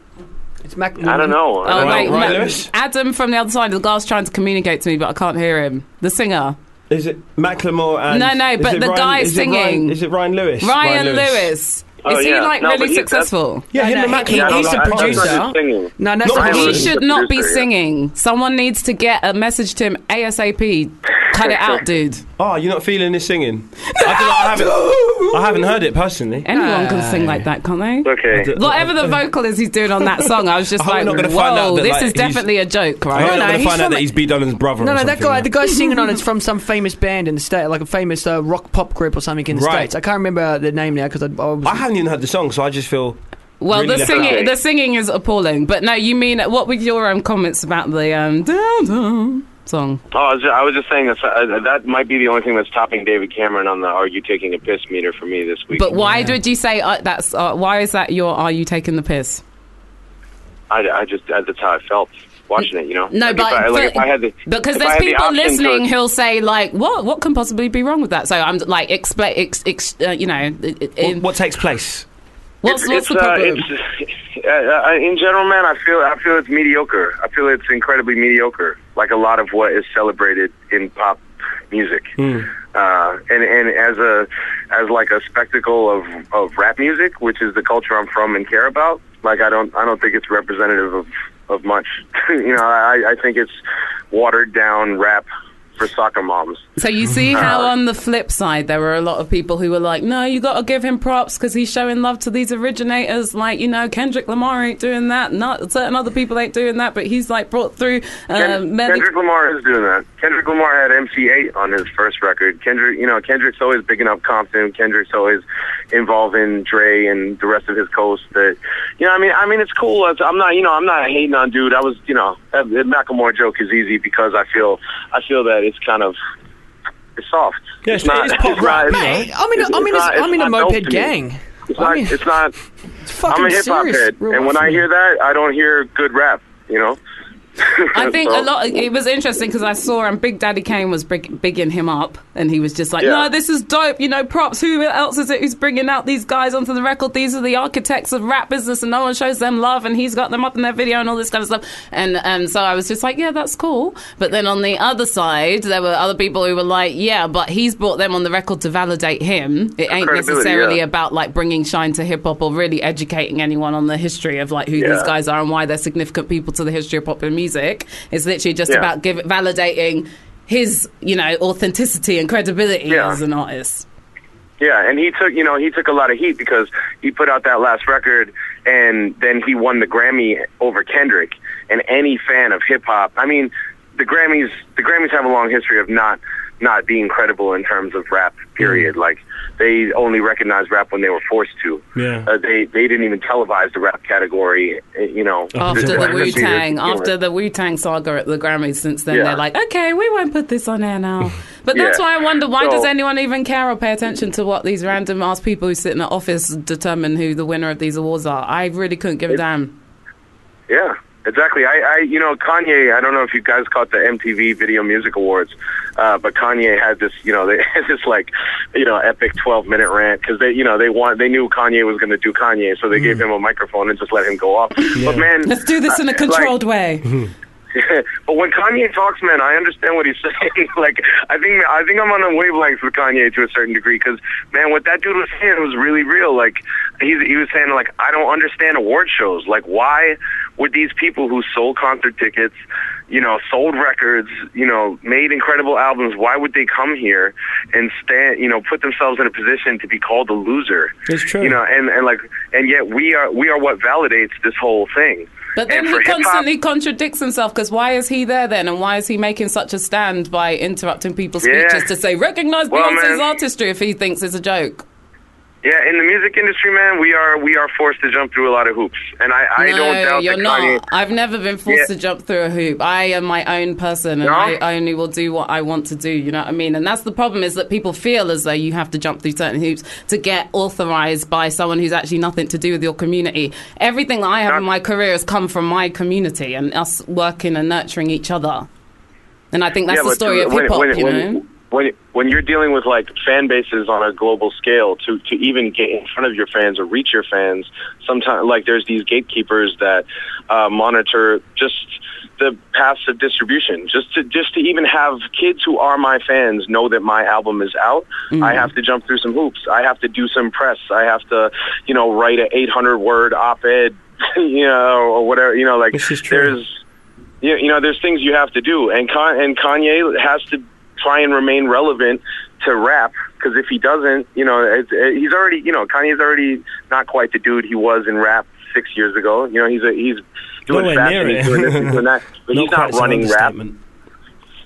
[SPEAKER 7] It's Mac-
[SPEAKER 9] I don't know. I don't
[SPEAKER 5] Oh,
[SPEAKER 9] know.
[SPEAKER 5] wait,
[SPEAKER 6] Ryan
[SPEAKER 5] no.
[SPEAKER 6] Lewis?
[SPEAKER 5] Adam from the other side of the glass trying to communicate to me, but I can't hear him. The singer,
[SPEAKER 6] Is it Macklemore and?
[SPEAKER 5] No, no,
[SPEAKER 6] is
[SPEAKER 5] but
[SPEAKER 6] it
[SPEAKER 5] the
[SPEAKER 6] Ryan-
[SPEAKER 5] guy
[SPEAKER 6] is it Ryan-
[SPEAKER 5] singing.
[SPEAKER 6] Is it Ryan Lewis?
[SPEAKER 5] Ryan, Lewis.
[SPEAKER 9] Oh,
[SPEAKER 5] is he
[SPEAKER 9] yeah.
[SPEAKER 5] like
[SPEAKER 9] No, but
[SPEAKER 5] really
[SPEAKER 9] he-
[SPEAKER 5] successful?
[SPEAKER 6] Yeah, him
[SPEAKER 7] no,
[SPEAKER 6] and
[SPEAKER 7] he-
[SPEAKER 9] Yeah,
[SPEAKER 6] Macklemore.
[SPEAKER 9] I don't
[SPEAKER 7] he's
[SPEAKER 9] know.
[SPEAKER 7] the
[SPEAKER 9] I- I thought he was
[SPEAKER 7] producer.
[SPEAKER 9] singing.
[SPEAKER 7] No, that's
[SPEAKER 9] Ryan
[SPEAKER 5] He
[SPEAKER 9] Lewis is
[SPEAKER 5] should
[SPEAKER 9] the
[SPEAKER 5] not be
[SPEAKER 9] producer, yeah.
[SPEAKER 5] singing. Someone needs to get a message to him ASAP. Cut it out, dude.
[SPEAKER 6] Oh, you're not feeling this singing? I, don't know, I, haven't, I haven't heard it personally.
[SPEAKER 5] Anyone can sing like that, can't they?
[SPEAKER 9] Okay.
[SPEAKER 5] Whatever the vocal is he's doing on that song, I was just
[SPEAKER 6] I hope
[SPEAKER 5] like,
[SPEAKER 6] we're not
[SPEAKER 5] whoa,
[SPEAKER 6] gonna find out that,
[SPEAKER 5] this
[SPEAKER 6] like,
[SPEAKER 5] is
[SPEAKER 6] he's-
[SPEAKER 5] definitely a joke,
[SPEAKER 6] I'm
[SPEAKER 5] right?
[SPEAKER 6] not
[SPEAKER 7] no,
[SPEAKER 6] going to
[SPEAKER 7] he's
[SPEAKER 6] find
[SPEAKER 7] from-
[SPEAKER 6] out that he's B. Dolan's brother.
[SPEAKER 7] No,
[SPEAKER 6] or
[SPEAKER 7] no, that
[SPEAKER 6] something,
[SPEAKER 7] guy,
[SPEAKER 6] yeah.
[SPEAKER 7] the guy singing on it's from some famous band in the state, like a famous uh, rock pop group or something in the
[SPEAKER 6] Right.
[SPEAKER 7] states. I can't remember the name now because I, I was.
[SPEAKER 6] I haven't even heard the song, so I just feel.
[SPEAKER 5] Well,
[SPEAKER 6] really
[SPEAKER 5] the
[SPEAKER 6] left out.
[SPEAKER 5] singing, the singing is appalling. But no, you mean what were your um, comments about the um, dun, dun song?
[SPEAKER 9] Oh, I was just, I was just saying that uh, that might be the only thing that's topping David Cameron on the "Are you taking a piss?" meter for me this week.
[SPEAKER 5] But why did you say uh, that's? Uh, why is that your? Are you taking the piss?
[SPEAKER 9] I, I just uh, that's how I felt watching it. You know.
[SPEAKER 5] No,
[SPEAKER 9] Like,
[SPEAKER 5] but
[SPEAKER 9] if I, like, if I had the,
[SPEAKER 5] because
[SPEAKER 9] if I
[SPEAKER 5] there's
[SPEAKER 9] had the
[SPEAKER 5] people
[SPEAKER 9] option to-
[SPEAKER 5] listening who'll say like, what? What can possibly be wrong with that? So I'm like, explain, ex, ex, uh, you know, it- it-
[SPEAKER 6] What, what takes place?
[SPEAKER 5] What's, what's
[SPEAKER 9] it's,
[SPEAKER 5] the problem?
[SPEAKER 9] Uh, it's, uh, uh, in general, man, I feel I feel it's mediocre. I feel it's incredibly mediocre, like a lot of what is celebrated in pop music. Uh, and and as a as like a spectacle of of rap music, which is the culture I'm from and care about. Like I don't I don't think it's representative of of much. you know, I I think it's watered down rap for soccer moms.
[SPEAKER 5] So you see how on the flip side there were a lot of people who were like, "No, you got to give him props because he's showing love to these originators." Like you know, Kendrick Lamar ain't doing that. Not certain other people ain't doing that, but he's like brought through. Uh,
[SPEAKER 9] Ken-
[SPEAKER 5] many-
[SPEAKER 9] Kendrick Lamar is doing that. Kendrick Lamar had MC8 on his first record. Kendrick, you know, Kendrick's always picking up Compton. Kendrick's always involving Dre and the rest of his coast. That, you know, I mean, I mean, it's cool. It's, I'm not, you know, I'm not hating on dude. I was, you know, that, that Macklemore joke is easy because I feel, I feel that it's kind of, it's soft.
[SPEAKER 6] Yeah, it's- it is pop rap,
[SPEAKER 9] it's-
[SPEAKER 7] Hey, I'm in a,
[SPEAKER 9] it's-
[SPEAKER 7] I'm
[SPEAKER 9] it's
[SPEAKER 7] in a,
[SPEAKER 9] not-
[SPEAKER 7] I'm in
[SPEAKER 9] it's
[SPEAKER 7] a
[SPEAKER 9] not dope to
[SPEAKER 7] moped
[SPEAKER 9] me.
[SPEAKER 7] gang.
[SPEAKER 9] It's
[SPEAKER 7] I
[SPEAKER 9] not,
[SPEAKER 7] mean,
[SPEAKER 9] it's not,
[SPEAKER 7] it's fucking
[SPEAKER 9] I'm a hip hop
[SPEAKER 7] serious.
[SPEAKER 9] head.
[SPEAKER 7] Real
[SPEAKER 9] And when
[SPEAKER 7] life,
[SPEAKER 9] I
[SPEAKER 7] man.
[SPEAKER 9] hear that, I don't hear good rap, you know?
[SPEAKER 5] I think a
[SPEAKER 9] So-
[SPEAKER 5] lot. It was interesting because I saw and Big Daddy Kane was big, bigging him up, and he was just like,
[SPEAKER 9] Yeah.
[SPEAKER 5] "No, this is dope. You know, props. Who else is it who's bringing out these guys onto the record? These are the architects of rap business, and no one shows them love. And he's got them up in their video and all this kind of stuff." And and so I was just like, "Yeah, that's cool." But then on the other side, there were other people who were like, "Yeah, but he's brought them on the record to validate him. It ain't
[SPEAKER 9] Credibility,
[SPEAKER 5] necessarily
[SPEAKER 9] yeah.
[SPEAKER 5] about like bringing shine to hip hop or really educating anyone on the history of like who
[SPEAKER 9] Yeah.
[SPEAKER 5] these guys are and why they're significant people to the history of popular music. It's literally just
[SPEAKER 9] Yeah.
[SPEAKER 5] about give, validating his, you know, authenticity and credibility
[SPEAKER 9] Yeah.
[SPEAKER 5] as an artist.
[SPEAKER 9] Yeah, and he took you know he took a lot of heat because he put out that last record, and then he won the Grammy over Kendrick. And any fan of hip hop, I mean, the Grammys the Grammys have a long history of not not being credible in terms of rap.
[SPEAKER 5] Mm.
[SPEAKER 9] Period. Like they only recognized rap when they were forced to.
[SPEAKER 6] Yeah.
[SPEAKER 9] Uh, they they didn't even televise the rap category. uh, You know,
[SPEAKER 5] After the Wu Tang, after
[SPEAKER 9] the.
[SPEAKER 5] the Wu Tang saga at the Grammys, since then
[SPEAKER 9] Yeah.
[SPEAKER 5] they're like, okay, we won't put this on air now. But that's
[SPEAKER 9] Yeah.
[SPEAKER 5] why I wonder why
[SPEAKER 9] So-
[SPEAKER 5] does anyone even care or pay attention to what these random ass people who sit in the office determine who the winner of these awards are? I really couldn't give a damn.
[SPEAKER 9] Yeah, exactly. I, I, you know, Kanye. I don't know if you guys caught the MTV Video Music Awards, uh, but Kanye had this, you know, they had this like, you know, epic twelve-minute rant because they, you know, they want they knew Kanye was going to do Kanye, so they gave him a microphone and just let him go off. But man,
[SPEAKER 5] Let's do this in a
[SPEAKER 9] I- like,
[SPEAKER 5] controlled way.
[SPEAKER 9] but when Kanye talks, man, I understand what he's saying. like, I think I think I'm on a wavelength with Kanye to a certain degree because, man, what that dude was saying was really real. Like, he he was saying like, I don't understand award shows. Like, why would these people who sold concert tickets, you know, sold records, you know, made incredible albums, why would they come here and stand, you know, put themselves in a position to be called a loser?
[SPEAKER 6] It's true.
[SPEAKER 9] You know, and and like, and yet we are we are what validates this whole thing.
[SPEAKER 5] But then
[SPEAKER 9] And
[SPEAKER 5] he
[SPEAKER 9] for hip-hop-
[SPEAKER 5] constantly contradicts himself because why is he there then? And why is he making such a stand by interrupting people's
[SPEAKER 9] Yeah.
[SPEAKER 5] speeches to say, recognize
[SPEAKER 9] Well,
[SPEAKER 5] Beyonce's
[SPEAKER 9] man.
[SPEAKER 5] artistry if he thinks it's a joke?
[SPEAKER 9] Yeah, in the music industry, man, we are we are forced to jump through a lot of hoops, and I, I
[SPEAKER 5] no,
[SPEAKER 9] don't doubt
[SPEAKER 5] you're
[SPEAKER 9] that
[SPEAKER 5] not.
[SPEAKER 9] Kanye.
[SPEAKER 5] I've never been forced
[SPEAKER 9] Yeah.
[SPEAKER 5] to jump through a hoop. I am my own person, and
[SPEAKER 9] No?
[SPEAKER 5] I only will do what I want to do. You know what I mean? And that's the problem is that people feel as though you have to jump through certain hoops to get authorized by someone who's actually nothing to do with your community. Everything that I have
[SPEAKER 9] No.
[SPEAKER 5] in my career has come from my community and us working and nurturing each other. And I think that's
[SPEAKER 9] yeah,
[SPEAKER 5] the
[SPEAKER 9] but
[SPEAKER 5] story
[SPEAKER 9] to-
[SPEAKER 5] of hip hop.
[SPEAKER 9] when,
[SPEAKER 5] You
[SPEAKER 9] when,
[SPEAKER 5] know.
[SPEAKER 9] When, when you're dealing with like fan bases on a global scale, to to even get in front of your fans or reach your fans, sometimes like there's these gatekeepers that uh, monitor just the paths of distribution. Just to just to even have kids who are my fans know that my album is out,
[SPEAKER 5] Mm-hmm.
[SPEAKER 9] I have to jump through some hoops. I have to do some press. I have to, you know, write a 800 word op-ed, you know, or whatever. You know, like
[SPEAKER 6] This is true.
[SPEAKER 9] there's you, you know, there's things you have to do, and Con- and Kanye has to try and remain relevant to rap because if he doesn't, you know, it, it, he's already, you know, Kanye's already not quite the dude he was in rap six years ago. You know, he's a, he's doing
[SPEAKER 6] Nowhere
[SPEAKER 9] fast
[SPEAKER 6] near
[SPEAKER 9] and he's
[SPEAKER 6] it.
[SPEAKER 9] doing this, he's doing that, but he's
[SPEAKER 6] quite
[SPEAKER 9] not
[SPEAKER 6] as an
[SPEAKER 9] running rap.
[SPEAKER 6] understatement.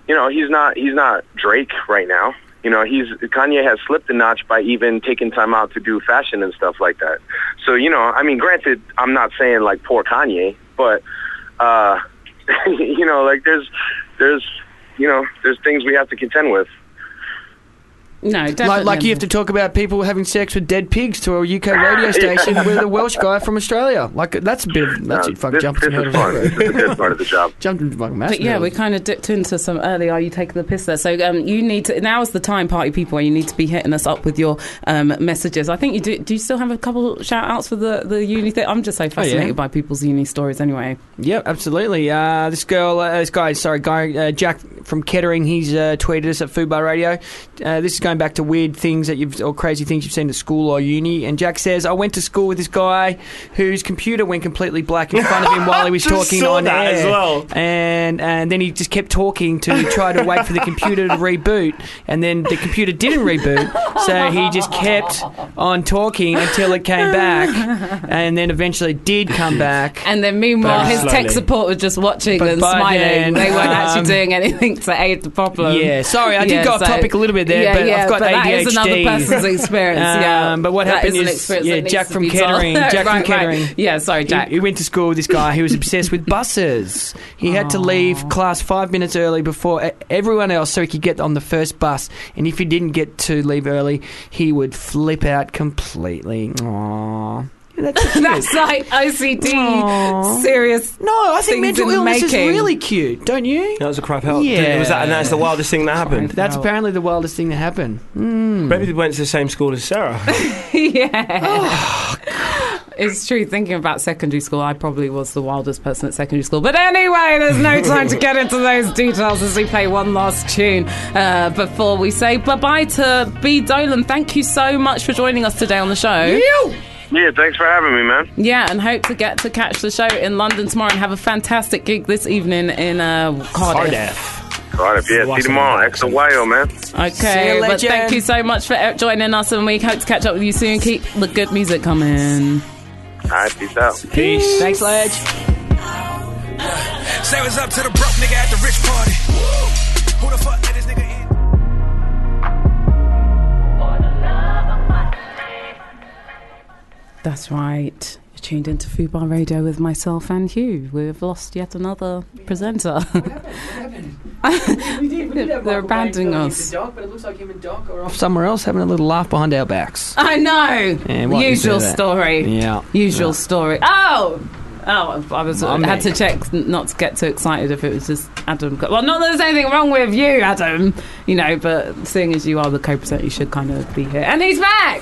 [SPEAKER 9] You know, he's not he's not Drake right now. You know, he's Kanye has slipped a notch by even taking time out to do fashion and stuff like that. So you know, I mean, granted, I'm not saying like poor Kanye, but uh, you know, like there's, there's, you know, there's things we have to contend with.
[SPEAKER 5] No, definitely.
[SPEAKER 7] Like, like you have
[SPEAKER 5] not.
[SPEAKER 7] to talk about people having sex with dead pigs to a UK radio station with a Welsh guy from Australia. Like that's a bit of that's
[SPEAKER 9] No,
[SPEAKER 7] it. Fuck,
[SPEAKER 9] Uh, this,
[SPEAKER 7] jumped
[SPEAKER 9] this
[SPEAKER 7] into
[SPEAKER 9] is fun. This is the good part of the job.
[SPEAKER 7] Jumped into fucking maths.
[SPEAKER 5] But yeah, we kind of dipped into some early. Are you taking the piss there? So um, you need to now is the time, party people, and you need to be hitting us up with your um, messages. I think you do. Do you still have a couple shout outs for the the uni thing? I'm
[SPEAKER 7] Oh,
[SPEAKER 5] just so fascinated by people's uni stories. Anyway,
[SPEAKER 7] Yep, absolutely. Uh, this girl, uh, this guy, sorry, guy uh, Jack from Kettering, he's uh, tweeted us at Food Bar Radio. Uh, this is going back to weird things that you've or crazy things you've seen at school or uni. And Jack says, "I went to school with this guy whose computer went completely black in front of him while he was talking
[SPEAKER 6] saw
[SPEAKER 7] on
[SPEAKER 6] that
[SPEAKER 7] air,
[SPEAKER 6] as well.
[SPEAKER 7] and and then he just kept talking to try to wait for the computer to reboot, and then the computer didn't reboot, so he just kept on talking until it came back, and then eventually did come back."
[SPEAKER 5] and then meanwhile,
[SPEAKER 7] Very
[SPEAKER 5] his tech
[SPEAKER 6] slowly.
[SPEAKER 5] support was just watching
[SPEAKER 7] But
[SPEAKER 5] and
[SPEAKER 7] by
[SPEAKER 5] smiling.
[SPEAKER 7] then,
[SPEAKER 5] they weren't
[SPEAKER 7] um,
[SPEAKER 5] actually doing anything to aid the problem.
[SPEAKER 7] Yeah, sorry, I did
[SPEAKER 5] Yeah,
[SPEAKER 7] go off
[SPEAKER 5] so-
[SPEAKER 7] topic a little bit there,
[SPEAKER 5] yeah,
[SPEAKER 7] but
[SPEAKER 5] yeah,
[SPEAKER 7] I've got
[SPEAKER 5] but
[SPEAKER 7] ADHD.
[SPEAKER 5] that is another person's experience. yeah,
[SPEAKER 7] Um, but what
[SPEAKER 5] That
[SPEAKER 7] happened
[SPEAKER 5] an
[SPEAKER 7] is-
[SPEAKER 5] experience
[SPEAKER 7] yeah,
[SPEAKER 5] that needs
[SPEAKER 7] Jack
[SPEAKER 5] to
[SPEAKER 7] from
[SPEAKER 5] be told.
[SPEAKER 7] Kettering, Jack from
[SPEAKER 5] Right, right.
[SPEAKER 7] Kettering.
[SPEAKER 5] Yeah, sorry,
[SPEAKER 7] He,
[SPEAKER 5] Jack.
[SPEAKER 7] he went to school with this guy who was obsessed with buses. He had to leave class five minutes early before e- everyone else so he could get on the first bus. And if he didn't get to leave early, he would flip out completely. Aww. That's cute.
[SPEAKER 5] That's like OCD,
[SPEAKER 7] Aw.
[SPEAKER 5] serious.
[SPEAKER 7] no, I think
[SPEAKER 5] Things
[SPEAKER 7] mental
[SPEAKER 5] in the
[SPEAKER 7] illness
[SPEAKER 5] making.
[SPEAKER 7] is really cute, don't you?
[SPEAKER 6] That was a crap out.
[SPEAKER 7] Yeah.
[SPEAKER 6] Was that, and that's the wildest thing that happened.
[SPEAKER 7] That's apparently the wildest thing to happen. Mm.
[SPEAKER 6] Maybe they went to the same school as Sarah.
[SPEAKER 5] yeah. It's true. Thinking about secondary school, I probably was the wildest person at secondary school. But anyway, there's no time to get into those details as we play one last tune uh, before we say bye bye to B Dolan. Thank you so much for joining us today on the show.
[SPEAKER 9] Yeah, thanks for having me, man.
[SPEAKER 5] Yeah, and hope to get to catch the show in London tomorrow and have a fantastic gig this evening in uh, Cardiff.
[SPEAKER 9] All right, yeah, see you tomorrow. Ex Ohio, man.
[SPEAKER 5] Okay,
[SPEAKER 7] See you,
[SPEAKER 5] but thank
[SPEAKER 7] legend.
[SPEAKER 5] you so much for uh, joining us, and we hope to catch up with you soon. Keep the good music coming.
[SPEAKER 9] All right, peace out.
[SPEAKER 6] Peace.
[SPEAKER 7] Thanks, Ledge.
[SPEAKER 1] Say what's up to the broke nigga at the rich party. Who the fuck let this nigga in?
[SPEAKER 5] That's right. You're tuned into Food Bar Radio with myself and Hugh. We've lost yet another presenter. They're abandoning us.
[SPEAKER 7] but it looks like him and Doc are off somewhere else having a little laugh behind our backs.
[SPEAKER 5] I know.
[SPEAKER 7] Yeah, why don't you
[SPEAKER 5] Usual
[SPEAKER 7] say that?
[SPEAKER 5] story.
[SPEAKER 7] Yeah.
[SPEAKER 5] Usual story. Oh. Oh, I was I
[SPEAKER 7] Mummy.
[SPEAKER 5] had to check n- not to get too excited if it was just Adam. Well, not that there's anything wrong with you, Adam. You know, but seeing as you are the co-presenter, you should kind of be here. And he's back.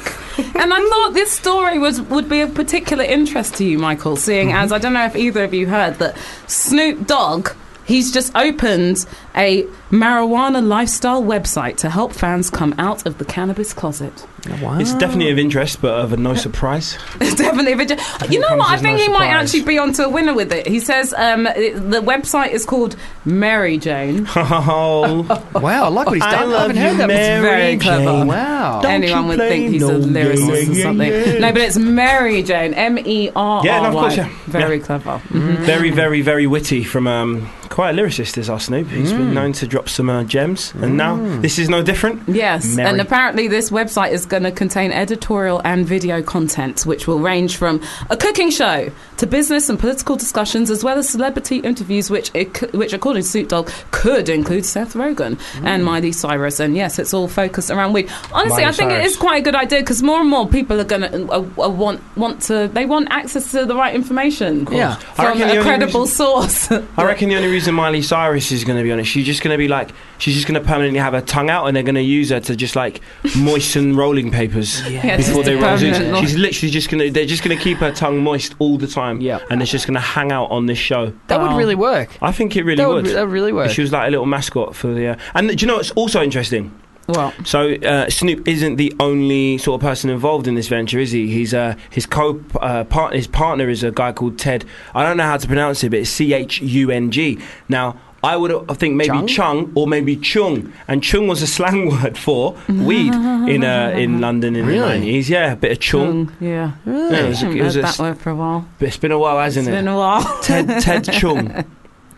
[SPEAKER 5] and I thought this story was would be of particular interest to you, Michael. Seeing as I don't know if either of you heard that Snoop Dogg. He's just opened a marijuana lifestyle website to help fans come out of the cannabis closet.
[SPEAKER 7] Wow.
[SPEAKER 6] It's definitely of interest, but of a no surprise.
[SPEAKER 5] Definitely. If it, you know
[SPEAKER 6] comes
[SPEAKER 5] what? I
[SPEAKER 6] as no
[SPEAKER 5] think he might
[SPEAKER 6] surprise.
[SPEAKER 5] actually be onto a winner with it. He says um, it- the website is called Mary Jane.
[SPEAKER 6] Oh,
[SPEAKER 7] wow, I like what he's
[SPEAKER 6] I
[SPEAKER 7] done. I,
[SPEAKER 6] love
[SPEAKER 7] haven't
[SPEAKER 6] you,
[SPEAKER 7] heard that
[SPEAKER 6] Mary
[SPEAKER 5] very clever.
[SPEAKER 6] Jane.
[SPEAKER 7] Wow.
[SPEAKER 6] Don't
[SPEAKER 5] Anyone
[SPEAKER 6] you
[SPEAKER 5] would
[SPEAKER 6] play
[SPEAKER 5] think he's a
[SPEAKER 6] no
[SPEAKER 5] lyricist
[SPEAKER 6] games.
[SPEAKER 5] or something.
[SPEAKER 6] Yeah, yeah.
[SPEAKER 5] No, but it's Mary Jane. M E R R Y.
[SPEAKER 6] Yeah, no, of course, yeah. Mm-hmm.
[SPEAKER 5] Very clever. Mhm.
[SPEAKER 6] very, very, very witty from um, quite a lyricist is our Snoop. He's been
[SPEAKER 7] Mm.
[SPEAKER 6] known to drop some uh, gems, and now this is no different.
[SPEAKER 5] Yes,
[SPEAKER 6] Mary.
[SPEAKER 5] and apparently this website is going to contain editorial and video content, which will range from a cooking show to business and political discussions, as well as celebrity interviews, which it, c- which according to Suit Dog could include Seth Rogen and Miley Cyrus. And yes, it's all focused around weed. Honestly,
[SPEAKER 6] Mm. Miley
[SPEAKER 5] I think it
[SPEAKER 6] Cyrus.
[SPEAKER 5] is quite a good idea because more and more people are going to uh, uh, want want to they want access to the right information.
[SPEAKER 7] Yeah.
[SPEAKER 6] I
[SPEAKER 5] From
[SPEAKER 6] reckon the
[SPEAKER 5] a
[SPEAKER 6] only
[SPEAKER 5] credible
[SPEAKER 6] reason-
[SPEAKER 5] source.
[SPEAKER 6] I reckon the only reason Miley Cyrus is going to be on it, she's just going to be like, she's just going to permanently have her tongue out, and they're going to use her to just like moisten rolling papers
[SPEAKER 5] Yeah,
[SPEAKER 6] before
[SPEAKER 5] just
[SPEAKER 6] they
[SPEAKER 5] a
[SPEAKER 6] roll it.
[SPEAKER 5] permanent-
[SPEAKER 6] She's literally just going to, they're just going to keep her tongue moist all the time,
[SPEAKER 7] Yeah.
[SPEAKER 6] and it's just going to hang out on this show.
[SPEAKER 7] That would really work.
[SPEAKER 6] I think it really
[SPEAKER 7] that
[SPEAKER 6] would.
[SPEAKER 7] That would really work.
[SPEAKER 6] She was like a little mascot for the. Uh, and do you know it's also interesting?
[SPEAKER 5] well,
[SPEAKER 6] So uh, Snoop isn't the only sort of person involved in this venture, is he? He's uh, his co uh, partner. His partner is a guy called Ted. I don't know how to pronounce it, but it's C H U N G. Now. I would I think maybe
[SPEAKER 7] Chung?
[SPEAKER 6] Chung? or maybe Chung, and Chung was a slang word for weed in uh, in London in the
[SPEAKER 7] Really?
[SPEAKER 6] nineties. Yeah, a bit of Chung.
[SPEAKER 5] yeah.
[SPEAKER 6] Yeah, it was a-
[SPEAKER 5] Haven't
[SPEAKER 6] it was
[SPEAKER 5] heard
[SPEAKER 6] a-
[SPEAKER 5] that word for a while.
[SPEAKER 6] it's been a while,
[SPEAKER 5] It's
[SPEAKER 6] hasn't
[SPEAKER 5] been
[SPEAKER 6] it?
[SPEAKER 5] a while.
[SPEAKER 6] Ted Ted Chung.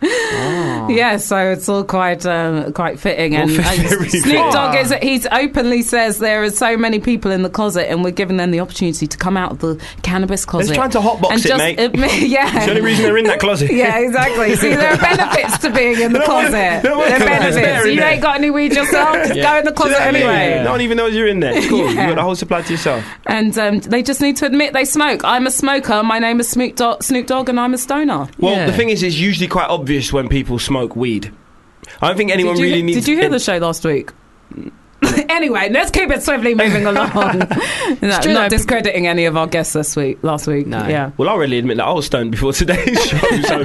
[SPEAKER 5] Yeah, so it's all quite um, quite fitting. And uh, Snoop Dogg is he's openly says there are so many people in the closet, and we're giving them the opportunity to come out of the cannabis closet.
[SPEAKER 6] trying to hotbox
[SPEAKER 5] and
[SPEAKER 6] it, mate.
[SPEAKER 5] admit- yeah.
[SPEAKER 6] It's the only reason they're in that closet.
[SPEAKER 5] Yeah, exactly. See, there are benefits to being in the
[SPEAKER 6] No one-
[SPEAKER 5] closet.
[SPEAKER 6] no one
[SPEAKER 5] there are
[SPEAKER 6] can compare
[SPEAKER 5] benefits.
[SPEAKER 6] in
[SPEAKER 5] You
[SPEAKER 6] there.
[SPEAKER 5] ain't got any weed yourself, just go in the
[SPEAKER 6] Do you know
[SPEAKER 5] closet
[SPEAKER 6] what I mean?
[SPEAKER 5] anyway.
[SPEAKER 6] No one even knows you're in there. It's cool.
[SPEAKER 5] Yeah.
[SPEAKER 6] You've got the whole supply to yourself.
[SPEAKER 5] And um, they just need to admit they smoke. I'm a smoker. My name is Snoop Dogg, Snoop Dogg and I'm a stoner.
[SPEAKER 6] Well,
[SPEAKER 7] Yeah.
[SPEAKER 6] the thing is, it's usually quite obvious when people smoke weed. I don't think anyone
[SPEAKER 5] did you,
[SPEAKER 6] really needs.
[SPEAKER 5] did you hear the show last week? anyway, let's keep it swiftly moving along. no,
[SPEAKER 7] Still
[SPEAKER 5] not
[SPEAKER 7] open.
[SPEAKER 5] discrediting any of our guests this week, last week.
[SPEAKER 7] No.
[SPEAKER 5] Yeah.
[SPEAKER 6] Well, I'll really admit that I was stoned before today's show. So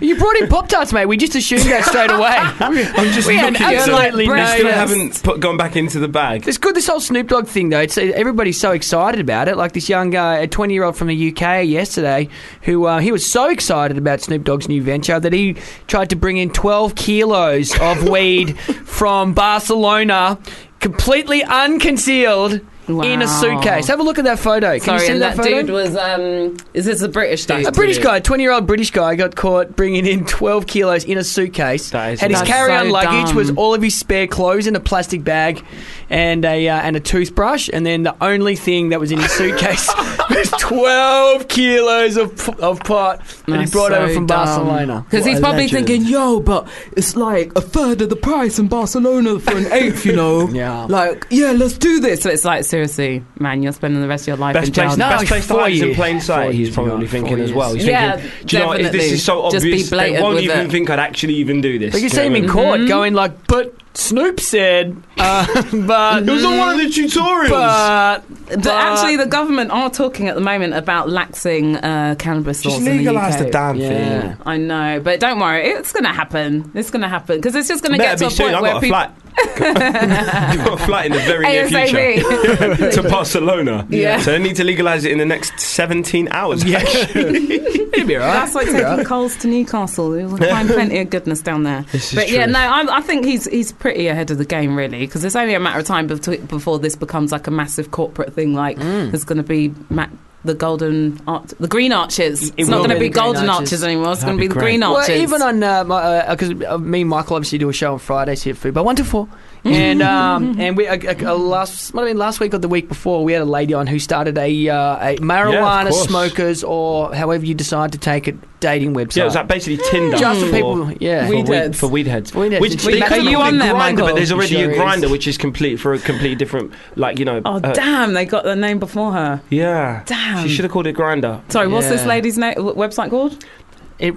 [SPEAKER 7] You brought in Pop Tarts, mate. We just assumed that straight away.
[SPEAKER 6] I'm just
[SPEAKER 7] We had
[SPEAKER 6] looking at
[SPEAKER 7] absolutely
[SPEAKER 6] them. They still
[SPEAKER 7] no-
[SPEAKER 6] haven't put, gone back into the bag.
[SPEAKER 7] It's good this whole Snoop Dogg thing though. It's everybody's so excited about it. Like this young guy, a twenty-year-old from the UK yesterday, who uh, he was so excited about Snoop Dogg's new venture that he tried to bring in twelve kilos of weed from Barcelona, completely unconcealed in
[SPEAKER 5] Wow.
[SPEAKER 7] a suitcase. Have a look at that photo. Can you
[SPEAKER 5] Sorry,
[SPEAKER 7] see
[SPEAKER 5] and that,
[SPEAKER 7] photo?
[SPEAKER 5] dude was. Um, is this a British dude?
[SPEAKER 7] a British guy, 20 year old British guy, got caught bringing in 12 kilos in a suitcase.
[SPEAKER 6] That is
[SPEAKER 7] and his
[SPEAKER 5] That's
[SPEAKER 7] carry on
[SPEAKER 5] so
[SPEAKER 7] luggage
[SPEAKER 5] dumb.
[SPEAKER 7] was all of his spare clothes in a plastic bag and a, uh, and a toothbrush. And then the only thing that was in his suitcase was 12 kilos of, p- of pot that he brought over from Barcelona.
[SPEAKER 5] Because
[SPEAKER 7] What
[SPEAKER 5] he's
[SPEAKER 7] a
[SPEAKER 5] probably
[SPEAKER 7] legend.
[SPEAKER 5] thinking, yo, but it's like a third of the price in Barcelona for an eighth, you know?
[SPEAKER 7] Yeah.
[SPEAKER 5] Like, yeah, let's do this. So it's like, seriously, man, you're spending the rest of your life
[SPEAKER 6] Best
[SPEAKER 5] in
[SPEAKER 6] place,
[SPEAKER 5] jail.
[SPEAKER 7] No,
[SPEAKER 6] best place to hide is in
[SPEAKER 7] four
[SPEAKER 6] plain
[SPEAKER 7] years.
[SPEAKER 6] sight.
[SPEAKER 7] Four
[SPEAKER 6] He's
[SPEAKER 7] years,
[SPEAKER 6] probably
[SPEAKER 7] yeah,
[SPEAKER 6] thinking
[SPEAKER 7] four
[SPEAKER 6] as well. He's
[SPEAKER 5] years.
[SPEAKER 6] thinking, do you know what, if this
[SPEAKER 5] Definitely.
[SPEAKER 6] is so
[SPEAKER 5] Just be
[SPEAKER 6] obvious, they
[SPEAKER 5] blatant
[SPEAKER 6] won't
[SPEAKER 5] with
[SPEAKER 6] even
[SPEAKER 5] it.
[SPEAKER 6] think I'd actually even do this.
[SPEAKER 7] But you
[SPEAKER 6] Do you
[SPEAKER 7] see him
[SPEAKER 6] know
[SPEAKER 7] in
[SPEAKER 6] what I mean?
[SPEAKER 7] court going like, but Snoop said, uh, but.
[SPEAKER 6] It was on one of the tutorials.
[SPEAKER 7] but,
[SPEAKER 5] The, actually, the government are talking at the moment about laxing uh, cannabis
[SPEAKER 6] Just
[SPEAKER 5] laws. in
[SPEAKER 6] legalise
[SPEAKER 5] the,
[SPEAKER 6] the
[SPEAKER 5] UK.
[SPEAKER 6] damn
[SPEAKER 7] Yeah.
[SPEAKER 6] thing.
[SPEAKER 5] I know, but don't worry, it's going to happen. It's going to happen because it's just going to get
[SPEAKER 6] Better
[SPEAKER 5] to a point
[SPEAKER 6] be soon. I've
[SPEAKER 5] where
[SPEAKER 6] got a
[SPEAKER 5] people.
[SPEAKER 6] flight. I've got a flight in the very near future.
[SPEAKER 5] ASAP.
[SPEAKER 6] to Barcelona.
[SPEAKER 5] Yeah.
[SPEAKER 6] So they need to legalise it in the next 17 hours. actually.
[SPEAKER 7] It'd be all right.
[SPEAKER 5] That's like taking coals to Newcastle. You'll find plenty of goodness down there. but yeah, no, I, I think he's he's pretty ahead of the game really because it's only a matter of time betwe- before this becomes like a massive corporate thing. Like
[SPEAKER 6] Mm.
[SPEAKER 5] there's going to be ma- the golden arch, the green arches. it's not
[SPEAKER 7] will
[SPEAKER 5] going to
[SPEAKER 7] be
[SPEAKER 5] be
[SPEAKER 7] the green
[SPEAKER 5] golden
[SPEAKER 7] arches.
[SPEAKER 5] arches. anymore. It's going to be, the
[SPEAKER 6] great.
[SPEAKER 5] green arches.
[SPEAKER 7] Well, even on uh, my, uh 'cause uh, me and Michael obviously do a show on Fridays here at Food by one to four,
[SPEAKER 5] Mm.
[SPEAKER 7] and um, and we uh, uh, last might have been last week or the week before we had a lady on who started a, uh, a marijuana
[SPEAKER 6] course.
[SPEAKER 7] smokers or however you decide to take it dating website.
[SPEAKER 6] yeah, it was like basically Tinder.
[SPEAKER 7] just for
[SPEAKER 6] for
[SPEAKER 7] people, yeah.
[SPEAKER 6] For weed,
[SPEAKER 5] heads.
[SPEAKER 6] for weed heads.
[SPEAKER 7] Weed heads.
[SPEAKER 6] Which
[SPEAKER 7] It's
[SPEAKER 6] they
[SPEAKER 7] weed
[SPEAKER 6] come
[SPEAKER 7] heads.
[SPEAKER 6] up
[SPEAKER 7] Are you
[SPEAKER 6] with
[SPEAKER 5] on
[SPEAKER 6] a
[SPEAKER 5] there,
[SPEAKER 6] grinder, but
[SPEAKER 5] Michael?
[SPEAKER 6] there's already
[SPEAKER 7] Sure
[SPEAKER 6] a
[SPEAKER 7] is.
[SPEAKER 6] grinder which is complete for a completely different, like you know.
[SPEAKER 5] oh
[SPEAKER 6] uh,
[SPEAKER 5] damn, they got the name before her.
[SPEAKER 6] Yeah.
[SPEAKER 5] Damn.
[SPEAKER 6] She should have called it grinder.
[SPEAKER 5] Sorry, what's this
[SPEAKER 7] Yeah.
[SPEAKER 5] lady's na- w- website called?
[SPEAKER 7] It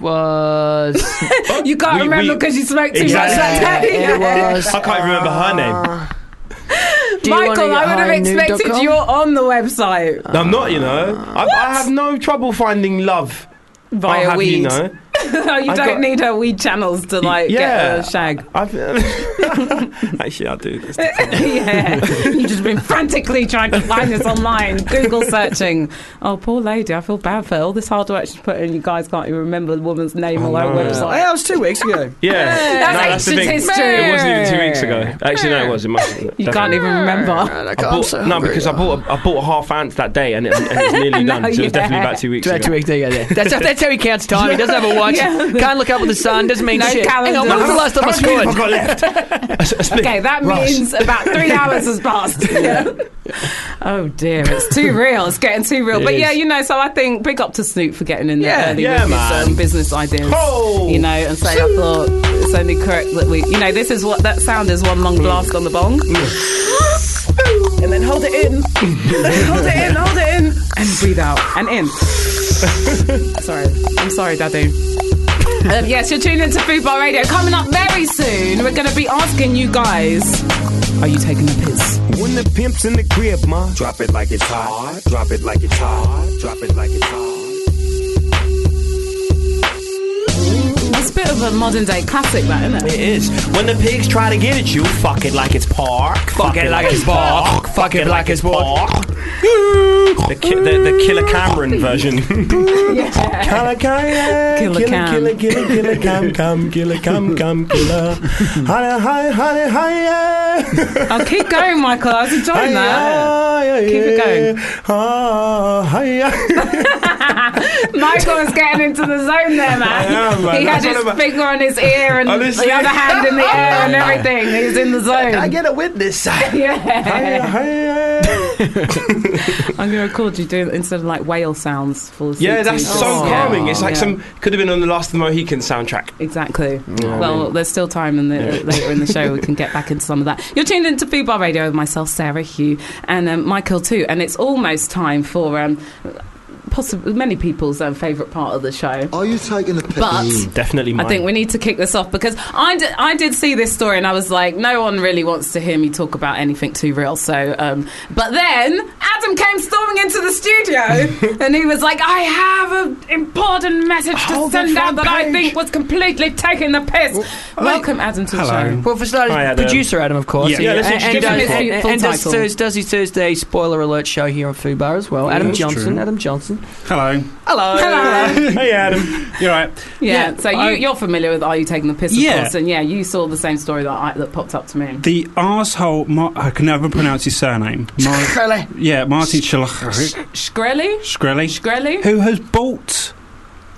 [SPEAKER 7] was. uh,
[SPEAKER 5] You can't
[SPEAKER 6] Oh, We-
[SPEAKER 5] remember
[SPEAKER 6] we-
[SPEAKER 5] because you smoked too
[SPEAKER 6] Exactly.
[SPEAKER 5] much that day.
[SPEAKER 7] it was.
[SPEAKER 6] I can't remember her name.
[SPEAKER 7] do you wanna
[SPEAKER 5] Michael,
[SPEAKER 7] get
[SPEAKER 5] I would
[SPEAKER 7] high
[SPEAKER 5] have
[SPEAKER 7] on
[SPEAKER 5] expected
[SPEAKER 7] nude.com?
[SPEAKER 5] you're on the website
[SPEAKER 6] No, I'm not, you know. I, I have no trouble finding love.
[SPEAKER 5] via
[SPEAKER 6] I'll have
[SPEAKER 5] weed.
[SPEAKER 6] you know.
[SPEAKER 5] No, you
[SPEAKER 6] I
[SPEAKER 5] don't
[SPEAKER 6] got-
[SPEAKER 5] need her weed channels to like
[SPEAKER 6] yeah.
[SPEAKER 5] get a shag.
[SPEAKER 6] I've, actually, I do. This
[SPEAKER 5] yeah, you've just been frantically trying to find this online, Google searching. Oh, poor lady, I feel bad for her. all this hard work she's put in. You guys can't even remember the woman's name or her
[SPEAKER 6] know.
[SPEAKER 5] website.
[SPEAKER 7] Yeah, it was two weeks ago.
[SPEAKER 6] Yeah,
[SPEAKER 5] That's ancient history.
[SPEAKER 6] It wasn't even two weeks ago. Actually, no, it was. It must.
[SPEAKER 5] You can't even remember.
[SPEAKER 7] I
[SPEAKER 6] I bought, no, because I bought a, I bought a half ounce that day, and, it, and it's nearly
[SPEAKER 5] No,
[SPEAKER 6] done. So it
[SPEAKER 5] yeah.
[SPEAKER 6] was definitely about two weeks.
[SPEAKER 7] About
[SPEAKER 6] ago.
[SPEAKER 7] two weeks ago, yeah. That's, that's how he counts time. He doesn't have a watch.
[SPEAKER 5] Yeah.
[SPEAKER 7] Can't look up at the sun. Doesn't mean
[SPEAKER 5] No
[SPEAKER 7] shit. Hang on,
[SPEAKER 5] calendar.
[SPEAKER 7] when was the last time I scored?
[SPEAKER 6] I've got left.
[SPEAKER 5] Okay, that means about three hours has passed. Oh dear, it's too real. It's getting too real. but
[SPEAKER 6] is.
[SPEAKER 5] yeah, you know, so I think big up to Snoop for getting in there
[SPEAKER 7] Yeah,
[SPEAKER 5] early
[SPEAKER 6] yeah,
[SPEAKER 5] with
[SPEAKER 6] man.
[SPEAKER 5] his um, business ideas.
[SPEAKER 6] Oh.
[SPEAKER 5] You know, and so I thought it's only correct that we, you know, this is what that sound is one long
[SPEAKER 6] Hmm.
[SPEAKER 5] blast on the bong. And then hold it in, hold it in, hold it in, and breathe out and in. sorry, I'm sorry, Daddy. Um, yes, you're tuning into Food Bar Radio. Coming up very soon, we're going to be asking you guys: Are you taking the piss?
[SPEAKER 1] When the pimp's in the crib, ma, drop it like it's hot. Drop it like it's hot. Drop it like it's hot.
[SPEAKER 5] It's a bit of a modern day classic, that isn't it?
[SPEAKER 6] It is. When the pigs try to get at you, fuck it like it's pork. Fuck it like it's pork. Fuck it like it's pork. The, ki- the, the Killer Cameron version. Killer Cam.
[SPEAKER 5] Killer Cam.
[SPEAKER 6] Killer, killer, killer Cam. Cam, killer, Cam, Cam, killer. Hi, hi, hi, hi.
[SPEAKER 5] I'll Oh, keep going, Michael. I was enjoying that. Keep it going.
[SPEAKER 6] Ah, hi,
[SPEAKER 5] Michael's getting into the zone there, man.
[SPEAKER 6] I am, man.
[SPEAKER 5] He had
[SPEAKER 6] That's what
[SPEAKER 5] his
[SPEAKER 6] I'm-
[SPEAKER 5] finger on his ear and
[SPEAKER 6] Honestly.
[SPEAKER 5] the other hand in the air and everything. He's in the zone.
[SPEAKER 6] I get uh, a witness.
[SPEAKER 5] yeah.
[SPEAKER 6] yeah,
[SPEAKER 5] I'm gonna record you doing instead of like whale sounds for the CT.
[SPEAKER 6] that's so
[SPEAKER 5] Yeah.
[SPEAKER 6] calming. It's like
[SPEAKER 5] Oh. Yeah. Mm.
[SPEAKER 6] some could have been on the Last of the Mohican soundtrack.
[SPEAKER 5] Exactly. well, there's still time, and the, later in the show we can get back into some of that. You're tuned into Food Bar Radio with myself, Sarah Hugh, and um, Michael too, and it's almost time for um, possibly many people's um, favourite part of the show.
[SPEAKER 8] Are you taking the piss?
[SPEAKER 5] But
[SPEAKER 6] Definitely mine.
[SPEAKER 5] I think we need to kick this off because I did, I did see this story and I was like, no one really wants to hear me talk about anything too real. So, um, but then Adam came storming into the studio and he was like, I have an important message to
[SPEAKER 6] Hold the
[SPEAKER 5] send out
[SPEAKER 6] front
[SPEAKER 5] that I
[SPEAKER 6] page.
[SPEAKER 5] think was completely taking the piss. Welcome, Adam, to the
[SPEAKER 6] Hello.
[SPEAKER 5] show.
[SPEAKER 7] Well, for starters,
[SPEAKER 6] Hi, Adam.
[SPEAKER 7] producer Adam, of course.
[SPEAKER 6] Yeah. Yeah, let's
[SPEAKER 7] and, and,
[SPEAKER 6] introduce him.
[SPEAKER 7] and- uh, and-
[SPEAKER 5] Full
[SPEAKER 7] and does,
[SPEAKER 5] title.
[SPEAKER 7] Thurs- does his Thursday spoiler alert show here on Food Bar as well. Adam
[SPEAKER 8] that's
[SPEAKER 7] Johnson.
[SPEAKER 8] true.
[SPEAKER 7] Adam Johnson.
[SPEAKER 8] Hello.
[SPEAKER 7] Hello.
[SPEAKER 5] Hello.
[SPEAKER 6] Hey, Adam.
[SPEAKER 8] You're right.
[SPEAKER 5] Yeah,
[SPEAKER 8] Yeah,
[SPEAKER 5] so you,
[SPEAKER 8] I-
[SPEAKER 5] you're familiar with Are You Taking the Piss,
[SPEAKER 8] Yeah.
[SPEAKER 5] of course, and yeah, you saw the same story that I, that popped up to me.
[SPEAKER 8] The arsehole. Mar- I can never pronounce his surname. Mar-
[SPEAKER 7] Hello.
[SPEAKER 8] yeah, Martin Shkreli.
[SPEAKER 5] Shkreli?
[SPEAKER 8] Shkreli.
[SPEAKER 5] Shkreli?
[SPEAKER 8] Who has bought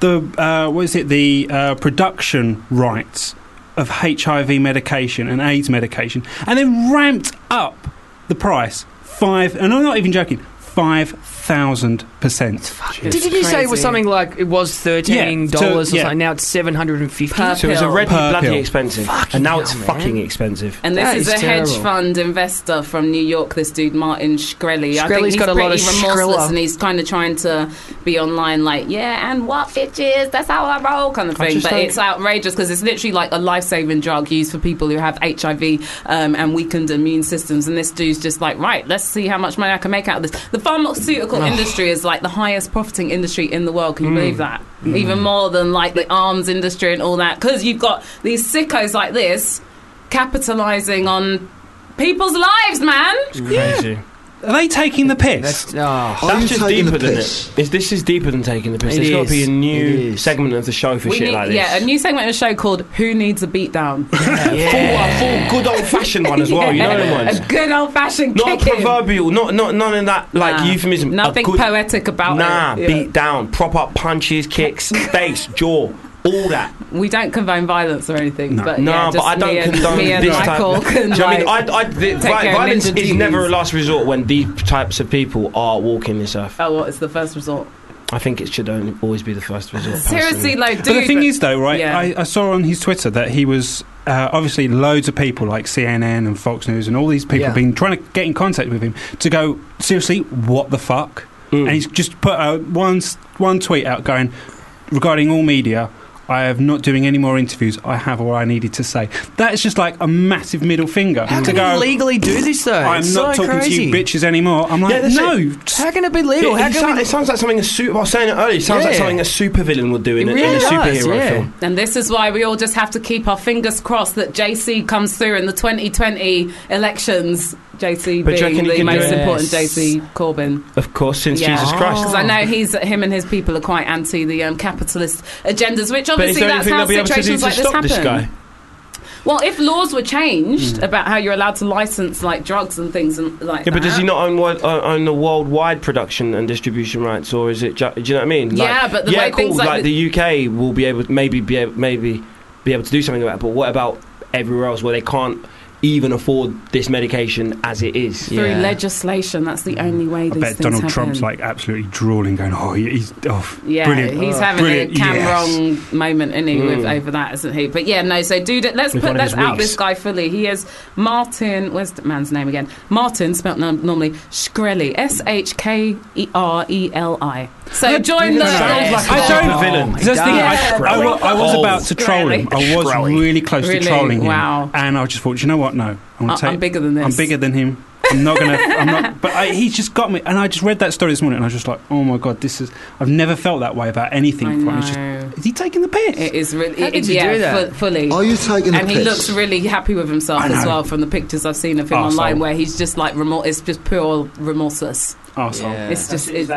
[SPEAKER 8] the uh, what is it? The uh, production rights of HIV medication and AIDS medication, and then ramped up the price five. And I'm not even joking. Five thousand percent.
[SPEAKER 7] Did you say it was
[SPEAKER 5] crazy.
[SPEAKER 7] something like it was thirteen dollars
[SPEAKER 8] Yeah,
[SPEAKER 7] or
[SPEAKER 8] so-
[SPEAKER 7] something? Now it's seven hundred and fifty.
[SPEAKER 5] Per
[SPEAKER 6] So it was
[SPEAKER 5] pill.
[SPEAKER 6] already
[SPEAKER 8] Purple.
[SPEAKER 6] bloody expensive, and now it's
[SPEAKER 7] hell, man.
[SPEAKER 6] fucking expensive.
[SPEAKER 5] And this
[SPEAKER 7] That
[SPEAKER 5] is,
[SPEAKER 7] is
[SPEAKER 5] a hedge
[SPEAKER 7] terrible.
[SPEAKER 5] fund investor from New York. This dude Martin Shkreli. I think
[SPEAKER 7] Shkreli's
[SPEAKER 5] he's
[SPEAKER 7] got a lot
[SPEAKER 5] pretty
[SPEAKER 7] of
[SPEAKER 5] remorseless,
[SPEAKER 7] Shkrela.
[SPEAKER 5] and he's kind of trying to be online, like, yeah, and what bitches? That's how I roll, kind of thing.
[SPEAKER 6] just
[SPEAKER 5] But
[SPEAKER 6] don't-
[SPEAKER 5] it's outrageous because it's literally like a life-saving drug used for people who have HIV um, and weakened immune systems. And this dude's just like, right, let's see how much money I can make out of this. The pharmaceutical industry is like the highest profiting industry in the world. Can you
[SPEAKER 6] Mm.
[SPEAKER 5] believe that? Even more than like the arms industry and all that, because you've got these sickos like this capitalizing on people's lives, man.
[SPEAKER 6] Crazy.
[SPEAKER 8] Are they taking the piss?
[SPEAKER 7] That's oh.
[SPEAKER 6] That's just deeper than it. Is this is deeper than taking the piss?
[SPEAKER 7] It
[SPEAKER 6] There's got to be
[SPEAKER 7] is.
[SPEAKER 6] a
[SPEAKER 7] It
[SPEAKER 6] new
[SPEAKER 7] is.
[SPEAKER 6] segment of the show for
[SPEAKER 5] We
[SPEAKER 6] shit
[SPEAKER 5] need,
[SPEAKER 6] like this.
[SPEAKER 5] Yeah, a new segment of the show called "Who Needs a Beatdown."
[SPEAKER 6] full, a full good old fashioned one as well. You know the ones.
[SPEAKER 5] a good old-fashioned
[SPEAKER 6] Not a
[SPEAKER 5] kicking.
[SPEAKER 6] proverbial, not not none of that like
[SPEAKER 5] Nah,
[SPEAKER 6] euphemism. A
[SPEAKER 5] Nothing
[SPEAKER 6] good-
[SPEAKER 5] poetic about
[SPEAKER 6] Nah,
[SPEAKER 5] it. Yeah.
[SPEAKER 6] beat down, prop up punches, kicks, face, jaw, all that.
[SPEAKER 5] We don't condone violence or anything. But
[SPEAKER 6] No,
[SPEAKER 5] yeah,
[SPEAKER 6] but
[SPEAKER 5] just
[SPEAKER 6] I don't
[SPEAKER 5] me and,
[SPEAKER 6] condone
[SPEAKER 5] me and
[SPEAKER 6] this
[SPEAKER 5] Michael
[SPEAKER 6] type.
[SPEAKER 5] Can,
[SPEAKER 6] Do you know what
[SPEAKER 5] like,
[SPEAKER 6] I mean, I, I, the,
[SPEAKER 5] take
[SPEAKER 6] vi-
[SPEAKER 5] care of
[SPEAKER 6] violence
[SPEAKER 5] ninja
[SPEAKER 6] is never a
[SPEAKER 5] duties.
[SPEAKER 6] last resort when these types of people are walking this earth.
[SPEAKER 5] Oh, what is the first resort?
[SPEAKER 6] I think it should only always be the first resort.
[SPEAKER 5] Seriously,
[SPEAKER 6] personally.
[SPEAKER 5] like, dude.
[SPEAKER 8] But the thing is, though, right?
[SPEAKER 5] Yeah.
[SPEAKER 8] I, I saw on his Twitter that he was uh, obviously loads of people like CNN and Fox News and all these people
[SPEAKER 7] Yeah.
[SPEAKER 8] have been trying to get in contact with him to go seriously, what the fuck?
[SPEAKER 6] Mm.
[SPEAKER 8] And he's just put out one s- one tweet out going regarding all media. I am not doing any more interviews. I have all I needed to say. That is just like a massive middle finger
[SPEAKER 7] How
[SPEAKER 8] to
[SPEAKER 7] can
[SPEAKER 8] go.
[SPEAKER 7] you legally do this though?
[SPEAKER 8] I'm
[SPEAKER 7] It's
[SPEAKER 8] not
[SPEAKER 7] so
[SPEAKER 8] talking
[SPEAKER 7] crazy.
[SPEAKER 8] to you bitches anymore. I'm
[SPEAKER 6] Yeah,
[SPEAKER 8] like,
[SPEAKER 6] that's
[SPEAKER 8] no.
[SPEAKER 6] it.
[SPEAKER 8] just-
[SPEAKER 7] How can it be
[SPEAKER 6] It,
[SPEAKER 7] legal? How
[SPEAKER 6] it
[SPEAKER 7] can
[SPEAKER 6] sound-
[SPEAKER 7] we-
[SPEAKER 6] it sounds like something a super. I was saying it earlier. It sounds like
[SPEAKER 7] Yeah.
[SPEAKER 6] something a supervillain would do in,
[SPEAKER 7] It
[SPEAKER 6] a, in
[SPEAKER 7] really
[SPEAKER 6] a
[SPEAKER 7] does,
[SPEAKER 6] superhero
[SPEAKER 7] yeah.
[SPEAKER 6] film.
[SPEAKER 5] And this is why we all just have to keep our fingers crossed that JC comes through in the 2020 elections. JC
[SPEAKER 6] But do you
[SPEAKER 5] being
[SPEAKER 6] reckon he
[SPEAKER 5] the
[SPEAKER 6] can do
[SPEAKER 5] most
[SPEAKER 6] it?
[SPEAKER 5] important JC Corbyn.
[SPEAKER 6] Of course, since
[SPEAKER 5] Yeah.
[SPEAKER 6] Jesus Christ.
[SPEAKER 5] Because I know he's him and his people are quite anti the um, capitalist agendas, which
[SPEAKER 6] But is
[SPEAKER 5] obviously
[SPEAKER 6] there
[SPEAKER 5] that's
[SPEAKER 6] anything
[SPEAKER 5] how
[SPEAKER 6] they'll be able to do
[SPEAKER 5] situations
[SPEAKER 6] to
[SPEAKER 5] like
[SPEAKER 6] stop
[SPEAKER 5] this
[SPEAKER 6] this
[SPEAKER 5] happen.
[SPEAKER 6] guy?
[SPEAKER 5] well, if laws were changed
[SPEAKER 8] Hmm.
[SPEAKER 5] about how you're allowed to license like drugs and things and like
[SPEAKER 6] Yeah,
[SPEAKER 5] that.
[SPEAKER 6] but does he not own, wor- uh, own the worldwide production and distribution rights, or is it? Ju- do you know what I mean?
[SPEAKER 5] Yeah, but the
[SPEAKER 6] yeah,
[SPEAKER 5] way
[SPEAKER 6] cool.
[SPEAKER 5] things like
[SPEAKER 6] like, the UK will be able, maybe be able, maybe be able to do something about it. But what about everywhere else where they can't even afford this medication as it is?
[SPEAKER 5] through
[SPEAKER 7] Yeah.
[SPEAKER 5] legislation? That's the only way
[SPEAKER 8] I
[SPEAKER 5] these
[SPEAKER 8] bet
[SPEAKER 5] things
[SPEAKER 8] Donald
[SPEAKER 5] happen.
[SPEAKER 8] Trump's like absolutely drooling, going, "Oh, he's oh,
[SPEAKER 5] Yeah,
[SPEAKER 8] brilliant."
[SPEAKER 5] he's
[SPEAKER 8] Oh,
[SPEAKER 5] having
[SPEAKER 8] brilliant,
[SPEAKER 5] a Cameron
[SPEAKER 8] yes. Mm.
[SPEAKER 5] moment, isn't he, with, over that, isn't he? But yeah, no. So, dude, let's
[SPEAKER 6] With
[SPEAKER 5] put
[SPEAKER 6] one of
[SPEAKER 5] let's
[SPEAKER 6] his
[SPEAKER 5] out
[SPEAKER 6] wigs.
[SPEAKER 5] this guy fully. He is Martin. Where's the man's name again? Martin, spelt nom- normally Shkreli, S H K E R E L I. So join the.
[SPEAKER 6] sounds like a
[SPEAKER 8] I don't.
[SPEAKER 6] supervillain.
[SPEAKER 8] That's the thing, I,
[SPEAKER 5] Yeah.
[SPEAKER 8] I wa- I was
[SPEAKER 6] Oh.
[SPEAKER 8] about to troll him. I was
[SPEAKER 6] Scrolly.
[SPEAKER 8] really close
[SPEAKER 5] Really?
[SPEAKER 8] to trolling him,
[SPEAKER 5] Wow.
[SPEAKER 8] and I just thought, you know what? No, I'm, gonna
[SPEAKER 5] I-
[SPEAKER 8] take,
[SPEAKER 5] I'm bigger than this.
[SPEAKER 8] I'm bigger than him. I'm not gonna. I'm not. But I, he's just got me, and I just read that story this morning, and I was just like, oh my god, this is. I've never felt that way about anything.
[SPEAKER 5] I
[SPEAKER 8] before. And it's
[SPEAKER 5] know.
[SPEAKER 8] just, is he taking the piss?
[SPEAKER 5] It is really.
[SPEAKER 7] How did
[SPEAKER 5] it-
[SPEAKER 7] you
[SPEAKER 5] yeah,
[SPEAKER 7] do that?
[SPEAKER 5] fu- fully.
[SPEAKER 8] Are you taking the
[SPEAKER 5] And he
[SPEAKER 8] piss?
[SPEAKER 5] looks really happy with himself
[SPEAKER 8] I
[SPEAKER 5] as
[SPEAKER 8] know.
[SPEAKER 7] Oh,
[SPEAKER 5] well from the pictures I've seen of him
[SPEAKER 8] Arsehole.
[SPEAKER 5] online, where he's just like remor- It's just pure remorseless.
[SPEAKER 10] arsehole.
[SPEAKER 5] It's just it-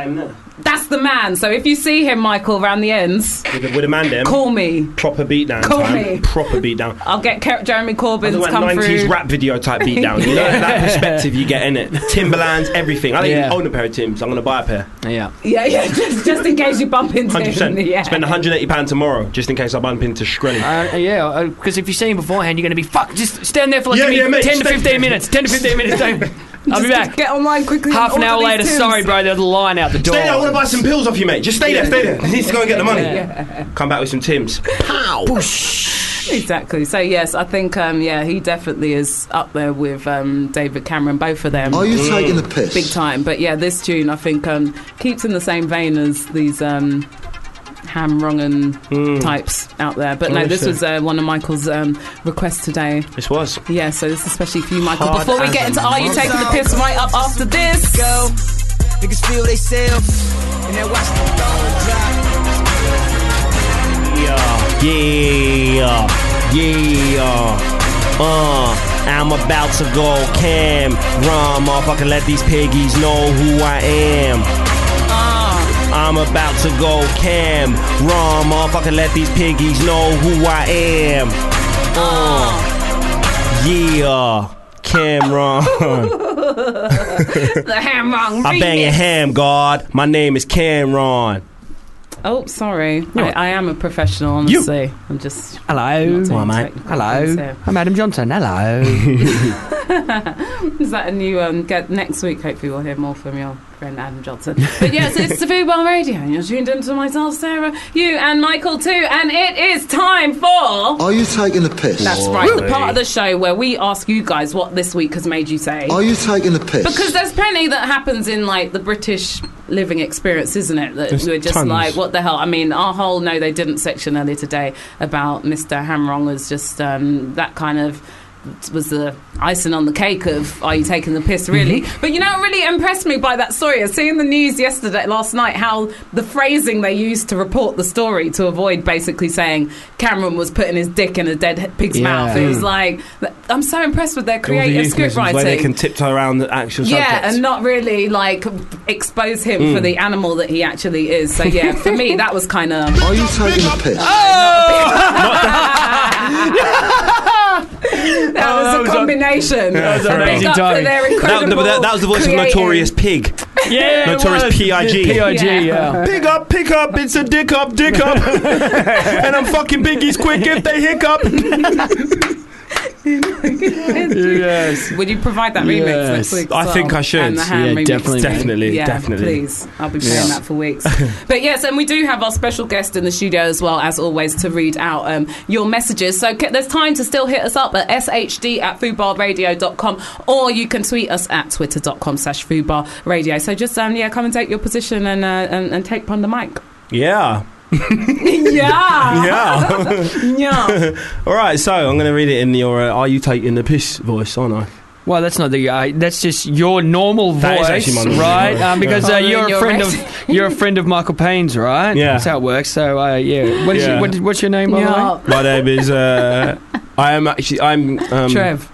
[SPEAKER 5] that's the man. So if you see him, Michael, round the ends,
[SPEAKER 6] with, a, with a man there.
[SPEAKER 5] call me.
[SPEAKER 6] Proper beat down
[SPEAKER 5] Call
[SPEAKER 6] time.
[SPEAKER 5] me.
[SPEAKER 6] Proper beat down.
[SPEAKER 5] I'll get Ke- Jeremy Corbyn
[SPEAKER 6] Other
[SPEAKER 5] to
[SPEAKER 6] like
[SPEAKER 5] come
[SPEAKER 6] 90s
[SPEAKER 5] through.
[SPEAKER 6] rap video type beat down. You know, that perspective you get in it. Timberlands, everything. I don't
[SPEAKER 7] Yeah.
[SPEAKER 6] even own a pair of Timbs. I'm going to buy a pair.
[SPEAKER 7] Yeah.
[SPEAKER 5] Yeah, yeah. Just, just in case you bump into him.
[SPEAKER 6] 100%.
[SPEAKER 5] Yeah.
[SPEAKER 6] Spend £180 tomorrow just in case I bump into Shkreli.
[SPEAKER 7] Uh, yeah, because if you see him beforehand, you're going to be fuck. Just stand there for like
[SPEAKER 6] Yeah,
[SPEAKER 7] give me
[SPEAKER 6] yeah, mate,
[SPEAKER 7] 10 to
[SPEAKER 6] stay-
[SPEAKER 7] 15 minutes. 10 to 15 minutes. don't- I'll be
[SPEAKER 5] Just
[SPEAKER 7] back.
[SPEAKER 5] Get online quickly. and
[SPEAKER 7] Half an
[SPEAKER 5] order
[SPEAKER 7] hour
[SPEAKER 5] these
[SPEAKER 7] later,
[SPEAKER 5] Tims.
[SPEAKER 7] sorry, bro, there's a line out the door.
[SPEAKER 6] Stay there, I want to buy some pills off you, mate. Just stay there, stay there. I need to go and get the money. Come back with some Tims.
[SPEAKER 5] Exactly. So yes, I think um, yeah, he definitely is up there with um, David Cameron, both of them.
[SPEAKER 3] Are you taking the piss?
[SPEAKER 5] big time. But yeah, this tune I think um, keeps in the same vein as these um, ham wrong and types out there. But no, this was uh, one of Michael's um, requests today.
[SPEAKER 6] This was.
[SPEAKER 5] Yeah, so this is especially for you, Michael.
[SPEAKER 6] Hard
[SPEAKER 5] Before we
[SPEAKER 6] as
[SPEAKER 5] get
[SPEAKER 6] a
[SPEAKER 5] into Are You
[SPEAKER 6] mother-
[SPEAKER 5] Taking the Piss right up after this.
[SPEAKER 11] go. Niggas feel they self and they watch the phone drop.
[SPEAKER 4] Yeah, yeah, yeah. Uh, I'm about to go cam. Run, motherfucker, let these piggies know who I am.
[SPEAKER 5] Uh.
[SPEAKER 4] I'm about to go cam. Run, motherfucker, let these piggies know who I am. Uh, yeah, Cameron.
[SPEAKER 5] The ham wrong.
[SPEAKER 4] I bang a ham, God. My name is Cameron.
[SPEAKER 5] Oh, sorry. I, I am a professional, honestly. I'm just.
[SPEAKER 7] Hello.
[SPEAKER 5] not doing
[SPEAKER 4] Why, mate?
[SPEAKER 5] technical things
[SPEAKER 7] Hello.
[SPEAKER 5] here.
[SPEAKER 7] I'm Adam Johnson. Hello.
[SPEAKER 5] Is that a new um, get next week? Hopefully, we'll hear more from your friend Adam Johnson. But yes, it's the Food Bar Radio, and you're tuned in to myself, Sarah, you, and Michael too. And it is time for.
[SPEAKER 3] Are you taking the piss?
[SPEAKER 5] That's right, the part of the show where we ask you guys what this week has made you say.
[SPEAKER 3] Are you taking the piss?
[SPEAKER 5] Because there's plenty that happens in like the British living experience, isn't it? That
[SPEAKER 10] There's
[SPEAKER 5] we're just
[SPEAKER 10] tons.
[SPEAKER 5] like, what the hell? I mean, our whole no, they didn't section earlier today about Mr. Hamrong was just um, that kind of was the icing on the cake of are you taking the piss really
[SPEAKER 6] Mm-hmm.
[SPEAKER 5] but you know what really impressed me by that story is seeing the news yesterday last night how the phrasing they used to report the story to avoid basically saying cameron was putting his dick in a dead pig's mouth it was like i'm so impressed with their creative script writing
[SPEAKER 6] where they can tiptoe around the actual
[SPEAKER 5] yeah,
[SPEAKER 6] subject.
[SPEAKER 5] and not really like expose him for the animal that he actually is. So yeah, for me that was kind of
[SPEAKER 3] Are you taking the piss?
[SPEAKER 5] Oh! that
[SPEAKER 4] that
[SPEAKER 5] was
[SPEAKER 4] was
[SPEAKER 5] a
[SPEAKER 4] a-
[SPEAKER 5] combination.
[SPEAKER 4] that was
[SPEAKER 5] So
[SPEAKER 4] an
[SPEAKER 5] big
[SPEAKER 4] amazing
[SPEAKER 5] up for
[SPEAKER 7] timing.
[SPEAKER 5] their
[SPEAKER 6] that,
[SPEAKER 5] incredible
[SPEAKER 6] but that, that was the voice
[SPEAKER 5] creative-
[SPEAKER 6] of Notorious Pig.
[SPEAKER 7] Yeah.
[SPEAKER 6] Notorious
[SPEAKER 7] it was.
[SPEAKER 6] P.I.G..
[SPEAKER 7] P.I.G.
[SPEAKER 5] Yeah.
[SPEAKER 7] Yeah.
[SPEAKER 6] Pig up, pick up, it's a dick up, dick up. and I'm fucking biggies quick if they hiccup.
[SPEAKER 7] yes.
[SPEAKER 5] Would you provide that remix
[SPEAKER 7] Yes.
[SPEAKER 5] next week? as
[SPEAKER 6] I
[SPEAKER 5] well?
[SPEAKER 6] think I should.
[SPEAKER 5] And the ham
[SPEAKER 7] Yeah,
[SPEAKER 5] remix.
[SPEAKER 7] definitely,
[SPEAKER 5] too.
[SPEAKER 6] Definitely,
[SPEAKER 5] Yeah,
[SPEAKER 6] definitely.
[SPEAKER 5] Please, I'll be playing that for weeks. but yes, and we do have our special guest in the studio as well, as always, to read out um, your messages. So c- there's time to still hit us up at shd at foodbarradio.com or you can tweet us at twitter.com slash foodbarradio. So just, um, yeah, come and take your position and, uh, and, and take on the mic.
[SPEAKER 6] Yeah,
[SPEAKER 5] yeah.
[SPEAKER 6] yeah.
[SPEAKER 5] Yeah.
[SPEAKER 6] All right, so I'm going to read it in your uh, "Are you taking the piss?" voice, aren't I?
[SPEAKER 7] Well, that's not the. Uh, that's just your normal
[SPEAKER 6] That is
[SPEAKER 7] voice,
[SPEAKER 6] actually my normal
[SPEAKER 7] right?
[SPEAKER 6] voice.
[SPEAKER 7] Um, because uh,
[SPEAKER 5] Following
[SPEAKER 7] you're a
[SPEAKER 5] your
[SPEAKER 7] friend
[SPEAKER 5] rest-
[SPEAKER 7] of you're a friend of Michael Payne's, right?
[SPEAKER 6] Yeah.
[SPEAKER 7] That's how it works. So, uh, yeah. What is
[SPEAKER 6] Yeah.
[SPEAKER 7] your, what is, what's your name, by the way?
[SPEAKER 5] Yeah.
[SPEAKER 6] My name is. Uh, I am actually. I'm um,
[SPEAKER 7] Trev.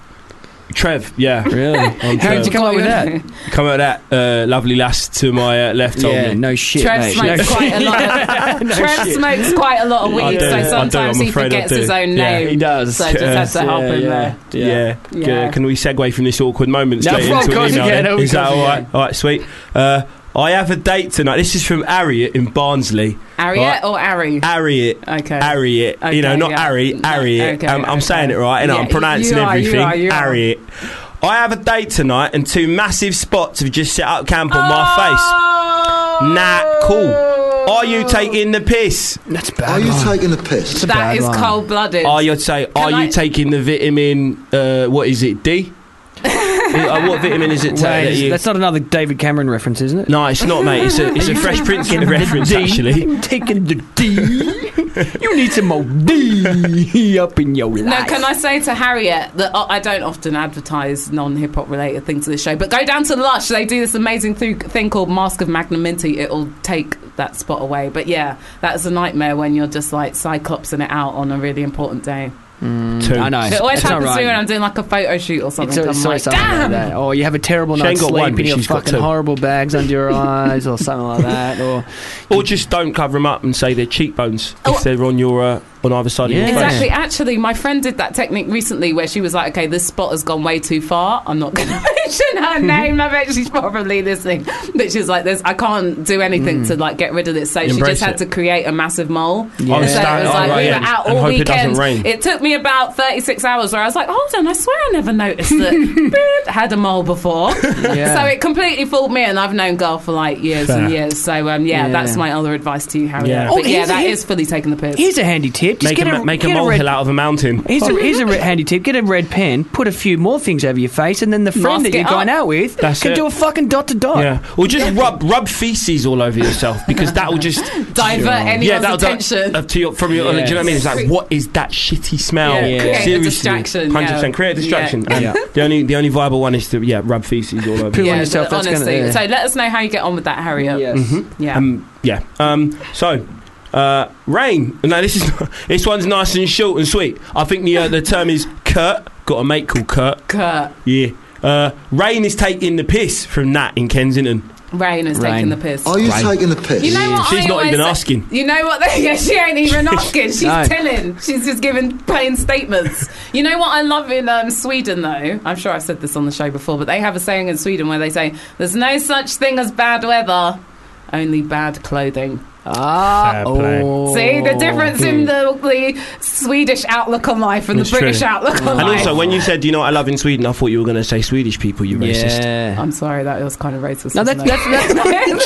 [SPEAKER 6] Trev. Yeah.
[SPEAKER 7] Really?
[SPEAKER 6] I'm
[SPEAKER 7] How
[SPEAKER 6] Trev.
[SPEAKER 7] did you come up with that?
[SPEAKER 6] Come at that uh, lovely lass to my uh, left. told
[SPEAKER 7] yeah.
[SPEAKER 6] me.
[SPEAKER 7] No shit,
[SPEAKER 5] Trev
[SPEAKER 7] mate.
[SPEAKER 5] smokes
[SPEAKER 7] no
[SPEAKER 5] quite a lot. Of, Trev smokes quite a lot of
[SPEAKER 6] I
[SPEAKER 5] weed,
[SPEAKER 6] do, I
[SPEAKER 5] so
[SPEAKER 6] do,
[SPEAKER 5] sometimes
[SPEAKER 6] I'm
[SPEAKER 5] he
[SPEAKER 6] afraid I
[SPEAKER 5] forgets
[SPEAKER 6] do.
[SPEAKER 5] his own
[SPEAKER 6] Yeah,
[SPEAKER 5] name.
[SPEAKER 7] He does.
[SPEAKER 5] So I just have to
[SPEAKER 7] Yeah,
[SPEAKER 5] help him
[SPEAKER 7] yeah,
[SPEAKER 5] there.
[SPEAKER 7] Yeah.
[SPEAKER 6] Yeah.
[SPEAKER 5] Yeah.
[SPEAKER 6] yeah. Can we segue from this awkward moment
[SPEAKER 7] Yeah,
[SPEAKER 6] straight
[SPEAKER 7] of
[SPEAKER 6] into an
[SPEAKER 7] course
[SPEAKER 6] email?
[SPEAKER 7] we can,
[SPEAKER 6] then?
[SPEAKER 7] of
[SPEAKER 6] Is that
[SPEAKER 7] course we
[SPEAKER 6] all right? All right, sweet. Uh, I have a date tonight. This is from Ariet in Barnsley.
[SPEAKER 5] Ariette
[SPEAKER 6] Right.
[SPEAKER 5] or Ari?
[SPEAKER 6] Ariet.
[SPEAKER 5] Okay.
[SPEAKER 6] Ariet.
[SPEAKER 5] Okay,
[SPEAKER 6] you know, not
[SPEAKER 5] yeah.
[SPEAKER 6] Ari,
[SPEAKER 5] No,
[SPEAKER 6] Ariet.
[SPEAKER 5] okay,
[SPEAKER 6] um, I'm
[SPEAKER 5] okay.
[SPEAKER 6] saying it right, and
[SPEAKER 5] Yeah,
[SPEAKER 6] I'm
[SPEAKER 5] you
[SPEAKER 6] pronouncing
[SPEAKER 5] are, you
[SPEAKER 6] everything.
[SPEAKER 5] are, you are.
[SPEAKER 6] Ariet. I have a date tonight, and two massive spots have just set up camp on my face.
[SPEAKER 5] Oh!
[SPEAKER 6] Nah, cool. Are you taking the piss?
[SPEAKER 7] That's
[SPEAKER 3] Are
[SPEAKER 7] bad.
[SPEAKER 3] you taking the piss?
[SPEAKER 5] That
[SPEAKER 7] bad
[SPEAKER 5] is
[SPEAKER 7] one.
[SPEAKER 5] cold blooded.
[SPEAKER 6] Are you say? Are
[SPEAKER 5] I-
[SPEAKER 6] you taking the vitamin? Uh, what is it? D. Uh, what vitamin is it? ta- that
[SPEAKER 7] Wait,
[SPEAKER 6] you-
[SPEAKER 7] that's not another David Cameron reference, isn't it?
[SPEAKER 6] No, it's not, mate. It's a, it's a Fresh Prince reference, actually.
[SPEAKER 7] taking the D. You need some more D up in your life.
[SPEAKER 5] No, can I say to Harriet that uh, I don't often advertise non hip hop related things to this show, but go down to Lush. They do this amazing th- thing called Mask of Magnanimity. It'll take that spot away. But yeah, that's a nightmare when you're just like cyclopsing it out on a really important day.
[SPEAKER 7] Two. I know.
[SPEAKER 5] It always
[SPEAKER 7] It's not
[SPEAKER 5] happens to me
[SPEAKER 7] right.
[SPEAKER 5] when I'm doing like a photo shoot or
[SPEAKER 7] It's
[SPEAKER 5] something.
[SPEAKER 7] always, it's
[SPEAKER 5] I'm like,
[SPEAKER 7] always something like
[SPEAKER 5] damn.
[SPEAKER 7] that. Or Oh, you have a terrible
[SPEAKER 6] Shane
[SPEAKER 7] night's
[SPEAKER 6] got
[SPEAKER 7] sleep
[SPEAKER 6] one,
[SPEAKER 7] and
[SPEAKER 6] but
[SPEAKER 7] you have
[SPEAKER 6] she's got
[SPEAKER 7] fucking
[SPEAKER 6] two.
[SPEAKER 7] horrible bags under your eyes or something like that. Or
[SPEAKER 6] Or just don't cover them up and say they're cheekbones
[SPEAKER 5] Oh.
[SPEAKER 6] if they're on your uh, on either side of your face.
[SPEAKER 5] Exactly. Actually, my friend did that technique recently where she was like, okay, this spot has gone way too far. I'm not going to mention
[SPEAKER 6] Mm-hmm.
[SPEAKER 5] her name. I bet she's probably listening. But she's like, this, I can't do anything to like get rid of this. So she
[SPEAKER 6] Mm. Embrace
[SPEAKER 5] just had to
[SPEAKER 6] it.
[SPEAKER 5] create a massive mole.
[SPEAKER 6] Yeah.
[SPEAKER 5] And so it
[SPEAKER 6] Stand-
[SPEAKER 5] was
[SPEAKER 6] oh,
[SPEAKER 5] like,
[SPEAKER 6] right,
[SPEAKER 5] we were
[SPEAKER 6] yeah.
[SPEAKER 5] out
[SPEAKER 6] And
[SPEAKER 5] all
[SPEAKER 6] hope it doesn't
[SPEAKER 5] weekend.
[SPEAKER 6] rain.
[SPEAKER 5] It took me about 36 hours where I was like, hold on, I swear I never noticed that Beep, had a mole before.
[SPEAKER 7] Yeah.
[SPEAKER 5] So it completely fooled me and I've known girl for like years and
[SPEAKER 6] Fair.
[SPEAKER 5] years. So um, yeah,
[SPEAKER 7] Yeah.
[SPEAKER 5] that's my other advice to you, Harry.
[SPEAKER 6] Yeah.
[SPEAKER 5] But
[SPEAKER 7] Oh,
[SPEAKER 5] yeah,
[SPEAKER 7] here's-
[SPEAKER 5] that
[SPEAKER 7] here's-
[SPEAKER 5] is fully taking the piss.
[SPEAKER 7] here's a handy tip. Just
[SPEAKER 6] Make
[SPEAKER 7] get
[SPEAKER 6] a,
[SPEAKER 7] a,
[SPEAKER 6] ma- make a
[SPEAKER 7] get a red
[SPEAKER 6] molehill out of a mountain.
[SPEAKER 7] Here's a, here's a re- handy tip. Get a red pen, put a few more things over your face, and then the
[SPEAKER 5] Mask
[SPEAKER 7] friend that
[SPEAKER 5] it
[SPEAKER 7] you're going
[SPEAKER 5] up.
[SPEAKER 7] out with
[SPEAKER 6] That's
[SPEAKER 7] can
[SPEAKER 6] it.
[SPEAKER 7] do a fucking dot to dot.
[SPEAKER 6] Yeah, or just rub rub feces all over yourself because that will just
[SPEAKER 5] Divert anyone's
[SPEAKER 6] that'll di-
[SPEAKER 5] attention.
[SPEAKER 6] uh, to your, from your. Do you know what I mean? It's like, what is that shitty smell?
[SPEAKER 5] Yeah, Yeah. create a
[SPEAKER 6] Seriously,
[SPEAKER 5] distraction,
[SPEAKER 6] Hundred
[SPEAKER 5] yeah.
[SPEAKER 6] percent, create a distraction.
[SPEAKER 5] Yeah.
[SPEAKER 6] And The only the only viable one is to yeah rub feces all over.
[SPEAKER 7] Yeah.
[SPEAKER 6] Yeah.
[SPEAKER 7] on yourself,
[SPEAKER 5] but
[SPEAKER 7] that's
[SPEAKER 5] honestly.
[SPEAKER 7] gonna- yeah.
[SPEAKER 5] So let us know how you get on with that, Harriet.
[SPEAKER 7] Yes.
[SPEAKER 5] Yeah.
[SPEAKER 6] Um, yeah. Um, so. Uh, rain. No, this is this one's nice and short and sweet. I think the uh, the term is Kurt. Got a mate called Kurt.
[SPEAKER 5] Kurt,
[SPEAKER 6] Yeah. Uh, rain is taking the piss from Nat in Kensington.
[SPEAKER 5] Rain is
[SPEAKER 7] Rain.
[SPEAKER 5] taking the piss.
[SPEAKER 3] Are you
[SPEAKER 6] Right.
[SPEAKER 3] taking the piss?
[SPEAKER 5] You know what?
[SPEAKER 6] She's
[SPEAKER 5] I
[SPEAKER 6] not
[SPEAKER 5] always
[SPEAKER 6] even
[SPEAKER 5] say-
[SPEAKER 6] asking.
[SPEAKER 5] You know what? yeah, she ain't even asking. She's
[SPEAKER 7] No.
[SPEAKER 5] telling. She's just giving plain statements. you know what I love in um, Sweden, though? I'm sure I've said this on the show before, but they have a saying in Sweden where they say, there's no such thing as bad weather, only bad clothing.
[SPEAKER 7] Ah,
[SPEAKER 10] Fair play.
[SPEAKER 7] oh.
[SPEAKER 5] See the difference in the, the Swedish outlook on life and
[SPEAKER 6] It's
[SPEAKER 5] the
[SPEAKER 6] true.
[SPEAKER 5] British outlook on
[SPEAKER 6] And
[SPEAKER 5] life.
[SPEAKER 6] also, when you said, you know, what I love in Sweden, I thought you were going to say Swedish people, you racist.
[SPEAKER 7] Yeah.
[SPEAKER 5] I'm sorry, that was kind of racist.
[SPEAKER 7] No,
[SPEAKER 5] wasn't
[SPEAKER 7] that's,
[SPEAKER 5] it?
[SPEAKER 7] that's, that's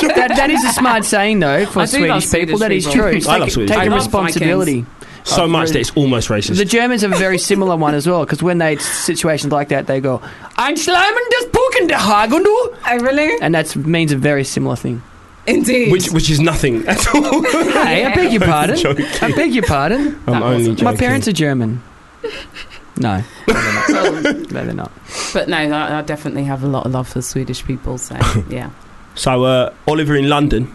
[SPEAKER 7] that, that is a smart saying though
[SPEAKER 5] I
[SPEAKER 7] for
[SPEAKER 5] do love
[SPEAKER 7] Swedish people.
[SPEAKER 5] Swedish
[SPEAKER 7] That is
[SPEAKER 5] people.
[SPEAKER 7] true. It's
[SPEAKER 6] I
[SPEAKER 7] take,
[SPEAKER 6] love Swedish
[SPEAKER 7] Take
[SPEAKER 5] people. I love
[SPEAKER 7] responsibility.
[SPEAKER 6] So
[SPEAKER 7] I've
[SPEAKER 6] much
[SPEAKER 7] read-
[SPEAKER 6] that it's almost racist.
[SPEAKER 7] The Germans have a very similar one as well because when they situations like that, they go "Ein Schleimen des Pucken der Hagendu,"
[SPEAKER 5] Oh, really?
[SPEAKER 7] and that means a very similar thing.
[SPEAKER 5] Indeed.
[SPEAKER 6] which, which is nothing at all.
[SPEAKER 7] Hey, I beg your pardon.
[SPEAKER 6] joking.
[SPEAKER 7] I beg your pardon.
[SPEAKER 6] I'm only joking.
[SPEAKER 7] My parents are German. No,
[SPEAKER 5] So-
[SPEAKER 7] no, they're not.
[SPEAKER 5] but no, I, I definitely have a lot of love for Swedish people. So yeah,
[SPEAKER 6] So, uh, Oliver in London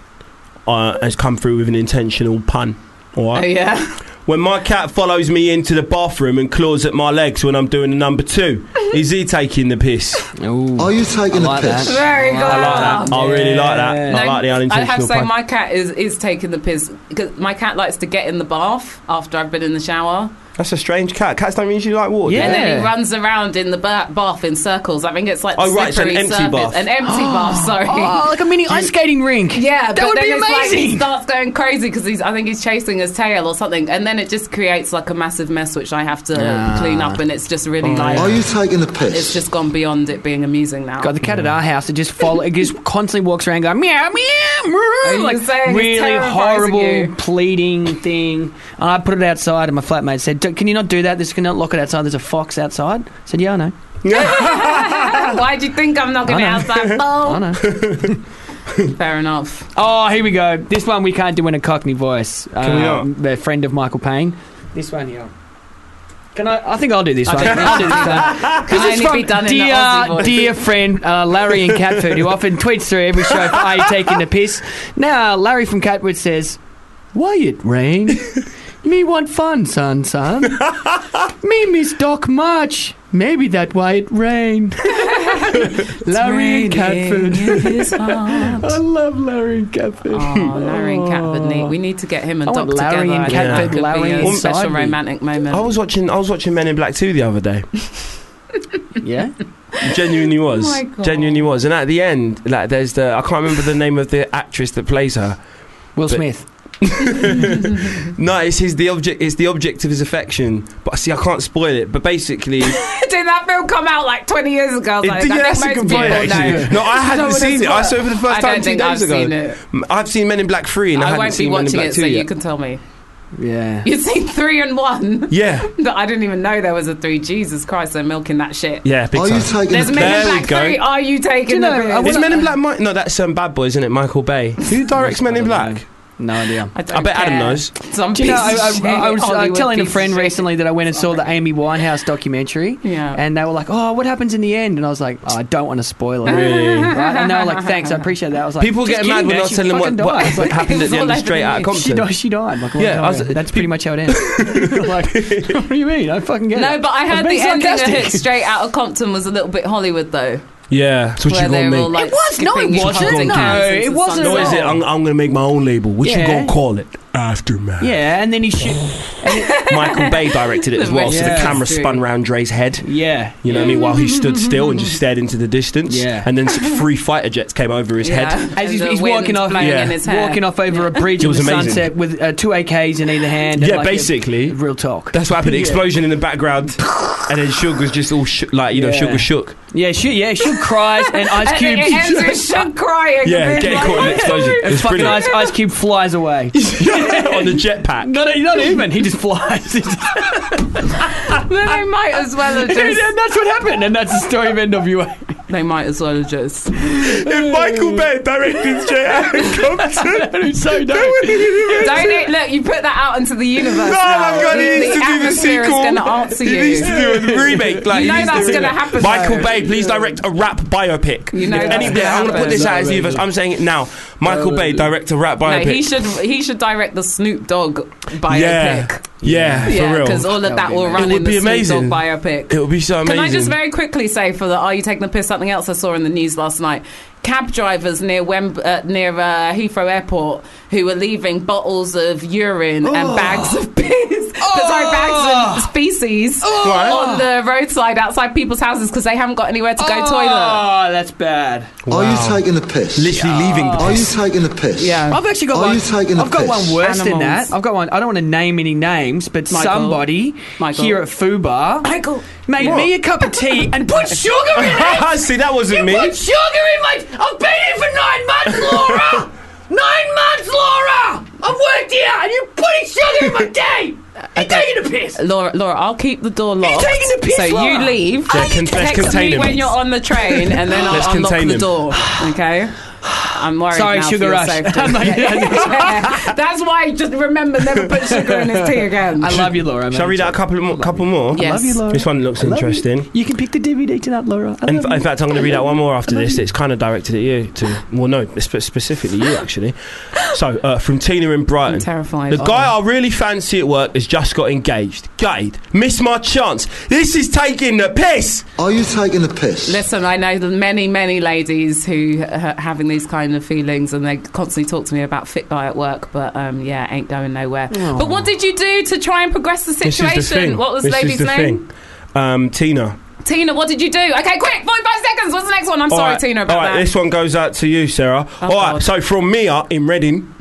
[SPEAKER 6] uh, has come through with an intentional pun. All
[SPEAKER 5] oh
[SPEAKER 6] right.
[SPEAKER 5] yeah,
[SPEAKER 6] When my cat follows me into the bathroom and claws at my legs when I'm doing a number two, is he taking the piss?
[SPEAKER 7] Ooh.
[SPEAKER 3] Are you taking the piss?
[SPEAKER 5] very good.
[SPEAKER 6] Oh, I like that. I really like that. I
[SPEAKER 5] No,
[SPEAKER 6] like the
[SPEAKER 5] I
[SPEAKER 6] unintentional
[SPEAKER 5] have to say
[SPEAKER 6] pun.
[SPEAKER 5] my cat is is taking the piss because my cat likes to get in the bath after I've been in the shower,
[SPEAKER 6] That's a strange cat. Cats don't usually like water. do
[SPEAKER 7] Yeah.
[SPEAKER 5] and then he runs around in the ba- bath in circles. I think it's like the
[SPEAKER 6] Oh, right, it's an
[SPEAKER 5] slippery
[SPEAKER 6] empty
[SPEAKER 5] surface.
[SPEAKER 6] bath.
[SPEAKER 5] an empty bath. Sorry.
[SPEAKER 7] Oh, like a mini ice skating rink.
[SPEAKER 5] Yeah,
[SPEAKER 7] that
[SPEAKER 5] but
[SPEAKER 7] would
[SPEAKER 5] then
[SPEAKER 7] be
[SPEAKER 5] it's Like he
[SPEAKER 7] amazing.
[SPEAKER 5] starts going crazy because he's, I think he's chasing his tail or something, and then it just creates like a massive mess which I have to
[SPEAKER 7] Ah.
[SPEAKER 5] clean up, and it's just
[SPEAKER 7] Oh,
[SPEAKER 5] really like
[SPEAKER 3] Are you taking the piss?
[SPEAKER 5] it's just gone beyond it being amusing now.
[SPEAKER 7] God, the cat at our house, it just follow, it just constantly walks around going meow meow, meow
[SPEAKER 5] you
[SPEAKER 7] like
[SPEAKER 5] saying it's
[SPEAKER 7] really
[SPEAKER 5] terrorising
[SPEAKER 7] horrible
[SPEAKER 5] you?
[SPEAKER 7] pleading thing. And I put it outside, and my flatmate said, "D- "Can you not do that? This can not lock it outside. There's a fox outside." I said, "Yeah, I know,
[SPEAKER 5] Why do you think I'm knocking it
[SPEAKER 7] I know.
[SPEAKER 5] outside?
[SPEAKER 7] I
[SPEAKER 5] Oh,
[SPEAKER 7] know."
[SPEAKER 5] fair enough.
[SPEAKER 7] Oh, here we go. This one we can't do in a Cockney voice. Can
[SPEAKER 6] we
[SPEAKER 7] The friend of Michael Payne. This one here. Can I? I think I'll do this one. I'll do this one. 'Cause
[SPEAKER 5] Can only
[SPEAKER 7] it's from
[SPEAKER 5] be done in the Aussie
[SPEAKER 7] dear,
[SPEAKER 5] voice.
[SPEAKER 7] dear friend uh, Larry in Catford, who often tweets through every show for Are You Taking the Piss? Now, Larry from Catford says, Why it rain? Me want fun, son, son. Me miss Doc much. Maybe that why it rain. Larry in Catford. I love Larry in Catford.
[SPEAKER 5] Oh, Larry and Catford need. We need to get him and
[SPEAKER 7] I
[SPEAKER 5] Doc
[SPEAKER 7] want Larry
[SPEAKER 5] together.
[SPEAKER 7] and
[SPEAKER 5] I think
[SPEAKER 6] Catford,
[SPEAKER 5] that could
[SPEAKER 7] Larry
[SPEAKER 5] be a
[SPEAKER 7] and Oh.
[SPEAKER 5] special
[SPEAKER 7] Sidney.
[SPEAKER 5] romantic moment.
[SPEAKER 6] I was watching. I was watching Men in Black Two the other day.
[SPEAKER 7] Yeah?
[SPEAKER 6] Genuinely was.
[SPEAKER 5] Oh my God.
[SPEAKER 6] Genuinely was. And at the end, like, there's the I can't remember the name of the actress that plays her.
[SPEAKER 7] Will
[SPEAKER 6] But-
[SPEAKER 7] Smith.
[SPEAKER 6] No, it's his the object. It's the object of his affection. But see, I can't spoil it. But basically, it,
[SPEAKER 5] Did that film come out like 20 years ago? I was Like,
[SPEAKER 6] yeah,
[SPEAKER 5] I
[SPEAKER 6] that's a
[SPEAKER 5] think
[SPEAKER 6] good
[SPEAKER 5] most
[SPEAKER 6] point.
[SPEAKER 5] people know.
[SPEAKER 6] Actually, no, I hadn't
[SPEAKER 5] Someone
[SPEAKER 6] seen
[SPEAKER 5] has
[SPEAKER 6] it. I
[SPEAKER 5] worked.
[SPEAKER 6] saw it for the
[SPEAKER 5] I don't
[SPEAKER 6] first time two
[SPEAKER 5] think I've
[SPEAKER 6] days ago.
[SPEAKER 5] seen it.
[SPEAKER 6] M- I've seen Men in Black Three, and I,
[SPEAKER 5] I
[SPEAKER 6] hadn't
[SPEAKER 5] won't be
[SPEAKER 6] seen Men in
[SPEAKER 5] watching
[SPEAKER 6] Black
[SPEAKER 5] it,
[SPEAKER 6] Two
[SPEAKER 5] so you
[SPEAKER 6] yet.
[SPEAKER 5] can tell me.
[SPEAKER 7] Yeah.
[SPEAKER 5] You've seen three and one.
[SPEAKER 6] Yeah,
[SPEAKER 5] That I didn't even know there was a three. Jesus Christ, they're milking that shit.
[SPEAKER 6] yeah, big
[SPEAKER 3] Are you
[SPEAKER 6] time.
[SPEAKER 3] taking
[SPEAKER 5] There's
[SPEAKER 3] the
[SPEAKER 5] Men
[SPEAKER 6] There
[SPEAKER 5] in
[SPEAKER 6] we
[SPEAKER 5] Black
[SPEAKER 6] go.
[SPEAKER 5] Three. Are you taking
[SPEAKER 7] Do you know,
[SPEAKER 5] the piss?
[SPEAKER 6] Is
[SPEAKER 7] I
[SPEAKER 6] Men in Black? Mi- no, that's um, Bad Boys, isn't it? Michael Bay. Who directs Men in
[SPEAKER 7] I don't
[SPEAKER 6] Black?
[SPEAKER 7] No idea.
[SPEAKER 5] I, don't care. Some
[SPEAKER 7] Do you know, I,
[SPEAKER 5] piece of
[SPEAKER 7] I, I
[SPEAKER 5] shit,
[SPEAKER 7] was uh,
[SPEAKER 5] Hollywood
[SPEAKER 7] telling a
[SPEAKER 5] piece of
[SPEAKER 7] friend
[SPEAKER 5] shit.
[SPEAKER 7] recently that I went and saw the Amy Winehouse documentary.
[SPEAKER 5] Yeah.
[SPEAKER 7] And they were like, oh, what happens in the end? And I was like, oh, I don't want to spoil it.
[SPEAKER 6] Really?
[SPEAKER 7] Right? And they were like, thanks, I appreciate that. I was like,
[SPEAKER 6] People
[SPEAKER 7] "Just
[SPEAKER 6] get mad
[SPEAKER 7] kidding,
[SPEAKER 6] when
[SPEAKER 7] man,
[SPEAKER 6] I was
[SPEAKER 7] she
[SPEAKER 6] telling them
[SPEAKER 7] fucking
[SPEAKER 6] what, what,
[SPEAKER 7] died."
[SPEAKER 6] what happened at the end straight out of
[SPEAKER 7] She
[SPEAKER 6] Compton.
[SPEAKER 7] died. She died. Like,
[SPEAKER 6] Yeah,
[SPEAKER 7] yeah,
[SPEAKER 6] I was-
[SPEAKER 7] that's pretty much how it ends. like, what do you mean? I fucking get it.
[SPEAKER 5] No, but I
[SPEAKER 7] was
[SPEAKER 5] heard the
[SPEAKER 7] being
[SPEAKER 5] ending of
[SPEAKER 7] sarcastic.
[SPEAKER 5] Hit Straight Out of Compton was a little bit Hollywood though.
[SPEAKER 6] Yeah. So
[SPEAKER 5] where they were all like
[SPEAKER 7] It was- no, it
[SPEAKER 5] skipping
[SPEAKER 7] wasn't.
[SPEAKER 5] Compton
[SPEAKER 7] No,
[SPEAKER 5] dances
[SPEAKER 7] it
[SPEAKER 5] and
[SPEAKER 7] wasn't
[SPEAKER 5] stuff.
[SPEAKER 7] at all.
[SPEAKER 6] I'm, I'm gonna make my own label. What
[SPEAKER 7] Yeah.
[SPEAKER 6] call it? Aftermath.
[SPEAKER 7] Yeah, and then he shoot.
[SPEAKER 6] Michael Bay directed it as
[SPEAKER 5] The
[SPEAKER 6] well, so the
[SPEAKER 7] racist
[SPEAKER 6] camera
[SPEAKER 5] dude.
[SPEAKER 6] spun round Dre's head.
[SPEAKER 7] Yeah.
[SPEAKER 6] You know what I mean? While he stood still and just stared into the distance.
[SPEAKER 7] Yeah.
[SPEAKER 6] And then some three fighter jets came over his
[SPEAKER 5] Yeah.
[SPEAKER 6] head.
[SPEAKER 7] As he's,
[SPEAKER 5] And the
[SPEAKER 7] he's
[SPEAKER 5] wind's
[SPEAKER 7] walking off,
[SPEAKER 5] blowing
[SPEAKER 6] Yeah.
[SPEAKER 5] in his hair.
[SPEAKER 7] walking off over a bridge
[SPEAKER 6] It
[SPEAKER 7] in
[SPEAKER 6] was
[SPEAKER 7] the
[SPEAKER 6] amazing.
[SPEAKER 7] sunset with uh, two AKs in either hand. and,
[SPEAKER 6] Yeah,
[SPEAKER 7] like, a-
[SPEAKER 6] basically.
[SPEAKER 7] real talk.
[SPEAKER 6] That's what happened. Explosion in the background, and then Suge was just all sh- like, you know,
[SPEAKER 7] Yeah.
[SPEAKER 6] Suge was shook.
[SPEAKER 7] Yeah, she yeah, she cries and Ice
[SPEAKER 5] And
[SPEAKER 7] Cube.
[SPEAKER 5] it ends with Sean crying.
[SPEAKER 6] Yeah, getting caught in an explosion.
[SPEAKER 7] and
[SPEAKER 6] It's
[SPEAKER 7] fucking
[SPEAKER 6] brilliant.
[SPEAKER 7] ice, ice Cube flies away.
[SPEAKER 6] on the jetpack.
[SPEAKER 7] Not, not even. He just flies. and
[SPEAKER 5] Then they might as well have just.
[SPEAKER 7] that's what happened. And that's the story of NWA.
[SPEAKER 5] they might as well have just.
[SPEAKER 6] If Michael Bay directed Straight Out of Compton,
[SPEAKER 7] And it's so dope.
[SPEAKER 5] Don't it, look. You put that out into the universe.
[SPEAKER 6] No,
[SPEAKER 5] now.
[SPEAKER 6] I've got
[SPEAKER 5] the,
[SPEAKER 6] it. He needs
[SPEAKER 5] the
[SPEAKER 6] to do the
[SPEAKER 5] atmosphere
[SPEAKER 6] sequel.
[SPEAKER 5] is going to answer
[SPEAKER 6] he
[SPEAKER 5] you.
[SPEAKER 6] needs to do a remake. Like,
[SPEAKER 5] You know
[SPEAKER 6] he needs
[SPEAKER 5] that's
[SPEAKER 6] to
[SPEAKER 5] gonna
[SPEAKER 6] remake.
[SPEAKER 5] happen,
[SPEAKER 6] Michael
[SPEAKER 5] though.
[SPEAKER 6] Bay, please direct a rap biopic.
[SPEAKER 5] You know
[SPEAKER 6] If
[SPEAKER 5] that's
[SPEAKER 6] any-
[SPEAKER 5] gonna
[SPEAKER 6] I'm gonna put
[SPEAKER 5] happen.
[SPEAKER 6] this out as universe. I'm saying it now. Michael Bay, direct a rap
[SPEAKER 5] No,
[SPEAKER 6] biopic.
[SPEAKER 5] he should. He should direct the Snoop Dogg biopic.
[SPEAKER 6] yeah. yeah, for real.
[SPEAKER 5] because all of that will run
[SPEAKER 6] would
[SPEAKER 5] in
[SPEAKER 6] be
[SPEAKER 5] the
[SPEAKER 6] amazing.
[SPEAKER 5] Snoop Dogg biopic.
[SPEAKER 6] It would be so amazing.
[SPEAKER 5] Can I just very quickly say for the Are You Taking the Piss? Something else I saw in the news last night. Cab drivers near Wemb- uh, near uh, Heathrow Airport who were leaving bottles of urine and bags of piss, oh. sorry, bags of feces
[SPEAKER 6] Right.
[SPEAKER 5] on the roadside outside people's houses because they haven't got anywhere to go toilet.
[SPEAKER 7] Oh, that's bad.
[SPEAKER 3] Are you taking the piss?
[SPEAKER 6] Literally leaving the
[SPEAKER 3] Are you
[SPEAKER 6] piss.
[SPEAKER 3] taking the piss?
[SPEAKER 5] Yeah.
[SPEAKER 7] I've actually got
[SPEAKER 3] Are
[SPEAKER 7] one.
[SPEAKER 3] you taking the
[SPEAKER 7] I've got
[SPEAKER 3] piss?
[SPEAKER 7] one worse than
[SPEAKER 5] Animals.
[SPEAKER 7] that. I've got one. I don't want to name any names, but
[SPEAKER 5] Michael.
[SPEAKER 7] somebody
[SPEAKER 5] Michael.
[SPEAKER 7] here at Fubar
[SPEAKER 5] Michael.
[SPEAKER 7] made me a cup of tea and put sugar in it.
[SPEAKER 5] Oh.
[SPEAKER 6] See, that wasn't me.
[SPEAKER 7] Put sugar in my. I've been here for nine months, Laura. nine months, Laura. I've worked here, and you're putting sugar in my day. You're taking a piss.
[SPEAKER 5] Laura, Laura, I'll keep the door locked.
[SPEAKER 7] taking the piss,
[SPEAKER 5] so
[SPEAKER 7] Laura.
[SPEAKER 5] you leave.
[SPEAKER 6] Yeah, con- let's
[SPEAKER 5] Text
[SPEAKER 6] contain
[SPEAKER 5] me
[SPEAKER 6] him.
[SPEAKER 5] when you're on the train, and then I'll
[SPEAKER 6] Let's
[SPEAKER 5] unlock
[SPEAKER 6] contain
[SPEAKER 5] the
[SPEAKER 6] him.
[SPEAKER 5] door. Okay. I'm worried
[SPEAKER 7] Sorry,
[SPEAKER 5] now
[SPEAKER 7] Sugar
[SPEAKER 5] for your
[SPEAKER 7] Rush.
[SPEAKER 5] safety.
[SPEAKER 7] I'm like, yeah,
[SPEAKER 5] Yeah. That's why. Just remember, never put sugar in his tea again.
[SPEAKER 7] I love you, Laura. man.
[SPEAKER 6] Shall I read out a couple more? Couple more.
[SPEAKER 5] Yes.
[SPEAKER 7] Love you, Laura.
[SPEAKER 6] This one looks
[SPEAKER 7] I love you.
[SPEAKER 6] interesting.
[SPEAKER 7] You. can pick the DVD to that, Laura. I
[SPEAKER 6] In,
[SPEAKER 7] love
[SPEAKER 6] in
[SPEAKER 7] you.
[SPEAKER 6] fact, I'm going to read out one more after this. It's kind of directed at you, too. Well, no, spe- specifically you, actually. So, uh, from Tina in Brighton.
[SPEAKER 5] I'm terrified.
[SPEAKER 6] The guy I really fancy at work has just got engaged. Gayed. Missed my chance. This is taking the piss.
[SPEAKER 3] Are you taking the piss?
[SPEAKER 5] Listen, I know the many, many ladies who are having these kind of feelings, and they constantly talk to me about fit guy at work. But um, yeah, ain't going nowhere. But what did you do to try and progress the
[SPEAKER 6] This is
[SPEAKER 5] situation?
[SPEAKER 6] the thing.
[SPEAKER 5] What was
[SPEAKER 6] this
[SPEAKER 5] lady's
[SPEAKER 6] is the
[SPEAKER 5] name?
[SPEAKER 6] Thing. Um, Tina.
[SPEAKER 5] Tina, what did you do? Okay, quick, 45 seconds. What's the next one? I'm
[SPEAKER 6] All
[SPEAKER 5] sorry,
[SPEAKER 6] right.
[SPEAKER 5] Tina, about
[SPEAKER 6] All right,
[SPEAKER 5] that.
[SPEAKER 6] this one goes out to you, Sarah.
[SPEAKER 5] Oh,
[SPEAKER 6] All right,
[SPEAKER 5] God.
[SPEAKER 6] so from Mia in Reading,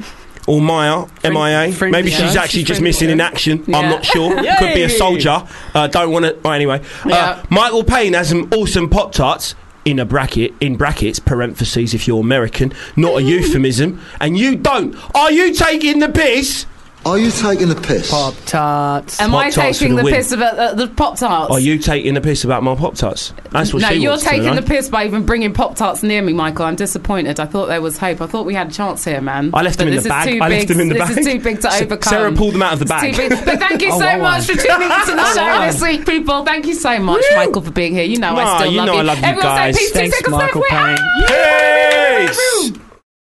[SPEAKER 6] or Maya, MIA.
[SPEAKER 7] friend
[SPEAKER 6] Maybe
[SPEAKER 7] of the
[SPEAKER 6] she's
[SPEAKER 7] show.
[SPEAKER 6] actually just
[SPEAKER 7] She's friend of
[SPEAKER 6] missing
[SPEAKER 7] the
[SPEAKER 6] in
[SPEAKER 7] show.
[SPEAKER 6] action. I'm
[SPEAKER 5] Yeah.
[SPEAKER 6] not sure. Could be a
[SPEAKER 7] Yay.
[SPEAKER 6] soldier. Uh, don't want to. Oh, anyway,
[SPEAKER 5] Yeah.
[SPEAKER 6] uh, Michael Payne has some awesome Pop Tarts. In a bracket, in brackets, parentheses, if you're American, not
[SPEAKER 5] Mm.
[SPEAKER 6] a euphemism, and you don't. Are you taking the piss?
[SPEAKER 3] Are you taking the piss?
[SPEAKER 7] Pop tarts.
[SPEAKER 5] Am I
[SPEAKER 6] Pop-Tarts
[SPEAKER 5] taking the,
[SPEAKER 6] for the win.
[SPEAKER 5] piss about uh, the Pop Tarts?
[SPEAKER 6] Are you taking the piss about my Pop Tarts? That's what
[SPEAKER 5] no,
[SPEAKER 6] she
[SPEAKER 5] you're
[SPEAKER 6] wants to
[SPEAKER 5] taking
[SPEAKER 6] know.
[SPEAKER 5] the piss by even bringing Pop Tarts near me, Michael. I'm disappointed. I thought there was hope. I thought we had a chance here, man.
[SPEAKER 6] I left
[SPEAKER 5] But
[SPEAKER 6] them in
[SPEAKER 5] this
[SPEAKER 6] the
[SPEAKER 5] is
[SPEAKER 6] bag.
[SPEAKER 5] too
[SPEAKER 6] I left
[SPEAKER 5] big-
[SPEAKER 6] them in the
[SPEAKER 5] this
[SPEAKER 6] bag.
[SPEAKER 5] is too big to
[SPEAKER 6] Sa-
[SPEAKER 5] overcome.
[SPEAKER 6] Sarah pulled them out of the
[SPEAKER 5] It's too
[SPEAKER 6] bag. Oh,
[SPEAKER 5] big. But thank you so
[SPEAKER 7] wow.
[SPEAKER 5] much for tuning into the show this week, people. Thank you so much, Michael, for being here. You know
[SPEAKER 6] Nah,
[SPEAKER 5] I still
[SPEAKER 6] you
[SPEAKER 5] love
[SPEAKER 6] know
[SPEAKER 5] you.
[SPEAKER 6] I love you
[SPEAKER 5] Everyone
[SPEAKER 6] guys.
[SPEAKER 5] say peace, two
[SPEAKER 7] Thanks,
[SPEAKER 5] seconds left.
[SPEAKER 7] Michael
[SPEAKER 5] We're
[SPEAKER 7] Payne.
[SPEAKER 5] out.
[SPEAKER 6] Peace!